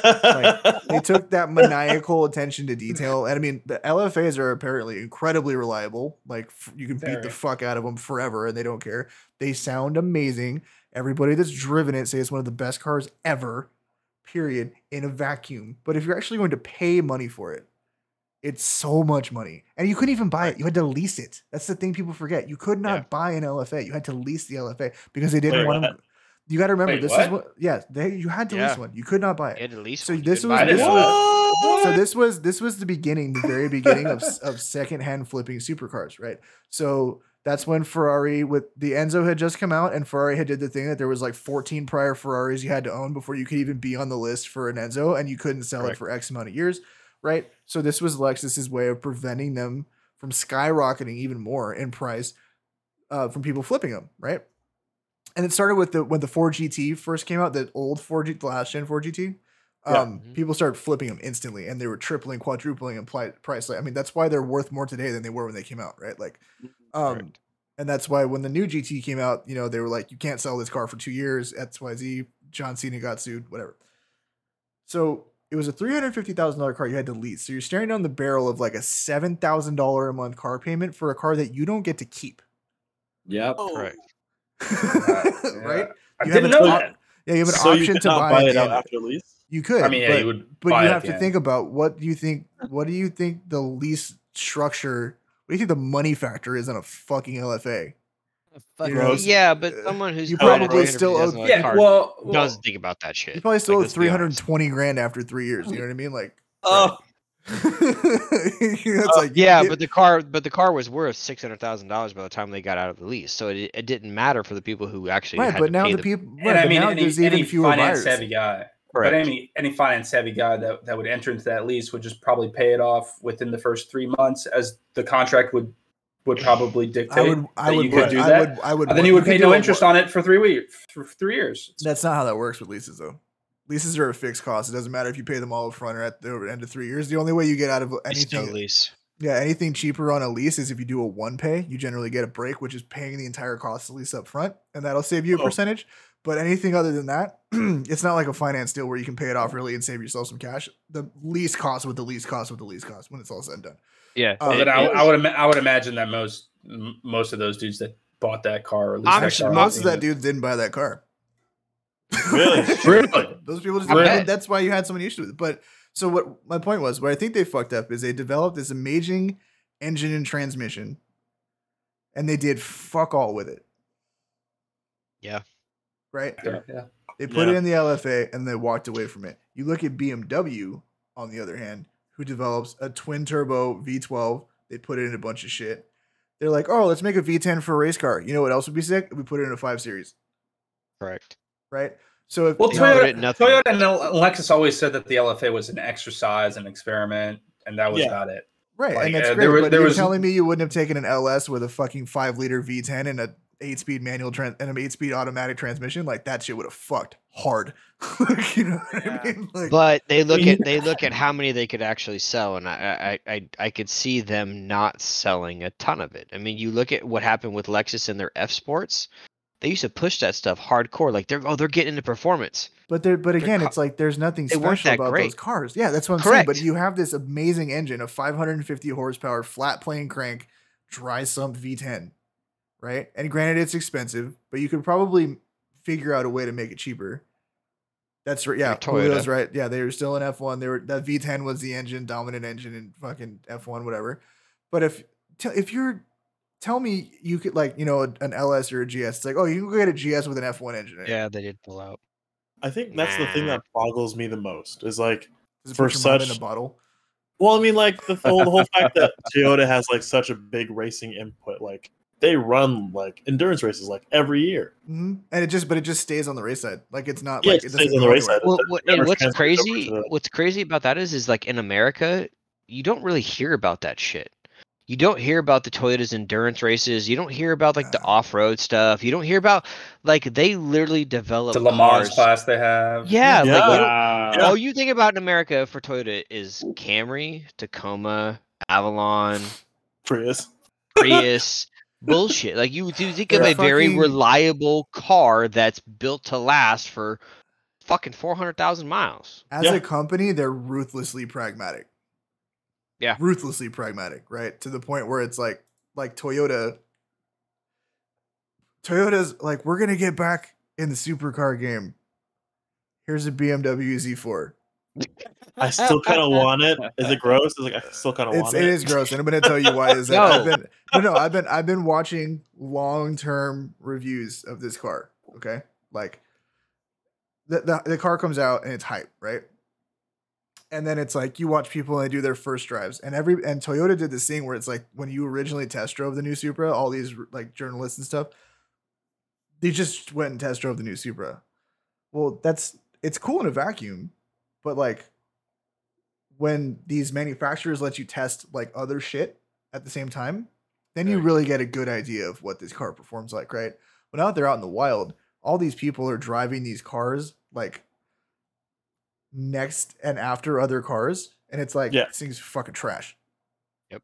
Speaker 1: They took that maniacal attention to detail, and I mean the LFAs are apparently incredibly reliable. Like f- you can beat the
Speaker 2: Very.
Speaker 1: fuck out of them forever, and they don't care. They sound amazing. Everybody that's driven it say it's one of the best cars ever. Period. In a vacuum, but if you're actually going to pay money for it, it's so much money, and you couldn't even buy it. You had to lease it. That's the thing people forget. You could not
Speaker 6: Yeah.
Speaker 1: buy an LFA. You had to lease the LFA because they didn't
Speaker 6: Wait,
Speaker 1: want
Speaker 6: what?
Speaker 1: them. You got to remember
Speaker 3: Wait,
Speaker 1: this is
Speaker 3: what?
Speaker 1: what. Yes, they, you had to
Speaker 7: Yeah.
Speaker 1: lease one. You could not buy it.
Speaker 7: They had to lease
Speaker 1: So
Speaker 7: one. You
Speaker 1: this
Speaker 7: couldn't
Speaker 1: was-
Speaker 7: buy
Speaker 1: this
Speaker 7: it.
Speaker 1: was-
Speaker 6: What?
Speaker 1: So this was this was the beginning, the very beginning of s- of secondhand flipping supercars, right? So that's when Ferrari with the Enzo had just come out, and Ferrari had did the thing that there was like 14 prior Ferraris you had to own before you could even be on the list for an Enzo, and you couldn't sell it
Speaker 7: Correct.
Speaker 1: for X amount of years, right? So this was Lexus's way of preventing them from skyrocketing even more in price uh, from people flipping them, right? And it started with the when the 4GT first came out, the old 4G, the last gen 4GT.
Speaker 6: Yeah.
Speaker 1: Um,
Speaker 7: Mhm.
Speaker 1: People started flipping them instantly, and they were tripling, quadrupling in pli- price. Like, I mean, that's why they're worth more today than they were when they came out, right? Like, um,
Speaker 7: Correct.
Speaker 1: and that's why when the new GT came out, you know, they were like, you can't sell this car for two years. X, Y, Z. John Cena got sued, whatever. So it was a three hundred fifty thousand dollar car you had to lease. So you're staring down the barrel of like a seven thousand dollar a month car payment for a car that you don't get to keep,
Speaker 2: Yep.
Speaker 7: Correct.
Speaker 1: right?
Speaker 3: I
Speaker 1: You have
Speaker 3: didn't
Speaker 1: an
Speaker 3: know
Speaker 1: op-
Speaker 3: that.
Speaker 1: Yeah, you have an
Speaker 6: So you
Speaker 1: option
Speaker 6: could
Speaker 1: to
Speaker 6: not
Speaker 1: buy,
Speaker 6: buy
Speaker 1: it.
Speaker 6: it out
Speaker 1: in.
Speaker 6: after lease.
Speaker 1: You could.
Speaker 3: I mean, yeah,
Speaker 1: but-
Speaker 3: you would.
Speaker 1: but
Speaker 3: buy
Speaker 1: you
Speaker 3: it at
Speaker 1: have
Speaker 3: the
Speaker 1: to
Speaker 3: end.
Speaker 1: think about what do you think what do you think the lease structure what do you think the money factor is on a fucking LFA?
Speaker 4: Fuck
Speaker 1: know,
Speaker 4: it.
Speaker 7: Yeah, but
Speaker 1: Uh,
Speaker 7: someone who's
Speaker 1: you
Speaker 7: buying a
Speaker 1: probably
Speaker 7: $350,000
Speaker 1: still owe-
Speaker 7: car
Speaker 3: Yeah, well, well,
Speaker 7: doesn't think about that shit.
Speaker 1: You probably still
Speaker 7: Like,
Speaker 1: owe
Speaker 7: let's be honest.
Speaker 1: 320 grand after three years. You know what I mean? Like
Speaker 6: Oh,
Speaker 1: it's like you
Speaker 7: Uh, Yeah,
Speaker 1: get-
Speaker 7: but the car, but the car was worth six hundred thousand dollars by the time they got out of the lease, so it, it didn't matter for the people who actually
Speaker 1: right,
Speaker 7: had
Speaker 1: but
Speaker 7: to
Speaker 1: now
Speaker 7: pay
Speaker 1: the
Speaker 7: the
Speaker 1: people right,
Speaker 3: and I
Speaker 1: but
Speaker 3: mean,
Speaker 1: now
Speaker 3: any,
Speaker 1: there's even
Speaker 3: any
Speaker 1: fewer buyers.
Speaker 3: finance savvy guy, but any any finance savvy guy that, that would enter into that lease would just probably pay it off within the first three months, as the contract would would probably dictate.
Speaker 1: I would I
Speaker 3: that
Speaker 1: would
Speaker 3: you could
Speaker 1: work-
Speaker 3: do
Speaker 1: I
Speaker 3: that.
Speaker 1: would I would
Speaker 3: and then
Speaker 1: work-
Speaker 3: you would
Speaker 1: could
Speaker 3: pay
Speaker 1: do
Speaker 3: no
Speaker 1: a
Speaker 3: interest
Speaker 1: work-
Speaker 3: on it for three weeks, for three years.
Speaker 1: That's not how that works with leases though. Leases are a fixed cost. It doesn't matter if you pay them all up front or at the end of three years. The only way you get out of
Speaker 7: lease to
Speaker 1: anything
Speaker 7: lease.
Speaker 1: Yeah, anything cheaper on a lease is if you do a one pay, you generally get a break, which is paying the entire cost of the lease up front, and that'll save you a
Speaker 6: Oh.
Speaker 1: percentage. But anything other than that, it's not like a finance deal where you can pay it off early and save yourself some cash. The lease cost with the lease cost with the lease cost when it's all said and done.
Speaker 7: Yeah,
Speaker 1: Oh,
Speaker 3: So
Speaker 1: it-
Speaker 3: then I,
Speaker 7: it
Speaker 3: I
Speaker 7: was-
Speaker 3: would ima- I would imagine that most m- most of those dudes that bought that car, or at least
Speaker 7: I'm
Speaker 3: that
Speaker 7: sure
Speaker 3: car,
Speaker 1: Most of
Speaker 3: you
Speaker 1: that
Speaker 3: know,
Speaker 1: dude didn't buy that car.
Speaker 6: Really?
Speaker 3: Really?
Speaker 1: Those people just
Speaker 7: I
Speaker 1: didn't-
Speaker 7: bet.
Speaker 1: that's why you had so many issues with it. But so what my point was, what I think they fucked up is they developed this amazing engine and transmission and they did fuck all with it.
Speaker 7: Yeah.
Speaker 1: Right?
Speaker 3: after, yeah.
Speaker 1: They put it
Speaker 6: Yeah.
Speaker 1: in the LFA and they walked away from it. You look at BMW, on the other hand, who develops a twin turbo V12. They put it in a bunch of shit. They're like, oh, let's make a V10 for a race car. You know what else would be sick? If we put it in a 5 Series,
Speaker 7: correct.
Speaker 1: right? So if
Speaker 3: Well,
Speaker 7: They
Speaker 1: now-
Speaker 7: put it
Speaker 3: Toyota,
Speaker 7: in nothing.
Speaker 3: Toyota and L- Lexus always said that the LFA was an exercise, an experiment, and that was
Speaker 6: Yeah.
Speaker 3: about it.
Speaker 1: Right,
Speaker 3: Like,
Speaker 1: and that's
Speaker 3: uh,
Speaker 1: great.
Speaker 3: there were-
Speaker 1: but
Speaker 3: there
Speaker 1: you're
Speaker 3: was-
Speaker 1: telling me you wouldn't have taken an LS with a fucking five liter V10 and a eight speed manual trans and an eight speed automatic transmission? Like that shit would have fucked hard. Like, you know what I mean? Like,
Speaker 7: But they look
Speaker 6: mean-
Speaker 7: at they look at how many they could actually sell, and I I I, I could see them not selling a ton of it. I mean, you look at what happened with Lexus and their F Sports. They used to push that stuff hardcore, like they're oh they're getting into performance.
Speaker 1: but there, but
Speaker 7: They're
Speaker 1: again,
Speaker 7: co-
Speaker 1: it's like there's nothing
Speaker 7: they weren't
Speaker 1: special
Speaker 7: that
Speaker 1: about those
Speaker 7: great.
Speaker 1: cars. Yeah, that's what I'm saying. But
Speaker 7: Correct.
Speaker 1: you have this amazing engine, a 550 horsepower flat plane crank, dry sump V10, right? And granted, it's expensive, but you could probably figure out a way to make it cheaper. That's right. Yeah,
Speaker 7: Like
Speaker 1: Julio's
Speaker 7: Toyota.
Speaker 1: right. Yeah, they were still in F1. They were that V10 was the engine, dominant engine in fucking F1, whatever. But if te- if you're tell me you could like you know an LS or a GS, it's like oh you can go get a GS with an F1 engine. in it.
Speaker 7: Yeah, they did pull out.
Speaker 6: I think that's the thing
Speaker 7: Nah.
Speaker 6: that boggles me the most is like,
Speaker 1: Does it
Speaker 6: For
Speaker 1: put your mom in
Speaker 6: such-
Speaker 1: a bottle.
Speaker 6: well, I mean, like the whole, the whole fact that Toyota has like such a big racing input, like they run like endurance races like every year.
Speaker 1: hmm And it just, but it just stays on the race side. Like it's not
Speaker 6: Yeah,
Speaker 1: like
Speaker 6: it
Speaker 1: doesn't
Speaker 6: stays on
Speaker 1: go
Speaker 6: the race
Speaker 1: anywhere.
Speaker 6: side.
Speaker 7: Well,
Speaker 6: that
Speaker 7: what,
Speaker 6: never
Speaker 7: and what's
Speaker 6: transfers over
Speaker 7: crazy?
Speaker 6: to the-
Speaker 7: What's crazy about that is, is like in America, you don't really hear about that shit. You don't hear about the Toyota's endurance races. You don't hear about like the
Speaker 1: Uh.
Speaker 7: off-road stuff. You don't hear about like they literally develop
Speaker 3: The Le Mans
Speaker 7: cars.
Speaker 3: class they have.
Speaker 7: Yeah, like, you don't-
Speaker 2: Wow.
Speaker 6: Yeah.
Speaker 7: all Oh, you think about in America for Toyota is Camry, Tacoma, Avalon,
Speaker 6: Prius.
Speaker 7: Prius, bullshit. Like you do think of
Speaker 1: They're
Speaker 7: a very
Speaker 1: fucking-
Speaker 7: reliable car that's built to last for fucking four hundred thousand miles.
Speaker 1: As
Speaker 6: Yeah.
Speaker 1: a company, they're ruthlessly pragmatic.
Speaker 7: Yeah.
Speaker 1: Ruthlessly pragmatic, right? To the point where it's like like Toyota Toyota's like we're going to get back in the supercar game. Here's a BMW Z4.
Speaker 6: I still kind of want it. Is it gross? It's like I still kind of
Speaker 1: It's
Speaker 6: want
Speaker 1: it
Speaker 6: it.
Speaker 1: is gross and I'm going to tell you why is that I've
Speaker 7: No.
Speaker 1: been no, no, I've been I've been watching long-term reviews of this car, okay? Like the, the the car comes out and it's hype, right? And then it's like you watch people and they do their first drives, and every and Toyota did this thing where it's like when you originally test drove the new Supra, all these like journalists and stuff, they just went and test drove the new Supra. Well, that's it's cool in a vacuum, but like when these manufacturers let you test like other shit at the same time, then you
Speaker 7: Right.
Speaker 1: really get a good idea of what this car performs like, right? But out there out in the wild, all these people are driving these cars like next and after other cars, and it's like
Speaker 6: Yeah.
Speaker 1: this thing's fucking trash.
Speaker 7: Yep.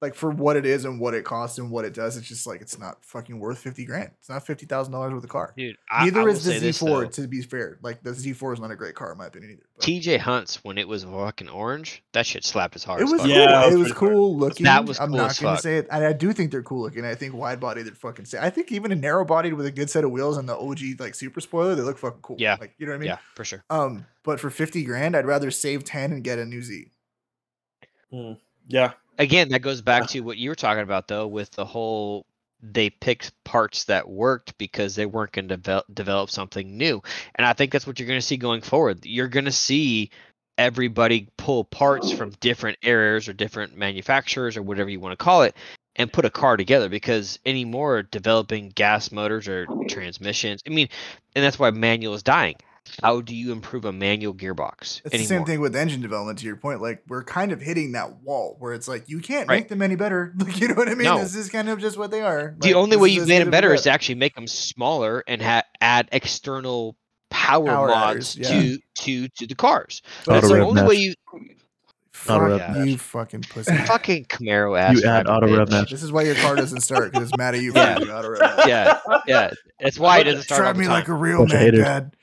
Speaker 1: Like for what it is and what it costs and what it does, it's just like it's not fucking worth fifty grand. It's not fifty thousand dollars worth of car.
Speaker 7: Dude,
Speaker 1: Neither
Speaker 7: I, I
Speaker 1: is the
Speaker 7: will say
Speaker 1: Z
Speaker 7: this,
Speaker 1: four.
Speaker 7: though.
Speaker 1: To be fair, like the Z four is not a great car in my opinion either. but-
Speaker 7: TJ Hunt's when it was fucking orange, that shit slapped as hard.
Speaker 1: It
Speaker 7: as
Speaker 1: was
Speaker 7: fuck.
Speaker 1: cool.
Speaker 6: Yeah, that was
Speaker 1: it was
Speaker 6: pretty hard.
Speaker 1: cool looking.
Speaker 7: That was
Speaker 1: I'm
Speaker 7: cool
Speaker 1: not
Speaker 7: as
Speaker 1: gonna
Speaker 7: fuck.
Speaker 1: say it. And I do think they're cool looking. I think wide body they're fucking sick. I think even a narrow bodied with a good set of wheels and the OG like super spoiler, they look fucking cool.
Speaker 7: Yeah.
Speaker 1: Like you know what I mean?
Speaker 7: yeah, for sure.
Speaker 1: Um, but for fifty grand, I'd rather save ten and get a new Z.
Speaker 6: Yeah.
Speaker 7: Again, that goes back to what you were talking about though, with the whole they picked parts that worked because they weren't going to develop, develop something new, and I think that's what you're going to see going forward. You're going to see everybody pull parts from different areas or different manufacturers or whatever you want to call it and put a car together because anymore developing gas motors or transmissions i mean and that's why manual is dying how do you improve a manual gearbox
Speaker 1: It's the same
Speaker 7: anymore?
Speaker 1: thing with engine development. To your point, like we're kind of hitting that wall where it's like you can't
Speaker 7: Right.
Speaker 1: make them any better. Like you know what I mean?
Speaker 7: No.
Speaker 1: This is kind of just what they are.
Speaker 7: the
Speaker 1: Like,
Speaker 7: only
Speaker 1: this
Speaker 7: way
Speaker 1: is
Speaker 7: you
Speaker 1: as
Speaker 7: made
Speaker 1: good
Speaker 7: them
Speaker 1: of a
Speaker 7: better is
Speaker 1: bet.
Speaker 7: to actually make them smaller and ha- add external power,
Speaker 1: Power
Speaker 7: mods
Speaker 1: adders, yeah.
Speaker 7: to to to the cars.
Speaker 1: But
Speaker 7: That's
Speaker 1: it's like,
Speaker 7: the
Speaker 8: rev
Speaker 7: only
Speaker 8: mesh.
Speaker 7: way you
Speaker 8: Auto
Speaker 1: fuck
Speaker 7: rev
Speaker 1: you, fucking pussy.
Speaker 7: fucking Camaro ass.
Speaker 8: You add
Speaker 7: driving
Speaker 8: auto rev
Speaker 7: bitch.
Speaker 8: mesh.
Speaker 1: This is why your car doesn't start because it's mad at you for
Speaker 7: Yeah.
Speaker 1: doing auto rev mesh.
Speaker 7: Yeah, yeah. That's why it doesn't start. all
Speaker 1: Drive
Speaker 7: the
Speaker 1: me
Speaker 7: time.
Speaker 1: like a real
Speaker 8: Bunch of
Speaker 1: man,
Speaker 8: haters.
Speaker 1: dad.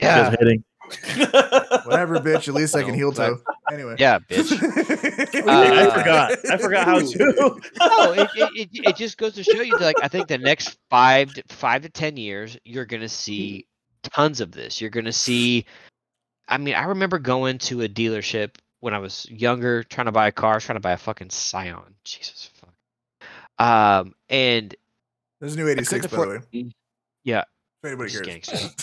Speaker 7: yeah,
Speaker 8: Just hating.
Speaker 1: Whatever, bitch. At least I can
Speaker 7: No,
Speaker 1: heel
Speaker 7: but I-
Speaker 1: toe. Anyway.
Speaker 7: yeah, bitch.
Speaker 6: I
Speaker 7: Uh,
Speaker 6: forgot. I forgot how to.
Speaker 7: no, it, it, it, it just goes to show you that, like I think the next five to, five to ten years you're gonna see tons of this. You're gonna see. I mean, I remember going to a dealership when I was younger, trying to buy a car, trying to buy a fucking Scion. Jesus fuck. Um, and
Speaker 1: There's a new 86, by the way.
Speaker 7: Yeah.
Speaker 1: If anybody
Speaker 7: Just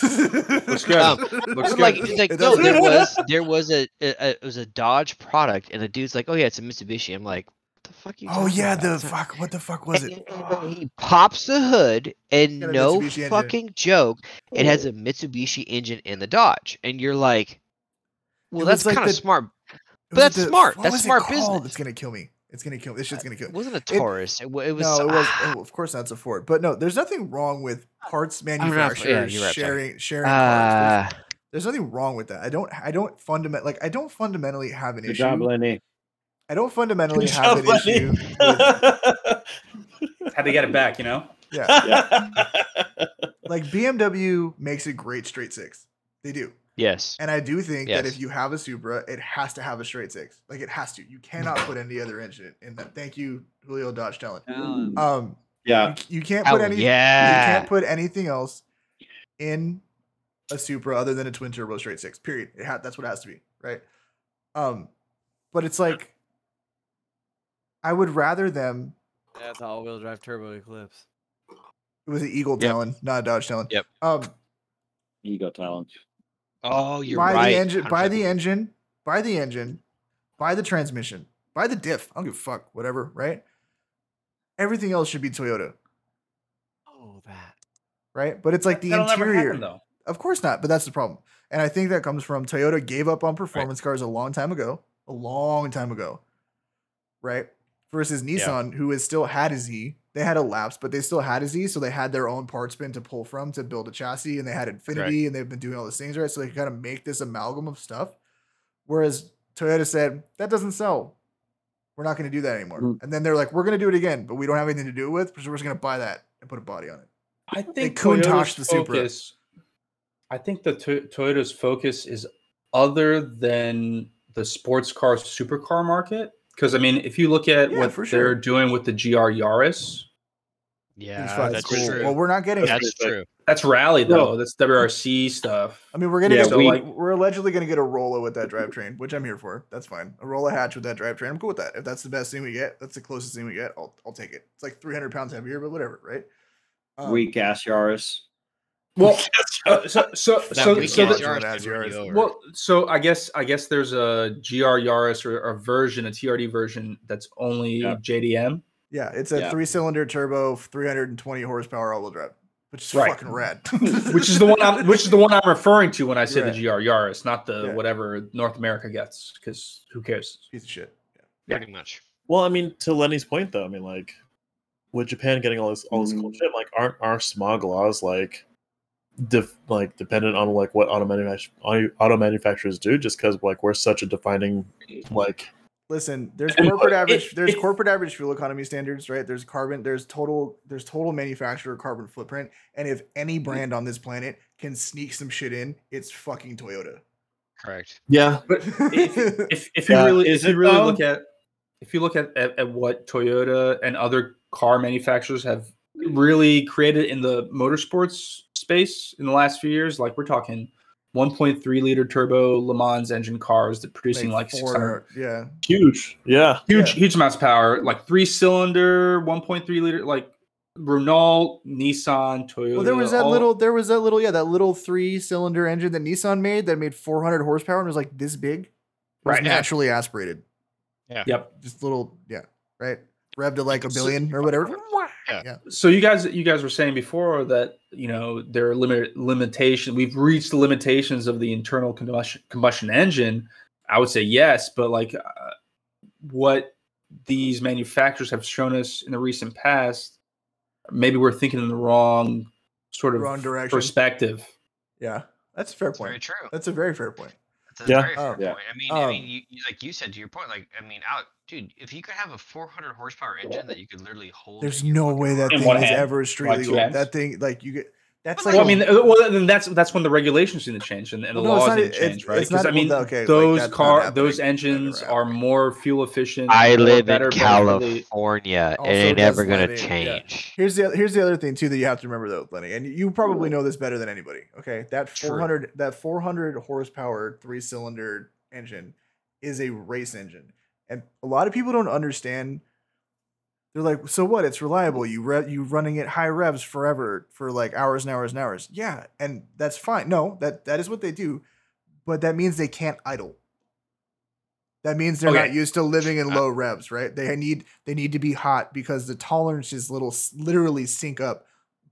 Speaker 1: cares.
Speaker 3: Looks good.
Speaker 7: Um,
Speaker 3: Looks
Speaker 7: I'm
Speaker 3: good.
Speaker 7: like, it's like
Speaker 1: It
Speaker 7: no,
Speaker 1: does
Speaker 7: there
Speaker 1: good.
Speaker 7: was there was a, a, a it was a Dodge product, and the dude's like, oh yeah, it's a Mitsubishi. I'm like, what the fuck? Are you
Speaker 1: Oh
Speaker 7: talking
Speaker 1: yeah,
Speaker 7: about?
Speaker 1: the
Speaker 7: It's not-
Speaker 1: fuck. What the fuck was it?
Speaker 7: And He pops the hood, and
Speaker 1: Got a
Speaker 7: no
Speaker 1: Mitsubishi engine.
Speaker 7: fucking joke, it has a Mitsubishi engine in the Dodge, and you're like, well,
Speaker 1: was
Speaker 7: that's
Speaker 1: like
Speaker 7: kind of
Speaker 1: the-
Speaker 7: smart.
Speaker 1: It
Speaker 7: But that's
Speaker 1: the-
Speaker 7: smart.
Speaker 1: what
Speaker 7: That's
Speaker 1: was it
Speaker 7: smart
Speaker 1: called?
Speaker 7: business.
Speaker 1: It's gonna kill me. It's gonna kill. This shit's gonna kill.
Speaker 7: It
Speaker 1: me.
Speaker 7: wasn't a
Speaker 1: It-
Speaker 7: Taurus. It, wa- it was.
Speaker 1: no, it was.
Speaker 7: ah,
Speaker 1: oh, of course, that's a Ford. But no, there's nothing wrong with parts
Speaker 7: not- yeah,
Speaker 1: manufacturers
Speaker 7: you're right, sorry.
Speaker 1: sharing sharing cars. There's-
Speaker 7: ah,
Speaker 1: There's, nothing wrong with that. I don't. I don't fundament like I don't fundamentally have an
Speaker 2: Good
Speaker 1: issue.
Speaker 2: job, Lenny.
Speaker 1: I don't fundamentally
Speaker 6: Good
Speaker 1: have an
Speaker 6: job, Lenny.
Speaker 1: issue. with-
Speaker 3: Had to get it back, you know?
Speaker 1: yeah. like BMW makes a great straight six. They do.
Speaker 7: yes.
Speaker 1: And I do think that if
Speaker 7: Yes.
Speaker 1: you have a Supra, it has to have a straight six. Like it has to. You cannot put any other engine in that. Thank you, Julio Dodge Talent. Um
Speaker 2: Yeah.
Speaker 1: you, you can't
Speaker 7: Oh,
Speaker 1: put any
Speaker 7: yeah.
Speaker 1: you can't put anything else in a Supra other than a twin turbo straight six. Period. It ha- that's what it has to be, right? Um but it's like I would rather them
Speaker 4: That's all-wheel drive turbo eclipse.
Speaker 1: it was an Eagle
Speaker 7: Yep.
Speaker 1: Talon, not a Dodge Talon.
Speaker 7: Yep.
Speaker 1: Um
Speaker 2: Ego talent.
Speaker 7: Oh, you're
Speaker 1: buy
Speaker 7: right.
Speaker 1: the engine, buy
Speaker 7: 100%.
Speaker 1: the engine, buy the engine, buy the transmission, buy the diff. I don't give a fuck, whatever, right? Everything else should be Toyota. right? But it's like the
Speaker 3: Oh, That'll never
Speaker 1: interior.
Speaker 3: happen, though.
Speaker 1: Of course not, but that's the problem. And I think that comes from Toyota gave up on performance cars a long time ago, a long time ago, right? Versus Nissan, who has still had a Z. They had a lapse, but they still had a Z, so they had their own parts bin to pull from to build a chassis, and they had Infinity, and they've been doing all these things, right? So they kind of make this amalgam of stuff. Whereas Toyota said that doesn't sell. We're not going to do that anymore.
Speaker 2: Mm.
Speaker 1: And then they're like, we're going to do it again, but we don't have anything to do with, so we're just going to buy that and put a body on it.
Speaker 3: I think
Speaker 1: couldn't
Speaker 3: Toyota's
Speaker 1: touch the Supra.
Speaker 3: focus. I think the to- Toyota's focus is other than the sports car supercar market. Because I mean, if you look at
Speaker 1: Yeah,
Speaker 3: what
Speaker 1: for
Speaker 3: they're
Speaker 1: sure.
Speaker 3: doing with the GR Yaris,
Speaker 1: It's
Speaker 7: Yeah,
Speaker 1: fucking
Speaker 7: that's
Speaker 1: cool.
Speaker 7: true.
Speaker 1: Well, we're not getting it.
Speaker 7: that's true.
Speaker 3: that's rally though.
Speaker 2: Well-
Speaker 3: that's WRC stuff.
Speaker 1: I mean, we're gonna
Speaker 2: Yeah,
Speaker 1: get a,
Speaker 2: we-
Speaker 1: like we're allegedly gonna get a Rolla with that drivetrain, which I'm here for. That's fine. A Rolla hatch with that drivetrain. I'm cool with that. If that's the best thing we get, that's the closest thing we get. I'll I'll take it. It's like 300 pounds heavier, but whatever, right? Um,
Speaker 2: Weak ass Yaris.
Speaker 3: Well, uh, so so
Speaker 7: That
Speaker 3: so,
Speaker 7: weak
Speaker 3: so
Speaker 1: that's
Speaker 7: ass
Speaker 3: the-
Speaker 1: what
Speaker 7: Yaris
Speaker 1: that's
Speaker 7: could run
Speaker 1: yours.
Speaker 7: you over.
Speaker 3: well, so I guess I guess there's a GR Yaris or a version, a TRD version that's only
Speaker 2: Yeah.
Speaker 3: JDM.
Speaker 1: Yeah, it's a
Speaker 2: Yeah.
Speaker 1: three-cylinder turbo, 320 horsepower all-wheel drive, which is
Speaker 3: Right.
Speaker 1: fucking rad.
Speaker 3: which is the one I'm, which is the one I'm referring to when I say
Speaker 1: Right.
Speaker 3: the GR Yaris, not the
Speaker 1: Yeah.
Speaker 3: whatever North America gets, because who cares?
Speaker 1: piece of shit. Yeah.
Speaker 7: Pretty much.
Speaker 6: Well, I mean, to Lenny's point, though, I mean, like, with Japan getting all this all this cool
Speaker 2: Mm.
Speaker 6: shit, like, aren't our smog laws like, def- like dependent on like what auto, manufact- auto auto manufacturers do? Just because like we're such a defining like
Speaker 1: Listen, there's
Speaker 6: And-
Speaker 1: corporate
Speaker 6: it-
Speaker 1: average. There's
Speaker 6: it-
Speaker 1: corporate average fuel economy standards, right? There's carbon. There's total. There's total manufacturer carbon footprint. And if
Speaker 3: Mm-hmm.
Speaker 1: any brand on this planet can sneak some shit in, it's fucking Toyota.
Speaker 7: Correct.
Speaker 6: yeah.
Speaker 3: But if, if, if you
Speaker 6: Yeah,
Speaker 3: really
Speaker 6: is
Speaker 3: if you
Speaker 6: it
Speaker 3: really
Speaker 6: though?
Speaker 3: look at if you look at, at, at what Toyota and other car manufacturers have really created in the motorsports space in the last few years, like we're talking 1.3 liter turbo Le Mans engine cars that producing like,
Speaker 1: four-
Speaker 3: 600
Speaker 1: yeah,
Speaker 6: Huge, yeah.
Speaker 3: huge huge amounts of power, like three cylinder, 1.3 liter, like Renault, Nissan, Toyota.
Speaker 1: Well, there was that
Speaker 3: all-
Speaker 1: little, there was that little, yeah, that little three-cylinder engine that Nissan made that made 400 horsepower and was like this big. It was
Speaker 3: Right.
Speaker 1: naturally aspirated,
Speaker 3: Yep.
Speaker 1: just little, yeah, right, revved to like a billion or whatever.
Speaker 3: So you guys, you guys were saying before that you know there are limit limitation. We've reached the limitations of the internal combustion combustion engine. I would say yes, but like uh, what these manufacturers have shown us in the recent past, maybe we're thinking in the wrong sort of
Speaker 1: Wrong direction.
Speaker 3: perspective.
Speaker 1: Yeah, that's a fair
Speaker 7: That's very
Speaker 1: point.
Speaker 7: true.
Speaker 1: That's a very fair point.
Speaker 7: That's a
Speaker 6: Yeah.
Speaker 7: very fair
Speaker 1: Oh.
Speaker 2: Yeah.
Speaker 7: point. I mean, I mean,
Speaker 1: Um,
Speaker 7: you, you like you said to your point, like I mean, out, dude, if you could have a 400 horsepower engine that you could literally hold,
Speaker 1: There's
Speaker 7: in your
Speaker 1: no
Speaker 7: fucking
Speaker 1: way that
Speaker 7: arm-
Speaker 1: thing
Speaker 3: In one
Speaker 1: is
Speaker 3: hand.
Speaker 1: ever street
Speaker 3: Like two
Speaker 1: legal.
Speaker 3: hands.
Speaker 1: That thing, like you get, that's like,
Speaker 7: But
Speaker 3: well,
Speaker 7: like-
Speaker 3: I mean, uh, well, then that's that's when the regulations need to change and, and the
Speaker 1: Well, no, it's
Speaker 3: laws
Speaker 1: not- e-,
Speaker 3: need to
Speaker 1: it's-
Speaker 3: change, right?
Speaker 1: it's
Speaker 3: Because
Speaker 1: not-
Speaker 3: I mean,
Speaker 1: well, okay, like,
Speaker 3: those
Speaker 1: that's not
Speaker 3: car,
Speaker 1: happening.
Speaker 3: those
Speaker 1: That never
Speaker 3: engines are
Speaker 1: happened.
Speaker 3: more fuel efficient.
Speaker 7: I
Speaker 3: more
Speaker 7: live in
Speaker 3: better, e- better for the-
Speaker 7: California. It
Speaker 1: Also
Speaker 7: ain't
Speaker 1: does
Speaker 7: ever gonna
Speaker 1: lighting, yeah.
Speaker 7: change.
Speaker 1: here's the here's the other thing too that you have to remember though, Lenny, and you probably know this better than anybody. Okay, that
Speaker 7: True.
Speaker 1: 400 that 400 horsepower three cylinder engine is a race engine, and a lot of people don't understand. They're like, so what? It's reliable. You re- you running it high revs forever for like hours and hours and hours. Yeah, and that's fine. No, that that is what they do, but that means they can't idle. That means they're not
Speaker 3: Okay.
Speaker 1: used to living in
Speaker 7: Uh,
Speaker 1: low revs, right? They need they need to be hot because the tolerances little literally sync up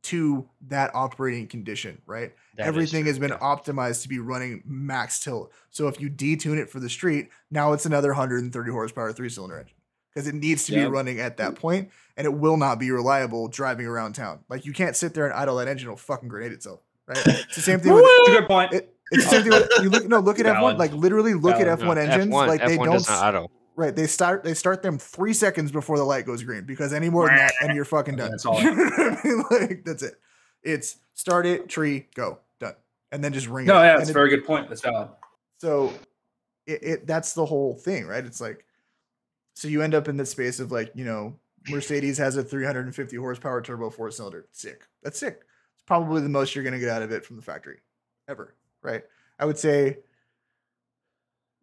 Speaker 1: to that operating condition, right?
Speaker 7: That is
Speaker 1: Everything
Speaker 7: true,
Speaker 1: has been
Speaker 7: yeah.
Speaker 1: optimized to be running max tilt. So if you detune it for the street, now it's another 130 horsepower three cylinder engine because it needs to be
Speaker 2: Yeah.
Speaker 1: running at that point, and it will not be reliable driving around town. Like you can't sit there and idle that engine; it'll fucking grenade itself, right? It's the same thing with
Speaker 3: It's a good point.
Speaker 1: it, it's the same thing with, you look no look at F one
Speaker 3: Valid.
Speaker 1: like literally look at
Speaker 3: Valid.
Speaker 1: F one engines
Speaker 7: F1,
Speaker 1: like they
Speaker 7: F1
Speaker 1: don't
Speaker 7: does not idle.
Speaker 1: right they start they start them three seconds before the light goes green because any more than that and you're fucking done.
Speaker 3: That's all.
Speaker 1: You know what I mean? like that's it. It's start it tree go done and then just ring
Speaker 3: No,
Speaker 1: it.
Speaker 3: yeah,
Speaker 1: And
Speaker 3: it's a
Speaker 1: it-
Speaker 3: very good point. That's valid.
Speaker 1: so it, it that's the whole thing, right? It's like so you end up in this space of like, you know, Mercedes has a 350 horsepower turbo four cylinder. Sick. That's sick. It's probably the most you're gonna get out of it from the factory ever, right? I would say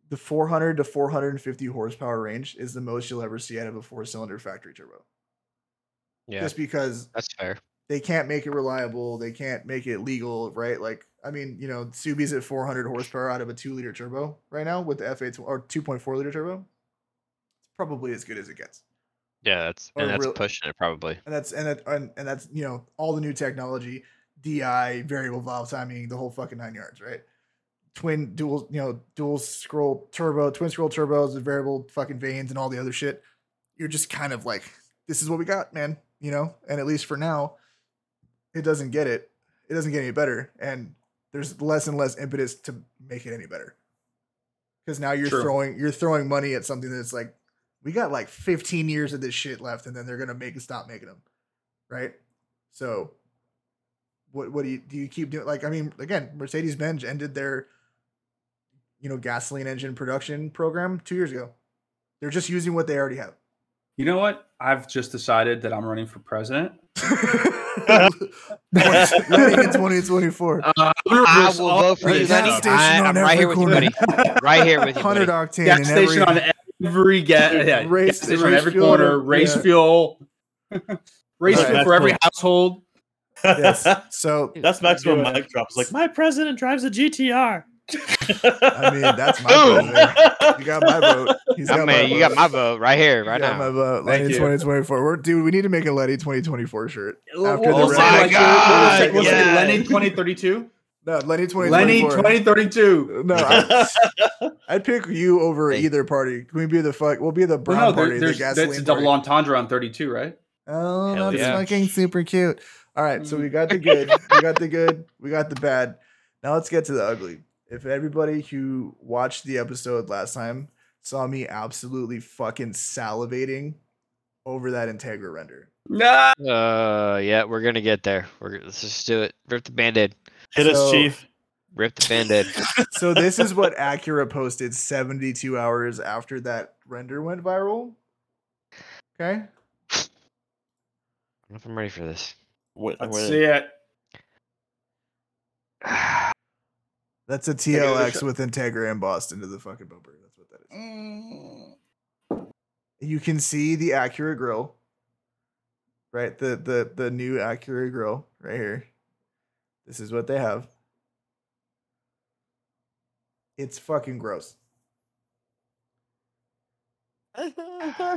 Speaker 1: the 400 to 450 horsepower range is the most you'll ever see out of a four cylinder factory turbo.
Speaker 7: Yeah,
Speaker 1: Just because
Speaker 7: that's fair.
Speaker 1: they can't make it reliable. They can't make it legal, right? Like, I mean, you know, Subi's at 400 horsepower out of a two liter turbo right now with the F8 or 2.4 liter turbo. It's probably as good as it gets.
Speaker 7: Yeah, that's
Speaker 1: Or
Speaker 7: and that's
Speaker 1: real-
Speaker 7: pushing it probably.
Speaker 1: And that's, and, that, and, and that's, you know, all the new technology, DI variable valve timing, the whole fucking nine yards, right? Twin dual, you know, dual scroll turbo, twin scroll turbos, the variable fucking veins, and all the other shit. You're just kind of like, this is what we got, man. You know, and at least for now, it doesn't get it. It doesn't get any better, and there's less and less impetus to make it any better. Because now you're
Speaker 3: True.
Speaker 1: throwing you're throwing money at something that's like, we got like 15 years of this shit left, and then they're gonna make stop making them, right? So what what do you do you keep doing like i mean again mercedes benz ended their you know gasoline engine production program two years ago they're just using what they already have
Speaker 3: You know what? I've just decided that I'm running for president.
Speaker 1: Running in 2024
Speaker 3: Uh, I'm gonna
Speaker 7: I
Speaker 3: reverse
Speaker 7: will
Speaker 3: all-
Speaker 7: vote for you,
Speaker 1: Right, gas
Speaker 7: buddy.
Speaker 1: station
Speaker 7: I,
Speaker 1: on
Speaker 7: am right
Speaker 1: every
Speaker 7: here with you,
Speaker 1: corner.
Speaker 7: buddy. Right here with you,
Speaker 1: 100
Speaker 7: budty.
Speaker 1: octane
Speaker 3: gas
Speaker 1: in every-
Speaker 3: station on every gas yeah,
Speaker 1: Race-
Speaker 3: gas station on
Speaker 1: race
Speaker 3: every
Speaker 1: fuel,
Speaker 3: corner, race
Speaker 1: yeah.
Speaker 3: fuel, race
Speaker 1: Alright,
Speaker 3: fuel
Speaker 6: that's
Speaker 3: for every
Speaker 6: cool.
Speaker 3: household.
Speaker 1: yes so
Speaker 6: That's maximum
Speaker 1: Do it.
Speaker 6: mic drop. It's like my president drives a GTR.
Speaker 1: i mean that's my
Speaker 7: Boom.
Speaker 1: vote there. you got my vote he's
Speaker 7: Oh,
Speaker 1: got
Speaker 7: man,
Speaker 1: my
Speaker 7: you got
Speaker 1: vote.
Speaker 7: my vote right here,
Speaker 1: You
Speaker 7: right
Speaker 1: got
Speaker 7: now.
Speaker 1: my vote.
Speaker 3: Thank
Speaker 1: Lenny
Speaker 3: you.
Speaker 1: 2024. We're, dude, we need to make a Lenny 2024 shirt. After
Speaker 3: we'll
Speaker 1: the round.
Speaker 3: say like,
Speaker 7: Oh my God,
Speaker 3: We'll say, we'll say
Speaker 7: yes.
Speaker 3: Lenny 2032.
Speaker 1: No, Lenny 2024.
Speaker 3: Lenny 2032.
Speaker 1: No, I, I'd pick you over either party. Can we be the fuck? We'll be the brown
Speaker 3: Well, no, there-
Speaker 1: party, the
Speaker 3: there's
Speaker 1: gasoline.
Speaker 3: that's a double
Speaker 1: party.
Speaker 3: entendre on 32, right?
Speaker 1: Oh,
Speaker 7: Hell
Speaker 1: that's
Speaker 7: yeah.
Speaker 1: fucking super cute. All right, so we got the good, we got the good, we got the bad. Now let's get to the ugly. If everybody who watched the episode last time saw me absolutely fucking salivating over that Integra render,
Speaker 3: No.
Speaker 7: Uh, yeah, we're gonna get there. We're gonna- let's just do it. Rip the band-aid.
Speaker 6: Hit
Speaker 1: So-
Speaker 6: us, chief.
Speaker 7: Rip the band-aid.
Speaker 1: so this is what Acura posted 72 hours after that render went viral. Okay.
Speaker 7: I don't know if I'm ready for this.
Speaker 6: Wait,
Speaker 3: Let's
Speaker 6: wait.
Speaker 3: see it.
Speaker 1: That's a
Speaker 3: it a
Speaker 1: TLX
Speaker 3: shot.
Speaker 1: with Integra embossed into the fucking bumper. That's what that is. You can see the Acura grill, right? The the the new Acura grill right here. This is what they have. It's fucking gross.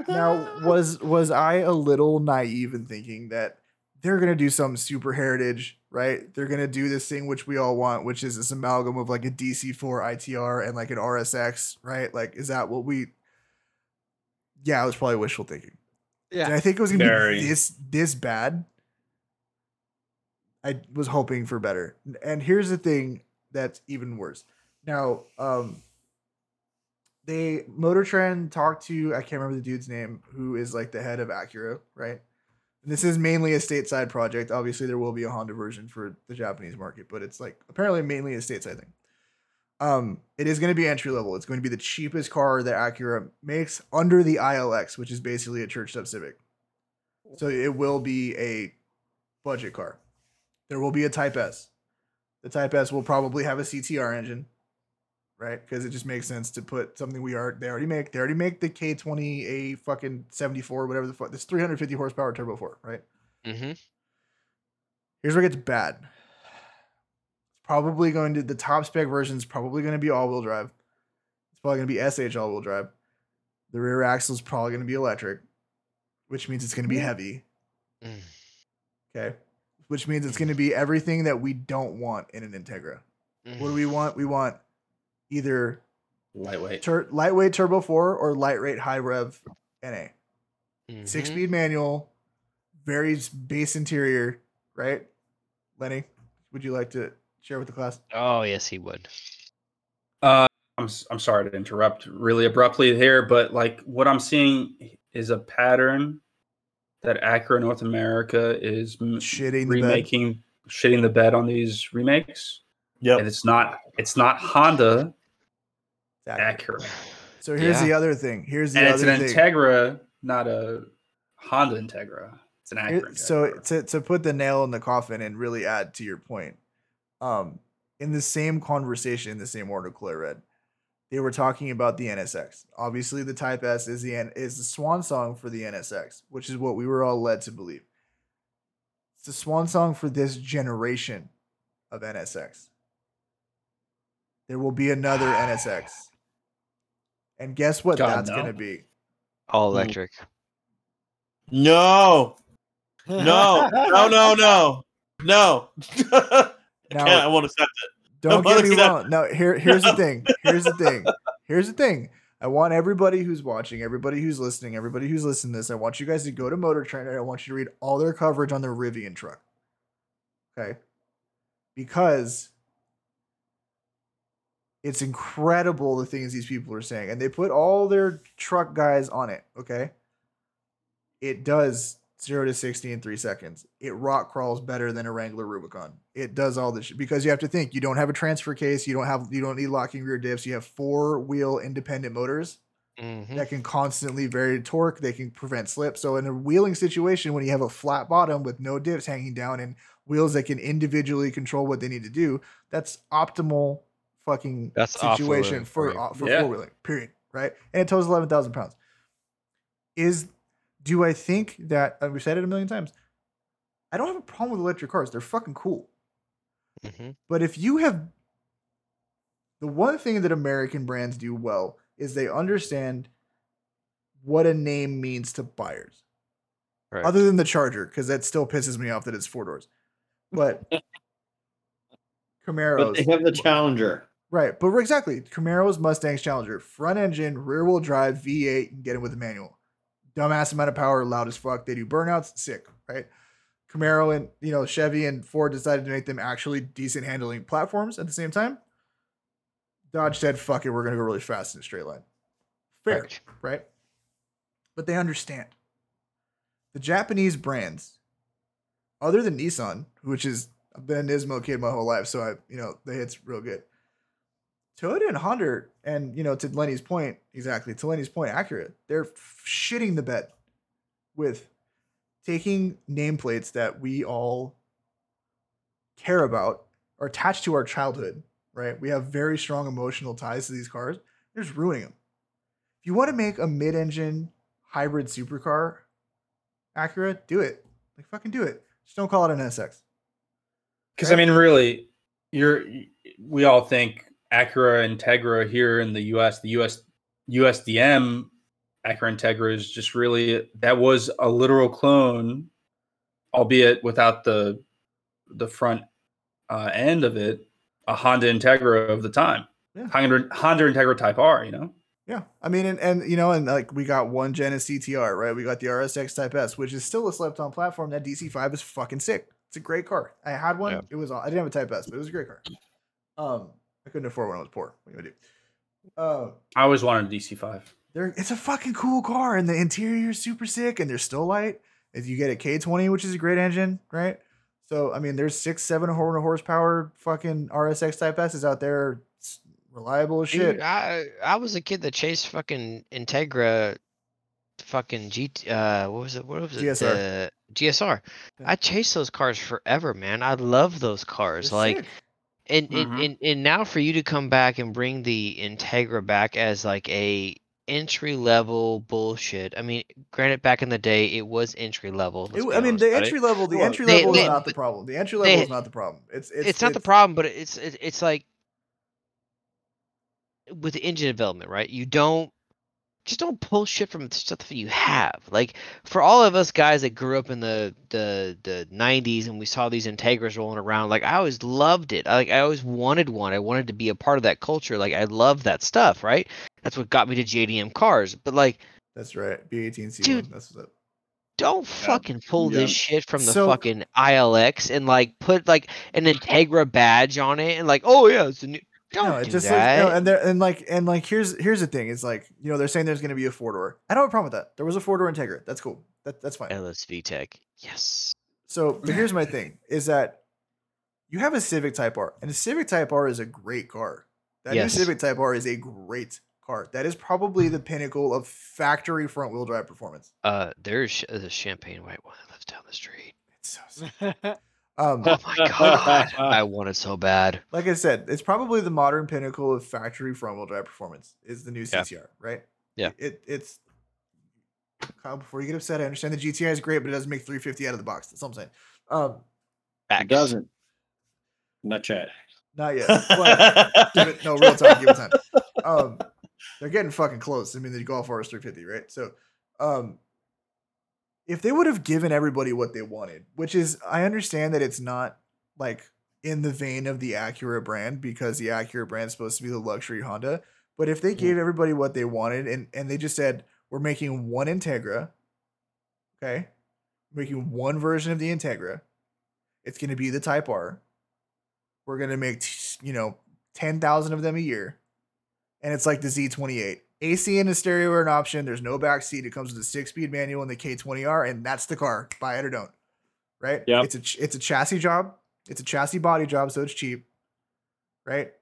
Speaker 1: Now was was I a little naive in thinking that they're gonna do some super heritage, right? They're gonna do this thing which we all want, which is this amalgam of like a DC4 ITR and like an RSX, right? Like, is that what we? Yeah, I was probably wishful thinking.
Speaker 4: Yeah.
Speaker 1: Did I think it was gonna
Speaker 3: Very.
Speaker 1: be this this bad? I was hoping for better. And here's the thing that's even worse. Now, um, they Motor Trend talked to I can't remember the dude's name who is like the head of Acura, right? And this is mainly a stateside project. Obviously, there will be a Honda version for the Japanese market, but it's like apparently mainly a stateside thing. Um, it is going to be entry level. It's going to be the cheapest car that Acura makes under the ILX, which is basically a churched up Civic. So it will be a budget car. There will be a Type S. The Type S will probably have a CTR engine, right? Because it just makes sense to put something we are they already make. They already make the K20A fucking 74, whatever the fuck. This 350 horsepower turbo four, right?
Speaker 7: mm-hmm.
Speaker 1: here's where it gets bad. It's probably going to the top spec version is probably going to be all wheel drive. It's probably going to be SH all wheel drive. The rear axle is probably going to be electric, which means it's going to be heavy.
Speaker 7: Mm.
Speaker 1: Okay, which means it's going to be everything that we don't want in an Integra. What do we want? We want either
Speaker 3: Lightweight.
Speaker 1: tur- lightweight turbo four or light rate high rev NA.
Speaker 7: Mhm.
Speaker 1: Six speed manual, very s- base interior, right? Lenny, would you like to share with the class?
Speaker 7: Oh yes, he would.
Speaker 3: Uh, I'm s- I'm sorry to interrupt really abruptly here, but like what I'm seeing is a pattern that Acura North America is m-
Speaker 1: Shitting the bed.
Speaker 3: remaking, shitting the bed on these remakes, and
Speaker 6: Yep.
Speaker 3: it's not it's not Honda
Speaker 1: Exactly.
Speaker 3: Acura,
Speaker 1: So here's
Speaker 7: Yeah.
Speaker 1: the other thing. Here's the
Speaker 3: and it's
Speaker 1: other
Speaker 3: an
Speaker 1: thing.
Speaker 3: Integra, not a Honda Integra. It's an
Speaker 1: Here-
Speaker 3: Acura. Integra.
Speaker 1: so to to put the nail in the coffin and really add to your point, um, in the same conversation, in the same article I read, they were talking about the NSX. Obviously, the Type S is the N- is the swan song for the NSX, which is what we were all led to believe. It's the swan song for this generation of NSX. There will be another NSX, and guess what?
Speaker 3: God,
Speaker 1: that's
Speaker 3: no.
Speaker 1: going to be
Speaker 7: All
Speaker 1: Mm.
Speaker 7: electric.
Speaker 6: No. No. No. No. No. No.
Speaker 1: Now,
Speaker 6: yeah, I won't accept it.
Speaker 1: Don't
Speaker 6: No,
Speaker 1: get me
Speaker 6: look at
Speaker 1: wrong. No, here, here's the thing. Here's the thing. Here's the thing. I want everybody who's watching, everybody who's listening, everybody who's listening to this, I want you guys to go to Motor Trend and I want you to read all their coverage on the Rivian truck. Okay. Because it's incredible the things these people are saying. And they put all their truck guys on it. Okay. It does zero to 60 in three seconds. It rock crawls better than a Wrangler Rubicon. It does all this shit because you have to think you don't have a transfer case. You don't have, you don't need locking rear diffs. You have four wheel independent motors
Speaker 7: Mhm.
Speaker 1: that can constantly vary torque. They can prevent slip. So in a wheeling situation, when you have a flat bottom with no diffs hanging down and wheels that can individually control what they need to do, that's optimal fucking
Speaker 7: That's
Speaker 1: situation
Speaker 7: off-roading
Speaker 1: for
Speaker 7: for you.
Speaker 1: uh, for
Speaker 3: Yeah.
Speaker 1: four wheeling. Period. Right, and it totals eleven thousand pounds. Is do I think that and we've said it a million times? I don't have a problem with electric cars. They're fucking cool.
Speaker 7: Mhm.
Speaker 1: But if you have the one thing that American brands do well is they understand what a name means to buyers.
Speaker 7: Right.
Speaker 1: Other than the Charger, because that still pisses me off that it's four doors. But
Speaker 2: But
Speaker 1: Camaros,
Speaker 2: they have the Challenger.
Speaker 1: right? But exactly, Camaros, Mustangs, Challenger, front engine, rear wheel drive, V8, and get it with a manual. Dumbass amount of power, loud as fuck. They do burnouts, sick, right? Camaro and you know Chevy and Ford decided to make them actually decent handling platforms at the same time. Dodge said, "Fuck it, we're gonna go really fast in a straight line." Fair,
Speaker 7: Right.
Speaker 1: right? But they understand the Japanese brands, other than Nissan, which is I've been a Nismo kid my whole life, so I you know the hits real good. Toyota and Honda, and you know to Lenny's point exactly to Lenny's point, accurate. They're shitting the bed with taking nameplates that we all care about are attached to our childhood, right? We have very strong emotional ties to these cars. They're just ruining them. If you want to make a mid-engine hybrid supercar Acura, do it. Like fucking do it. Just don't call it an SX.
Speaker 3: Because I mean, really, you're. We all think Acura Integra here in the U.S. The U.S. USDM Acura Integra is just really that was a literal clone, albeit without the the front uh, end of it, a Honda Integra of the time.
Speaker 1: Yeah.
Speaker 3: Honda, Honda Integra Type R, you know.
Speaker 1: Yeah, I mean, and, and you know, and like we got one gen of CTR, right? We got the RSX Type S, which is still a slept-on platform. That DC5 is fucking sick. It's a great car. I had one.
Speaker 7: Yeah.
Speaker 1: It was. aw- I didn't have a Type S, but it was a great car. Um, I couldn't afford one. I was poor. What do you do? Uh,
Speaker 3: I always wanted a DC5.
Speaker 1: they're it's a fucking cool car, and the interior is super sick, and they're still light. If you get a K20, which is a great engine, right? So I mean, there's six, seven hundred horsepower fucking RSX Type S's out there, It's reliable as shit.
Speaker 7: Dude, I I was a kid that chased fucking Integra, fucking G. Uh, what was it? What was it? uh,
Speaker 1: GSR.
Speaker 7: The GSR.
Speaker 1: Yeah.
Speaker 7: I chased those cars forever, man. I love those cars.
Speaker 1: They're
Speaker 7: like,
Speaker 1: sick.
Speaker 7: and,
Speaker 1: Mm-hmm.
Speaker 7: and
Speaker 3: Mhm.
Speaker 7: and and now for you to come back and bring the Integra back as like a entry level bullshit. I mean, granted, back in the day it was entry level.
Speaker 1: It,
Speaker 7: let's
Speaker 1: w-
Speaker 7: be
Speaker 1: I mean,
Speaker 7: honest
Speaker 1: the
Speaker 7: about it.
Speaker 1: entry level, the
Speaker 2: Sure.
Speaker 1: entry
Speaker 7: They-
Speaker 1: level is
Speaker 7: they-
Speaker 1: not the
Speaker 7: but
Speaker 1: problem. The entry level
Speaker 7: they-
Speaker 1: is not the problem. It's it's,
Speaker 7: it's, not the problem, but it's it, it's like with engine development, right? You don't just don't pull shit from stuff that you have. Like for all of us guys that grew up in the the the '90s and we saw these Integras rolling around, like I always loved it. I, like I always wanted one. I wanted to be a part of that culture. Like I love that stuff, right? That's what got me to JDM cars. But like,
Speaker 1: That's right. B eighteen C one.
Speaker 7: Dude,
Speaker 1: That's what's up.
Speaker 7: don't fucking pull
Speaker 2: Yeah.
Speaker 7: this shit from the
Speaker 1: So-
Speaker 7: fucking ILX and like put like an Integra badge on it and like, oh yeah, it's a new. Don't
Speaker 1: no, it
Speaker 7: do
Speaker 1: just
Speaker 7: that.
Speaker 1: like no, and there and like and like here's here's the thing. It's like you know they're saying there's going to be a four door. I don't have a problem with that. There was a four door Integra. That's cool. That that's fine.
Speaker 7: LSV Tech. Yes.
Speaker 1: So, but here's my thing: is that you have a Civic Type R, and a Civic Type R is a great car. That
Speaker 7: Yes.
Speaker 1: new Civic Type R is a great car. That is probably the pinnacle of factory front wheel drive performance.
Speaker 7: Uh, there's sh- the champagne white one that lives down the street.
Speaker 1: It's so sick.
Speaker 4: That's
Speaker 1: Um,
Speaker 7: Oh my god, I want it so bad.
Speaker 1: like I said, it's probably the modern pinnacle of factory front wheel drive performance is the new
Speaker 7: Yeah.
Speaker 1: CTR, right?
Speaker 7: Yeah.
Speaker 1: It it's Kyle, before you get upset, I understand the GTI is great, but it doesn't make 350 out of the box. That's all I'm saying. Um,
Speaker 7: Facts.
Speaker 2: It doesn't. Not yet.
Speaker 1: not yet. But give it, no, real time, give it time. Um, they're getting fucking close. I mean, the Golf R is 350, right? So, um, if they would have given everybody what they wanted, which is I understand that it's not like in the vein of the Acura brand because the Acura brand is supposed to be the luxury Honda, but if they gave everybody what they wanted and and they just said we're making one Integra, okay? Making one version of the Integra. It's going to be the Type R. We're going to make, t- you know, 10,000 of them a year. And it's like the Z28. AC and the stereo are an option. There's no back seat. It comes with a six speed manual and the K20R, and that's the car. Buy it or don't. Right? Yeah.
Speaker 2: Yep.
Speaker 1: It's a ch- it's a chassis job. It's a chassis body job, so it's cheap. Right?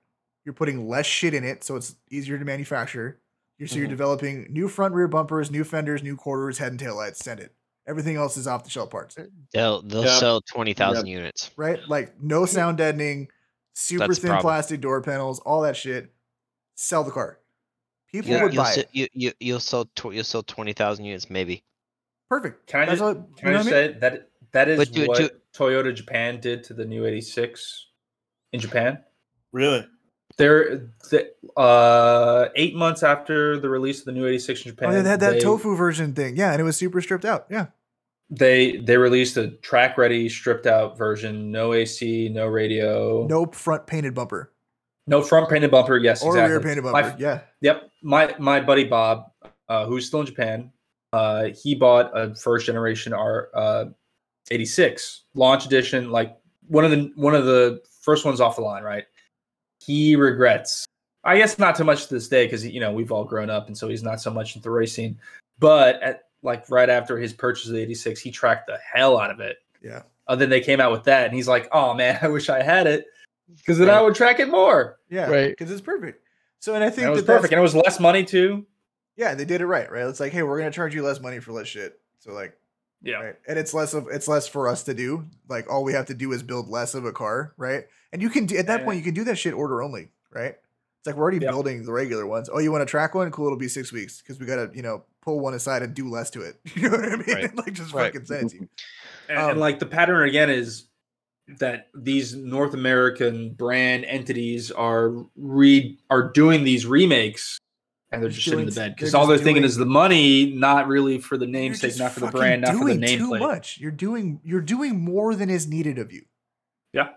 Speaker 1: You're putting less shit in it, so it's easier to manufacture. You're, so you're
Speaker 7: Mhm.
Speaker 1: developing new front rear bumpers, new fenders, new quarters, head and tail lights. Send it. Everything else is off the shelf parts
Speaker 7: They'll they'll
Speaker 2: Yep.
Speaker 7: sell twenty thousand units.
Speaker 1: right? Like no sound deadening, super
Speaker 7: That's the
Speaker 1: thin
Speaker 7: problem.
Speaker 1: plastic door panels, all that shit. Sell the car. People
Speaker 7: You,
Speaker 1: would
Speaker 7: you'll,
Speaker 1: buy
Speaker 7: se-
Speaker 1: it.
Speaker 7: you you you'll sell tw- you'll sell twenty thousand units maybe.
Speaker 1: Perfect.
Speaker 3: Can I
Speaker 1: That's
Speaker 3: just,
Speaker 1: all- you
Speaker 3: can I
Speaker 1: know
Speaker 3: just
Speaker 1: what I mean?
Speaker 3: say that that is
Speaker 7: But do-
Speaker 3: what
Speaker 7: do-
Speaker 3: Toyota Japan did to the new 86 in Japan?
Speaker 6: Really?
Speaker 3: They're the, uh, eight months after the release of the new 86 in Japan.
Speaker 1: Oh, they had that
Speaker 3: they-
Speaker 1: tofu version thing. Yeah, and it was super stripped out. Yeah.
Speaker 3: They they released a track ready, stripped out version, no AC, no radio,
Speaker 1: No front painted bumper
Speaker 3: no front painted bumper. Yes,
Speaker 1: or
Speaker 3: exactly.
Speaker 1: rear painted
Speaker 3: My-
Speaker 1: bumper. yeah.
Speaker 3: Yep. My my buddy Bob, uh, who's still in Japan, uh, he bought a first generation R uh, eighty six launch edition, like one of the one of the first ones off the line, right? He regrets. I guess not too much to this day because you know we've all grown up, and so he's not so much into racing. But at like right after his purchase of the eighty six, he tracked the hell out of it.
Speaker 1: Yeah.
Speaker 3: Uh, then they came out with that, and he's like, "Oh man, I wish I had it, because then I would track it more."
Speaker 1: Yeah.
Speaker 4: Right.
Speaker 1: Because it's perfect. So and I
Speaker 3: And
Speaker 1: think
Speaker 3: it was
Speaker 1: that that's-
Speaker 3: perfect, and it was less money too.
Speaker 1: yeah, they did it right, right? It's like, hey, we're gonna charge you less money for less shit. So like
Speaker 3: Yeah.
Speaker 1: right? And it's less of it's less for us to do. Like all we have to do is build less of a car, right? And you can do at that
Speaker 3: Yeah.
Speaker 1: point you can do that shit order only, right? It's like we're already
Speaker 3: Yeah.
Speaker 1: building the regular ones. Oh, you want to track one? Cool, it'll be six weeks because we gotta you know pull one aside and do less to it. You know what I mean?
Speaker 7: Right.
Speaker 1: like just
Speaker 7: Right.
Speaker 1: fucking send it to you.
Speaker 3: and,
Speaker 1: Um,
Speaker 3: and like the pattern again is that these North American brand entities are re are doing these remakes and they're
Speaker 1: They're
Speaker 3: just sitting in the
Speaker 1: doing-
Speaker 3: bed
Speaker 1: they're
Speaker 3: because all
Speaker 1: just
Speaker 3: they're thinking
Speaker 1: doing-
Speaker 3: is the money, not really for the
Speaker 1: You're
Speaker 3: namesake,
Speaker 1: just
Speaker 3: not for the
Speaker 1: fucking
Speaker 3: brand, not for the
Speaker 1: doing Too
Speaker 3: nameplate.
Speaker 1: much. You're doing you're doing more than is needed of you.
Speaker 7: Yeah.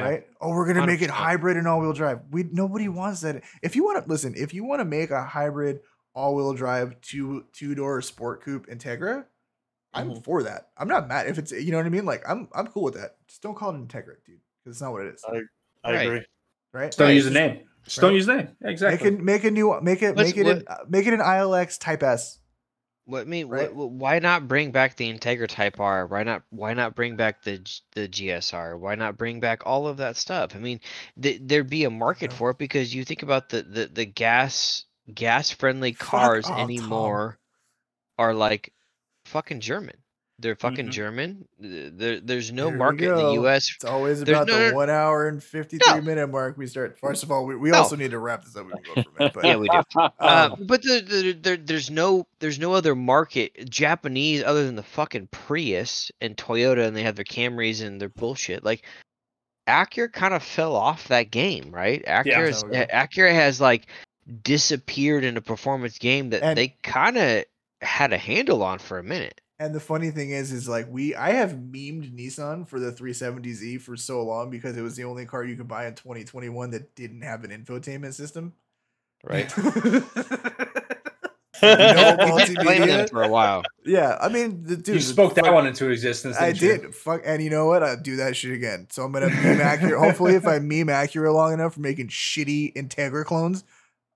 Speaker 1: Right? Oh, we're gonna make it
Speaker 7: 100%.
Speaker 1: hybrid and all-wheel drive. We nobody wants that. If you want to listen, if you want to make a hybrid all-wheel drive two two-door sport coupe Integra,
Speaker 7: Mm-hmm.
Speaker 1: I'm for that. I'm not mad if it's you know what I mean. Like I'm I'm cool with that. Just don't call it an Integra, dude, because it's not what it is.
Speaker 6: I- I
Speaker 7: Right.
Speaker 6: agree.
Speaker 1: Right?
Speaker 3: Just don't
Speaker 7: Right.
Speaker 3: use the name. Just don't
Speaker 1: Right.
Speaker 3: use the name. Yeah,
Speaker 1: Make
Speaker 3: Exactly.
Speaker 1: it make a new make it
Speaker 7: Let's-
Speaker 1: make it an, uh, make it an ILX Type S.
Speaker 7: Let me.
Speaker 1: Right?
Speaker 7: wh- wh- why not bring back the Integra Type R? Why not? Why not bring back the G- the GSR? Why not bring back all of that stuff? I mean, th- there'd be a market
Speaker 1: Yeah.
Speaker 7: for it because you think about the the, the gas gas friendly
Speaker 1: Fuck
Speaker 7: cars
Speaker 1: off, Tom.
Speaker 7: anymore are like fucking German. They're fucking
Speaker 3: Mhm.
Speaker 7: German. Th- There, there's no
Speaker 1: Mm-hmm. Here we
Speaker 7: market in the
Speaker 1: go.
Speaker 7: U.S.
Speaker 1: It's always
Speaker 7: There's
Speaker 1: about
Speaker 7: no-
Speaker 1: the one hour and fifty-three
Speaker 7: No.
Speaker 1: minute mark. We start. First of all, we, we
Speaker 7: No.
Speaker 1: also need to wrap this up. We can go for a minute, but
Speaker 7: Yeah, we do. Uh,
Speaker 1: um,
Speaker 7: but the, the, there, there's no there's no other market Japanese other than the fucking Prius and Toyota, and they have their Camrys and their bullshit. Like Acura kind of fell off that game, right? Acura's,
Speaker 1: totally.
Speaker 7: Acura has like disappeared in a performance game that
Speaker 1: And-
Speaker 7: they kind of had a handle on for a minute.
Speaker 1: And the funny thing is, is like we I have memed Nissan for the 370Z for so long because it was the only car you could buy in 2021 that didn't have an infotainment system.
Speaker 7: Right.
Speaker 1: No
Speaker 7: We blamed them
Speaker 1: multimedia.
Speaker 7: for a while.
Speaker 1: Yeah, I mean, the, dude,
Speaker 3: you spoke that
Speaker 1: fuck-
Speaker 3: one into existence.
Speaker 1: I
Speaker 3: didn't you?
Speaker 1: did. Fuck, and you know what? I'll do that shit again. So I'm gonna meme Acura. Hopefully, if I meme Acura long enough for making shitty Integra clones,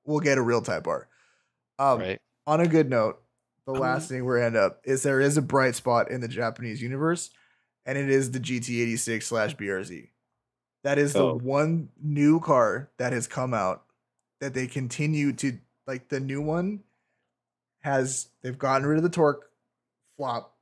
Speaker 1: we'll get a real Type R. Um,
Speaker 7: right.
Speaker 1: on a good note, the last thing we're gonna end up is there is a bright spot in the Japanese universe, and it is the GT86 slash BRZ. That is
Speaker 2: Oh.
Speaker 1: the one new car that has come out that they continue to like. The new one has they've gotten rid of the torque flop,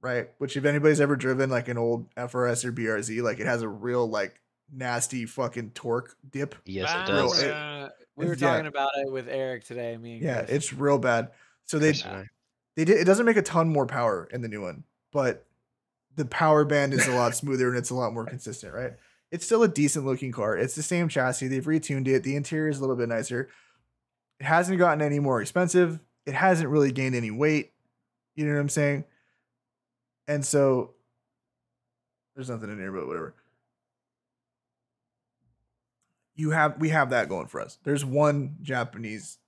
Speaker 1: right? Which if anybody's ever driven like an old FRS or BRZ, like it has a real like nasty fucking torque dip.
Speaker 7: Yes, it
Speaker 1: Real-
Speaker 7: does.
Speaker 1: it-
Speaker 4: Uh, we were
Speaker 1: it's- yeah.
Speaker 4: talking about it with Eric today. Me and
Speaker 1: Yeah,
Speaker 4: Chris.
Speaker 1: it's real bad. So they
Speaker 7: Chris and I.
Speaker 1: they did it doesn't make a ton more power in the new one, but the power band is a lot smoother and it's a lot more consistent, right? It's still a decent looking car. It's the same chassis. They've retuned it. The interior is a little bit nicer. It hasn't gotten any more expensive. It hasn't really gained any weight. You know what I'm saying? And so there's nothing in here, but whatever. You have we have that going for us. There's one Japanese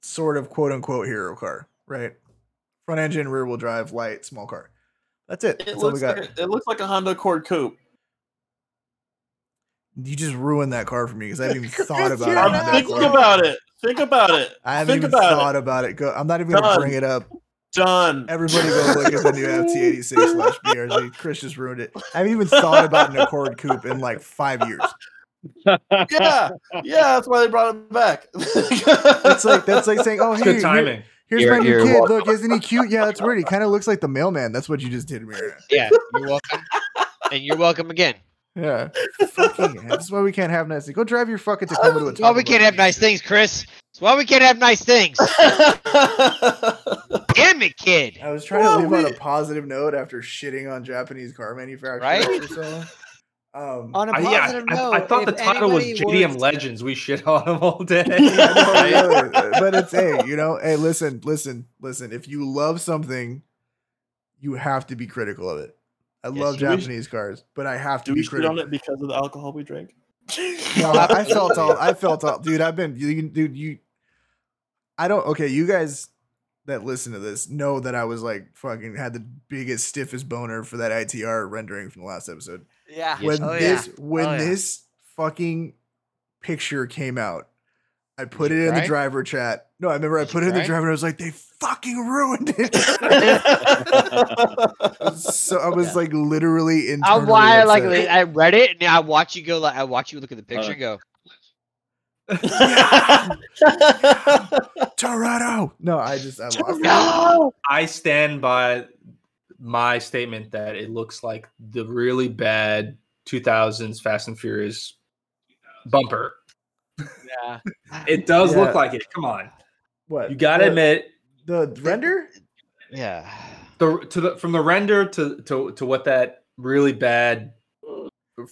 Speaker 1: sort of quote unquote hero car, right? Front engine, rear wheel drive, light, small car. That's it.
Speaker 9: It
Speaker 1: That's all we
Speaker 9: looks,
Speaker 1: got.
Speaker 9: like a, it looks like a Honda Accord coupe.
Speaker 1: You just ruined that car for me because I haven't even thought about it.
Speaker 4: You're
Speaker 1: on
Speaker 4: not
Speaker 1: that
Speaker 9: Think
Speaker 1: car.
Speaker 9: about it. Think about it.
Speaker 1: I haven't
Speaker 9: Think
Speaker 1: even
Speaker 9: about
Speaker 1: thought
Speaker 9: it.
Speaker 1: about it. Go, I'm not even gonna
Speaker 9: Done.
Speaker 1: bring it up.
Speaker 9: Done.
Speaker 1: Everybody go look at the new FT86 slash BRZ. Chris just ruined it. I haven't even thought about an Accord coupe in like five years.
Speaker 9: yeah, yeah. That's why they brought him back.
Speaker 1: It's like that's like saying, "Oh, hey,
Speaker 3: Good
Speaker 1: here-
Speaker 3: timing.
Speaker 1: here's
Speaker 7: You're-
Speaker 1: my new
Speaker 7: you're
Speaker 1: kid.
Speaker 7: welcome.
Speaker 1: Look, isn't he cute? Yeah, that's weird. He kind of looks like the mailman. That's what you just did, Mira.
Speaker 7: Yeah, you're welcome. and you're welcome again.
Speaker 1: Yeah, fucking. hell. That's why we can't have nice. Go drive your fucking Tacoma to a.
Speaker 7: That's why
Speaker 1: Taco
Speaker 7: we
Speaker 1: Bell.
Speaker 7: can't have nice things, Chris. That's why we can't have nice things. Damn it, kid.
Speaker 1: I was trying
Speaker 9: Well,
Speaker 1: to leave on
Speaker 9: we-
Speaker 1: a positive note after shitting on Japanese car manufacturers.
Speaker 7: Right?
Speaker 1: for so long. Um,
Speaker 4: On a
Speaker 3: I, yeah,
Speaker 4: positive
Speaker 3: I,
Speaker 4: note,
Speaker 3: I thought the
Speaker 4: if
Speaker 3: title was
Speaker 4: anybody
Speaker 3: JDM
Speaker 4: was-
Speaker 3: Legends. We shit on them all day.
Speaker 1: I
Speaker 3: Right?
Speaker 1: know, really. but it's hey, you know, hey, listen, listen, listen. If you love something, you have to be critical of it. I love
Speaker 9: Do we-
Speaker 1: Japanese cars, but I have to
Speaker 9: Do we
Speaker 1: be
Speaker 9: shit on
Speaker 1: critical.
Speaker 9: it because of the alcohol we drank?
Speaker 1: No, I I felt all, I felt all, dude. I've been, you, dude. You, I don't. Okay, you guys that listen to this know that I was like fucking had the biggest stiffest boner for that ITR rendering from the last episode.
Speaker 4: Yeah.
Speaker 1: When
Speaker 4: Oh, yeah.
Speaker 1: this, when
Speaker 4: Oh, yeah.
Speaker 1: this fucking picture came out, I put it in
Speaker 7: cry?
Speaker 1: the driver chat. No, I remember I
Speaker 7: Did you
Speaker 1: put it in the
Speaker 7: cry?
Speaker 1: driver. and I was like, they fucking ruined it. so I was like literally
Speaker 7: I,
Speaker 1: internally.
Speaker 7: why, like,
Speaker 1: upset.
Speaker 7: I read it and I watch you go, like, I watch you look at the picture and
Speaker 1: Uh,
Speaker 7: go,
Speaker 1: Toronto. No, I just I lost. it.
Speaker 7: no.
Speaker 3: I stand by my statement that it looks like the really bad 2000s Fast and Furious bumper.
Speaker 4: Yeah.
Speaker 3: It does
Speaker 1: Yeah. Uh,
Speaker 3: look like it. Come on,
Speaker 1: What
Speaker 3: you gotta
Speaker 1: the,
Speaker 3: admit
Speaker 1: the render.
Speaker 7: Yeah.
Speaker 3: the to the from the render to to to what that really bad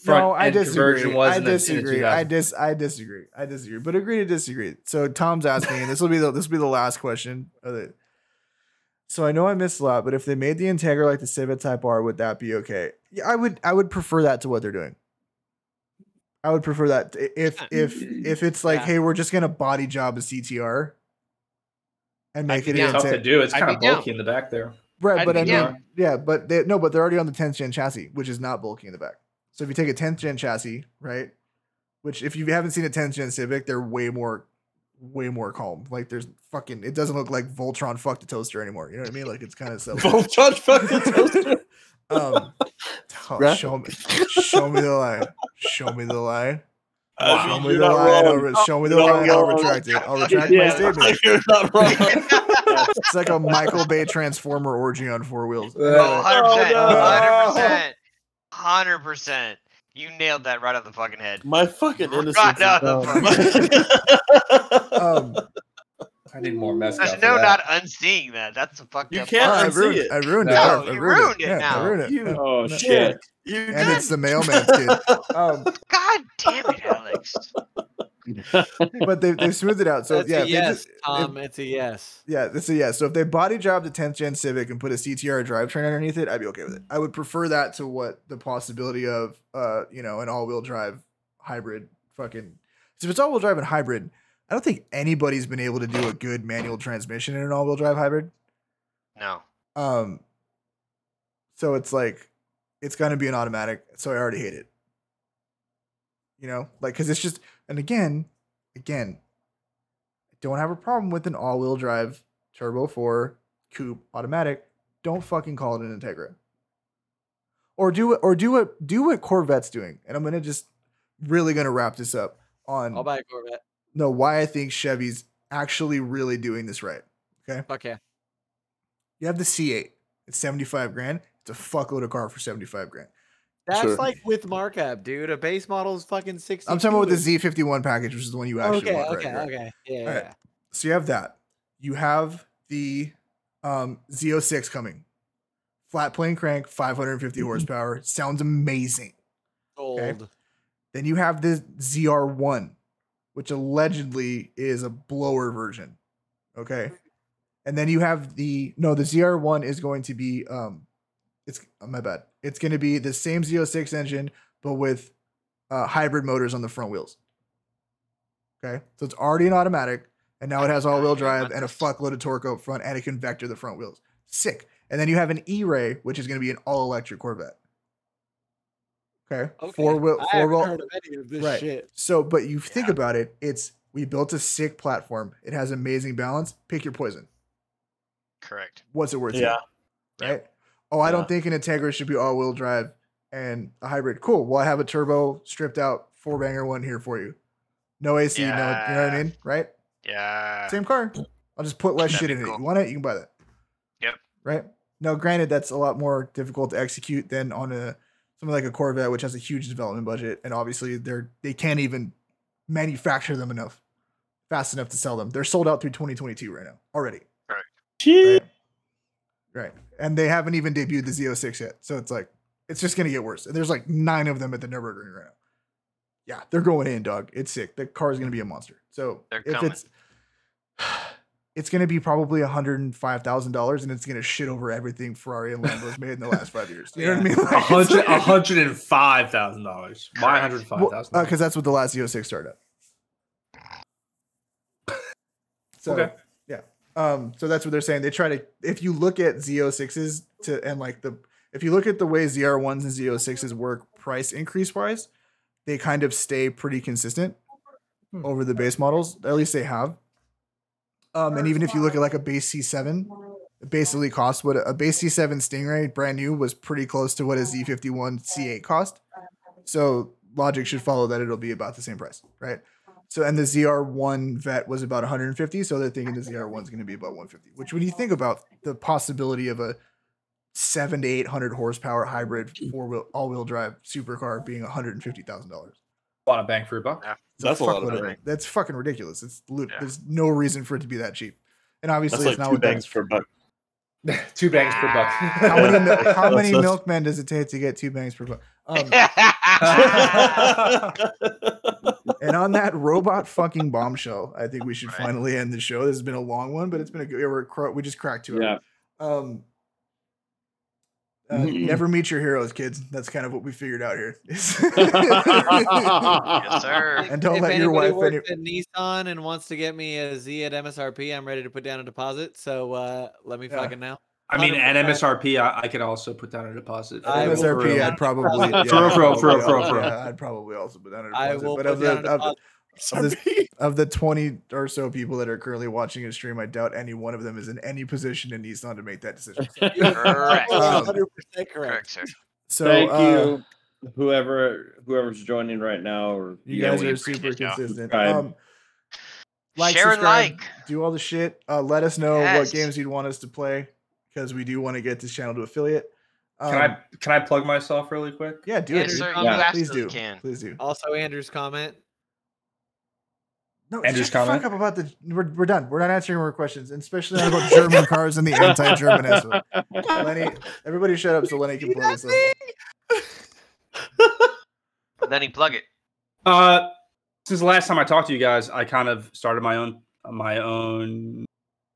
Speaker 3: front
Speaker 1: no, I
Speaker 3: end
Speaker 1: disagree.
Speaker 3: conversion was.
Speaker 1: I
Speaker 3: in the- in the
Speaker 1: disagree. I
Speaker 3: 2000s.
Speaker 1: dis. I disagree. I disagree. But agree to disagree. So Tom's asking, and this will be the this will be the last question. Of the, so I know I missed a lot, but if they made the Integra like the Civic Type R, would that be okay? Yeah, I would. I would prefer that to what they're doing. I would prefer that I- if if if it's like,
Speaker 4: Yeah.
Speaker 1: hey, we're just gonna body job a CTR and make
Speaker 7: be
Speaker 1: it
Speaker 7: down.
Speaker 1: an
Speaker 3: tough
Speaker 1: Integra.
Speaker 3: to do. It's
Speaker 7: I'd
Speaker 3: kind
Speaker 7: be
Speaker 3: of
Speaker 7: down.
Speaker 3: bulky in the back there.
Speaker 1: Right,
Speaker 7: I'd
Speaker 1: but
Speaker 7: be
Speaker 1: I mean,
Speaker 7: down.
Speaker 1: yeah, but they no, but they're already on the 10th gen chassis, which is not bulky in the back. So if you take a 10th gen chassis, right, which if you haven't seen a 10th gen Civic, they're way more, way more calm. Like there's fucking, it doesn't look like Voltron fucked a toaster anymore. You know what I mean? Like it's kind of silly.
Speaker 9: Both judge fucking toaster.
Speaker 1: um, oh,
Speaker 9: Right.
Speaker 1: show me, show me the lie. Show me the lie.
Speaker 9: I
Speaker 1: Show
Speaker 9: mean,
Speaker 1: me
Speaker 9: you're
Speaker 1: the
Speaker 9: not
Speaker 1: lie. I'll
Speaker 9: wrong.
Speaker 1: re- Show me the
Speaker 9: You're not
Speaker 1: lie. and I'll
Speaker 9: wrong.
Speaker 1: retract it. I'll retract my statement.
Speaker 9: You're not wrong.
Speaker 1: It's like a Michael Bay Transformer orgy on four wheels.
Speaker 7: Oh,
Speaker 3: Uh,
Speaker 9: no.
Speaker 7: 100%. 100%. 100%. You nailed that right off the fucking head.
Speaker 9: My fucking innocence.
Speaker 7: Right
Speaker 9: is
Speaker 7: off the
Speaker 9: gone.
Speaker 1: Um,
Speaker 3: I need more mess.
Speaker 7: There's no not unseeing that. That's a fucked
Speaker 9: You
Speaker 7: up
Speaker 9: can't
Speaker 7: part.
Speaker 1: I
Speaker 9: unsee
Speaker 1: ruined
Speaker 9: it.
Speaker 1: I ruined it.
Speaker 3: No,
Speaker 1: I- I
Speaker 7: you
Speaker 1: ruined,
Speaker 7: ruined it
Speaker 1: Yeah,
Speaker 7: now.
Speaker 1: I ruined it.
Speaker 9: You-
Speaker 1: Yeah.
Speaker 2: Oh
Speaker 1: No.
Speaker 2: shit!
Speaker 9: You
Speaker 1: And
Speaker 9: did.
Speaker 1: it's the mailman's kid. Um,
Speaker 7: God damn it, Alex.
Speaker 1: but they they smoothed it out. So
Speaker 4: That's
Speaker 1: yeah,
Speaker 4: a
Speaker 1: if they
Speaker 4: yes,
Speaker 1: just- if-
Speaker 4: Tom. it's a yes.
Speaker 1: yeah, that's a yeah. So if they body job the 10th gen Civic and put a CTR drivetrain underneath it, I'd be okay with it. I would prefer that to what the possibility of uh you know an all wheel drive hybrid fucking. So if it's all wheel drive and hybrid, I don't think anybody's been able to do a good manual transmission in an all wheel drive hybrid.
Speaker 7: No.
Speaker 1: Um, so it's like it's gonna be an automatic. So I already hate it. You know, like because it's just and again, again, I don't have a problem with an all-wheel drive turbo four coupe automatic. Don't fucking call it an Integra. Or do it, or do it, do what Corvette's doing. And I'm gonna just really gonna wrap this up on
Speaker 4: I'll buy a Corvette.
Speaker 1: no why I think Chevy's actually really doing this right.
Speaker 4: Fuck yeah.
Speaker 1: You have the C8. It's 75 grand. It's a fuckload of car for 75 grand.
Speaker 4: That's
Speaker 6: Sure.
Speaker 4: like with markup, dude. A base model's fucking sixty.
Speaker 1: I'm talking about the Z51 package, which is the one you actually
Speaker 4: Okay,
Speaker 1: want.
Speaker 4: okay,
Speaker 1: right, right.
Speaker 4: okay. Yeah,
Speaker 1: All right.
Speaker 4: yeah.
Speaker 1: So you have that. You have the um, Z06 coming. Flat plane crank, 550
Speaker 4: Mm-hmm.
Speaker 1: horsepower. Sounds amazing.
Speaker 4: Gold.
Speaker 1: Then you have the ZR1, which allegedly is a blower version. Okay. And then you have the no, the ZR1 is going to be um It's oh, my bad. It's going to be the same Z06 engine, but with uh, hybrid motors on the front wheels. Okay, so it's already an automatic, and now it has all-wheel drive and a fuckload of torque up front, and it can vector the front wheels. Sick. And then you have an E-Ray, which is going to be an all-electric Corvette. Okay, four wheel,
Speaker 4: I
Speaker 1: four
Speaker 4: haven't
Speaker 1: wheel,
Speaker 4: heard of any of this
Speaker 1: right.
Speaker 4: shit.
Speaker 1: So, but you think about it, it's we built a sick platform. It has amazing balance. Pick your poison.
Speaker 10: Correct.
Speaker 1: What's it worth? to you?
Speaker 6: Yeah.
Speaker 1: Right. Oh, I
Speaker 6: Yeah.
Speaker 1: don't think an Integra should be all-wheel drive and a hybrid. Cool. Well, I have a turbo stripped out four banger one here for you. No AC. No, you know what I
Speaker 10: Yeah.
Speaker 1: mean, right?
Speaker 10: Yeah.
Speaker 1: Same car. I'll just put less
Speaker 10: That'd
Speaker 1: shit
Speaker 10: be
Speaker 1: in it.
Speaker 10: cool.
Speaker 1: You want it? You can buy that.
Speaker 10: Yep.
Speaker 1: Right. Now, granted, that's a lot more difficult to execute than on a something like a Corvette, which has a huge development budget, and obviously they're they can't even manufacture them enough fast enough to sell them. They're sold out through 2022 right now already.
Speaker 6: Jeez.
Speaker 1: Right. And they haven't even debuted the Z06 yet. So it's like, it's just going to get worse. And there's like nine of them at the Nürburgring right now. Yeah, they're going in, dog. It's sick. The car's going to be a monster. So
Speaker 10: They're
Speaker 1: if
Speaker 10: coming.
Speaker 1: it's, it's going to be probably $105,000 and it's going to shit over everything Ferrari and Lambo's made in the last five years. You know what I mean?
Speaker 3: A
Speaker 1: Like, it's
Speaker 3: hundred,
Speaker 1: like-
Speaker 3: a hundred and five thousand dollars. My hundred five
Speaker 1: well,
Speaker 3: thousand.
Speaker 1: uh, cause that's what the last Z06 started up. So
Speaker 3: Okay.
Speaker 1: yeah. Um, so that's what they're saying. They try to, if you look at Z06s to, and like the, if you look at the way ZR1s and Z06s work price increase wise, they kind of stay pretty consistent
Speaker 3: Hmm.
Speaker 1: over the base models. At least they have. Um, and even if you look at like a base C7, it basically costs what a base C7 Stingray brand new was pretty close to what a Z51 C8 cost. So logic should follow that it'll be about the same price, right? So and the ZR1 vet was about 150, so they're thinking the ZR1 is going to be about 150. Which when you think about the possibility of a seven to eight hundred horsepower hybrid four wheel all wheel drive supercar being 150 thousand dollars.
Speaker 3: A lot of bang for your
Speaker 7: Ah.
Speaker 3: buck.
Speaker 6: That's a lot of
Speaker 1: Fuckload of-
Speaker 6: money.
Speaker 1: That's fucking ridiculous. It's lut-
Speaker 10: Yeah.
Speaker 1: there's no reason for it to be that cheap. And obviously,
Speaker 6: That's
Speaker 1: it's
Speaker 6: like
Speaker 1: not
Speaker 6: two
Speaker 1: with that-
Speaker 6: bangs for a buck.
Speaker 3: Two bangs per buck.
Speaker 1: How many, mil- how
Speaker 6: That's-
Speaker 1: many
Speaker 6: that's-
Speaker 1: milkmen does it take to get two bangs per buck? Um, Ah. and on that robot fucking bombshell, I think we should
Speaker 10: Right.
Speaker 1: finally end the show. This has been a long one, but it's been a good. We're, cro- we just cracked two.
Speaker 2: Yeah.
Speaker 1: hours. Um, uh,
Speaker 6: Mhm.
Speaker 1: Never meet your heroes, kids. That's kind of what we figured out here.
Speaker 10: yes, sir.
Speaker 1: and don't
Speaker 4: if
Speaker 1: let your
Speaker 4: anybody
Speaker 1: wife.
Speaker 4: works
Speaker 1: Any-
Speaker 4: at Nissan and wants to get me a Z at MSRP, I'm ready to put down a deposit. So uh, let me
Speaker 1: Yeah.
Speaker 4: fucking know.
Speaker 3: I mean,
Speaker 4: Hundred
Speaker 3: and
Speaker 4: percent.
Speaker 3: MSRP, I, I could also put down a deposit.
Speaker 4: I will
Speaker 1: MSRP,
Speaker 4: throw
Speaker 1: I'd
Speaker 4: down-
Speaker 1: probably yeah,
Speaker 3: For real,
Speaker 1: I'd
Speaker 3: for real, for real,
Speaker 1: probably
Speaker 3: for real,
Speaker 1: also-
Speaker 3: for real.
Speaker 1: yeah, I'd probably also put down a
Speaker 4: I
Speaker 1: deposit.
Speaker 4: will
Speaker 1: but
Speaker 4: put
Speaker 1: of the,
Speaker 4: down a
Speaker 1: of the- of
Speaker 4: deposit.
Speaker 1: the, of the 20 or so people that are currently watching a stream, I doubt any one of them is in any position in Nissan to make that decision.
Speaker 4: You are
Speaker 10: Correct.
Speaker 1: Um,
Speaker 4: 100% correct.
Speaker 10: Correct, sir.
Speaker 1: So
Speaker 2: Thank
Speaker 1: uh,
Speaker 2: you, whoever whoever's joining right now. Or
Speaker 1: you,
Speaker 2: know,
Speaker 1: guys
Speaker 10: we
Speaker 1: are super
Speaker 10: appreciate y'all.
Speaker 1: consistent.
Speaker 2: Subscribe.
Speaker 1: Um,
Speaker 10: Share and
Speaker 1: subscribe,
Speaker 10: like.
Speaker 1: do all the shit. Uh, let us know
Speaker 10: Yes.
Speaker 1: what games you'd want us to play because we do want to get this channel to affiliate. Um,
Speaker 3: Can I can I plug myself really quick?
Speaker 1: Yeah, do it.
Speaker 10: Yes,
Speaker 1: dude.
Speaker 10: sir.
Speaker 4: Yeah.
Speaker 10: You
Speaker 1: Please
Speaker 10: absolutely
Speaker 1: do.
Speaker 10: can.
Speaker 1: Please do.
Speaker 4: Also, Andrew's comment.
Speaker 1: No,
Speaker 3: Andrew's
Speaker 1: shut the
Speaker 3: comment?
Speaker 1: Fuck up about the. We're, we're done. We're not answering more questions, and especially not about German cars and the anti-German S one. Lenny, everybody shut up so Lenny can play this. Lesson.
Speaker 10: Then he plug it.
Speaker 3: Uh, since the last time I talked to you guys, I kind of started my own my own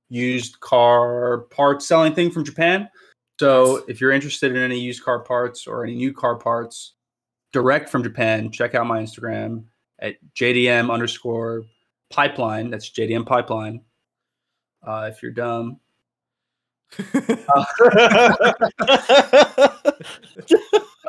Speaker 3: used car parts selling thing from Japan. So if you're interested in any used car parts or any new car parts direct from Japan, check out my Instagram at JDM underscore pipeline. That's JDM pipeline. Uh, if you're dumb, Uh,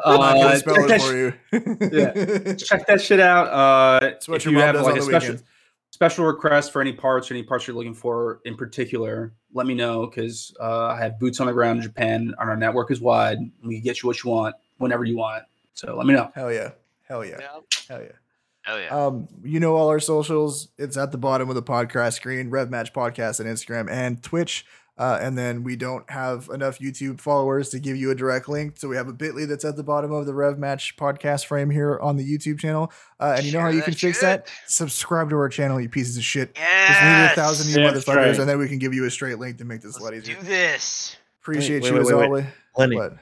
Speaker 1: I'm not gonna
Speaker 3: uh,
Speaker 1: spell
Speaker 3: check,
Speaker 1: it
Speaker 3: that
Speaker 1: for
Speaker 3: sh-
Speaker 1: you.
Speaker 3: check that shit out. Uh,
Speaker 1: That's what
Speaker 3: if
Speaker 1: your
Speaker 3: you
Speaker 1: mom
Speaker 3: have
Speaker 1: does
Speaker 3: like
Speaker 1: on
Speaker 3: a
Speaker 1: the
Speaker 3: special,
Speaker 1: weekends.
Speaker 3: special request for any parts or any parts you're looking for in particular, let me know because uh, I have boots on the ground in Japan and our network is wide. and We can get you what you want whenever you want it. So let me know.
Speaker 1: Hell yeah! Hell yeah!
Speaker 4: Yeah.
Speaker 1: Hell yeah!
Speaker 7: Oh,
Speaker 10: Hell yeah.
Speaker 1: Um, you know all our socials. It's at the bottom of the podcast screen. Rev Match Podcast on Instagram and Twitch. Uh, and then we don't have enough YouTube followers to give you a direct link, so we have a Bitly that's at the bottom of the Rev Match Podcast frame here on the YouTube channel. Uh, and you know how
Speaker 10: Share
Speaker 1: you can
Speaker 10: that
Speaker 1: fix that?
Speaker 10: shit.
Speaker 1: Subscribe to our channel, you pieces of shit. Just need
Speaker 10: Yes.
Speaker 1: a thousand of you
Speaker 6: That's
Speaker 1: motherfuckers,
Speaker 6: right.
Speaker 1: and then we can give you a straight link to make this a lot
Speaker 10: Let's
Speaker 1: easier.
Speaker 10: do this.
Speaker 1: Appreciate
Speaker 6: Wait,
Speaker 1: you
Speaker 6: wait,
Speaker 1: as
Speaker 6: wait, wait.
Speaker 1: always.
Speaker 6: Lenny,
Speaker 1: What?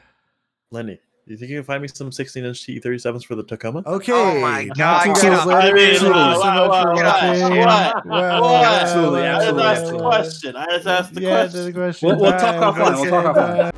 Speaker 6: Lenny, do you think you can find me some 16 inch T37s for the Tacoma?
Speaker 1: Okay.
Speaker 10: Oh my
Speaker 1: now
Speaker 10: God,
Speaker 1: two
Speaker 10: get
Speaker 1: shows
Speaker 10: out.
Speaker 1: later,
Speaker 6: I mean,
Speaker 1: thank you so
Speaker 6: wow,
Speaker 1: much
Speaker 9: wow,
Speaker 1: for
Speaker 9: wow,
Speaker 1: watching.
Speaker 9: wow,
Speaker 1: Well,
Speaker 9: wow.
Speaker 1: well,
Speaker 3: Absolutely,
Speaker 1: well,
Speaker 9: I just
Speaker 3: absolutely,
Speaker 1: well,
Speaker 9: asked the
Speaker 1: well.
Speaker 9: question. I just asked the
Speaker 1: yeah,
Speaker 9: question.
Speaker 1: the question.
Speaker 3: We'll- we'll talk
Speaker 1: Bye,
Speaker 3: offline, we'll talk
Speaker 1: everybody.
Speaker 3: offline.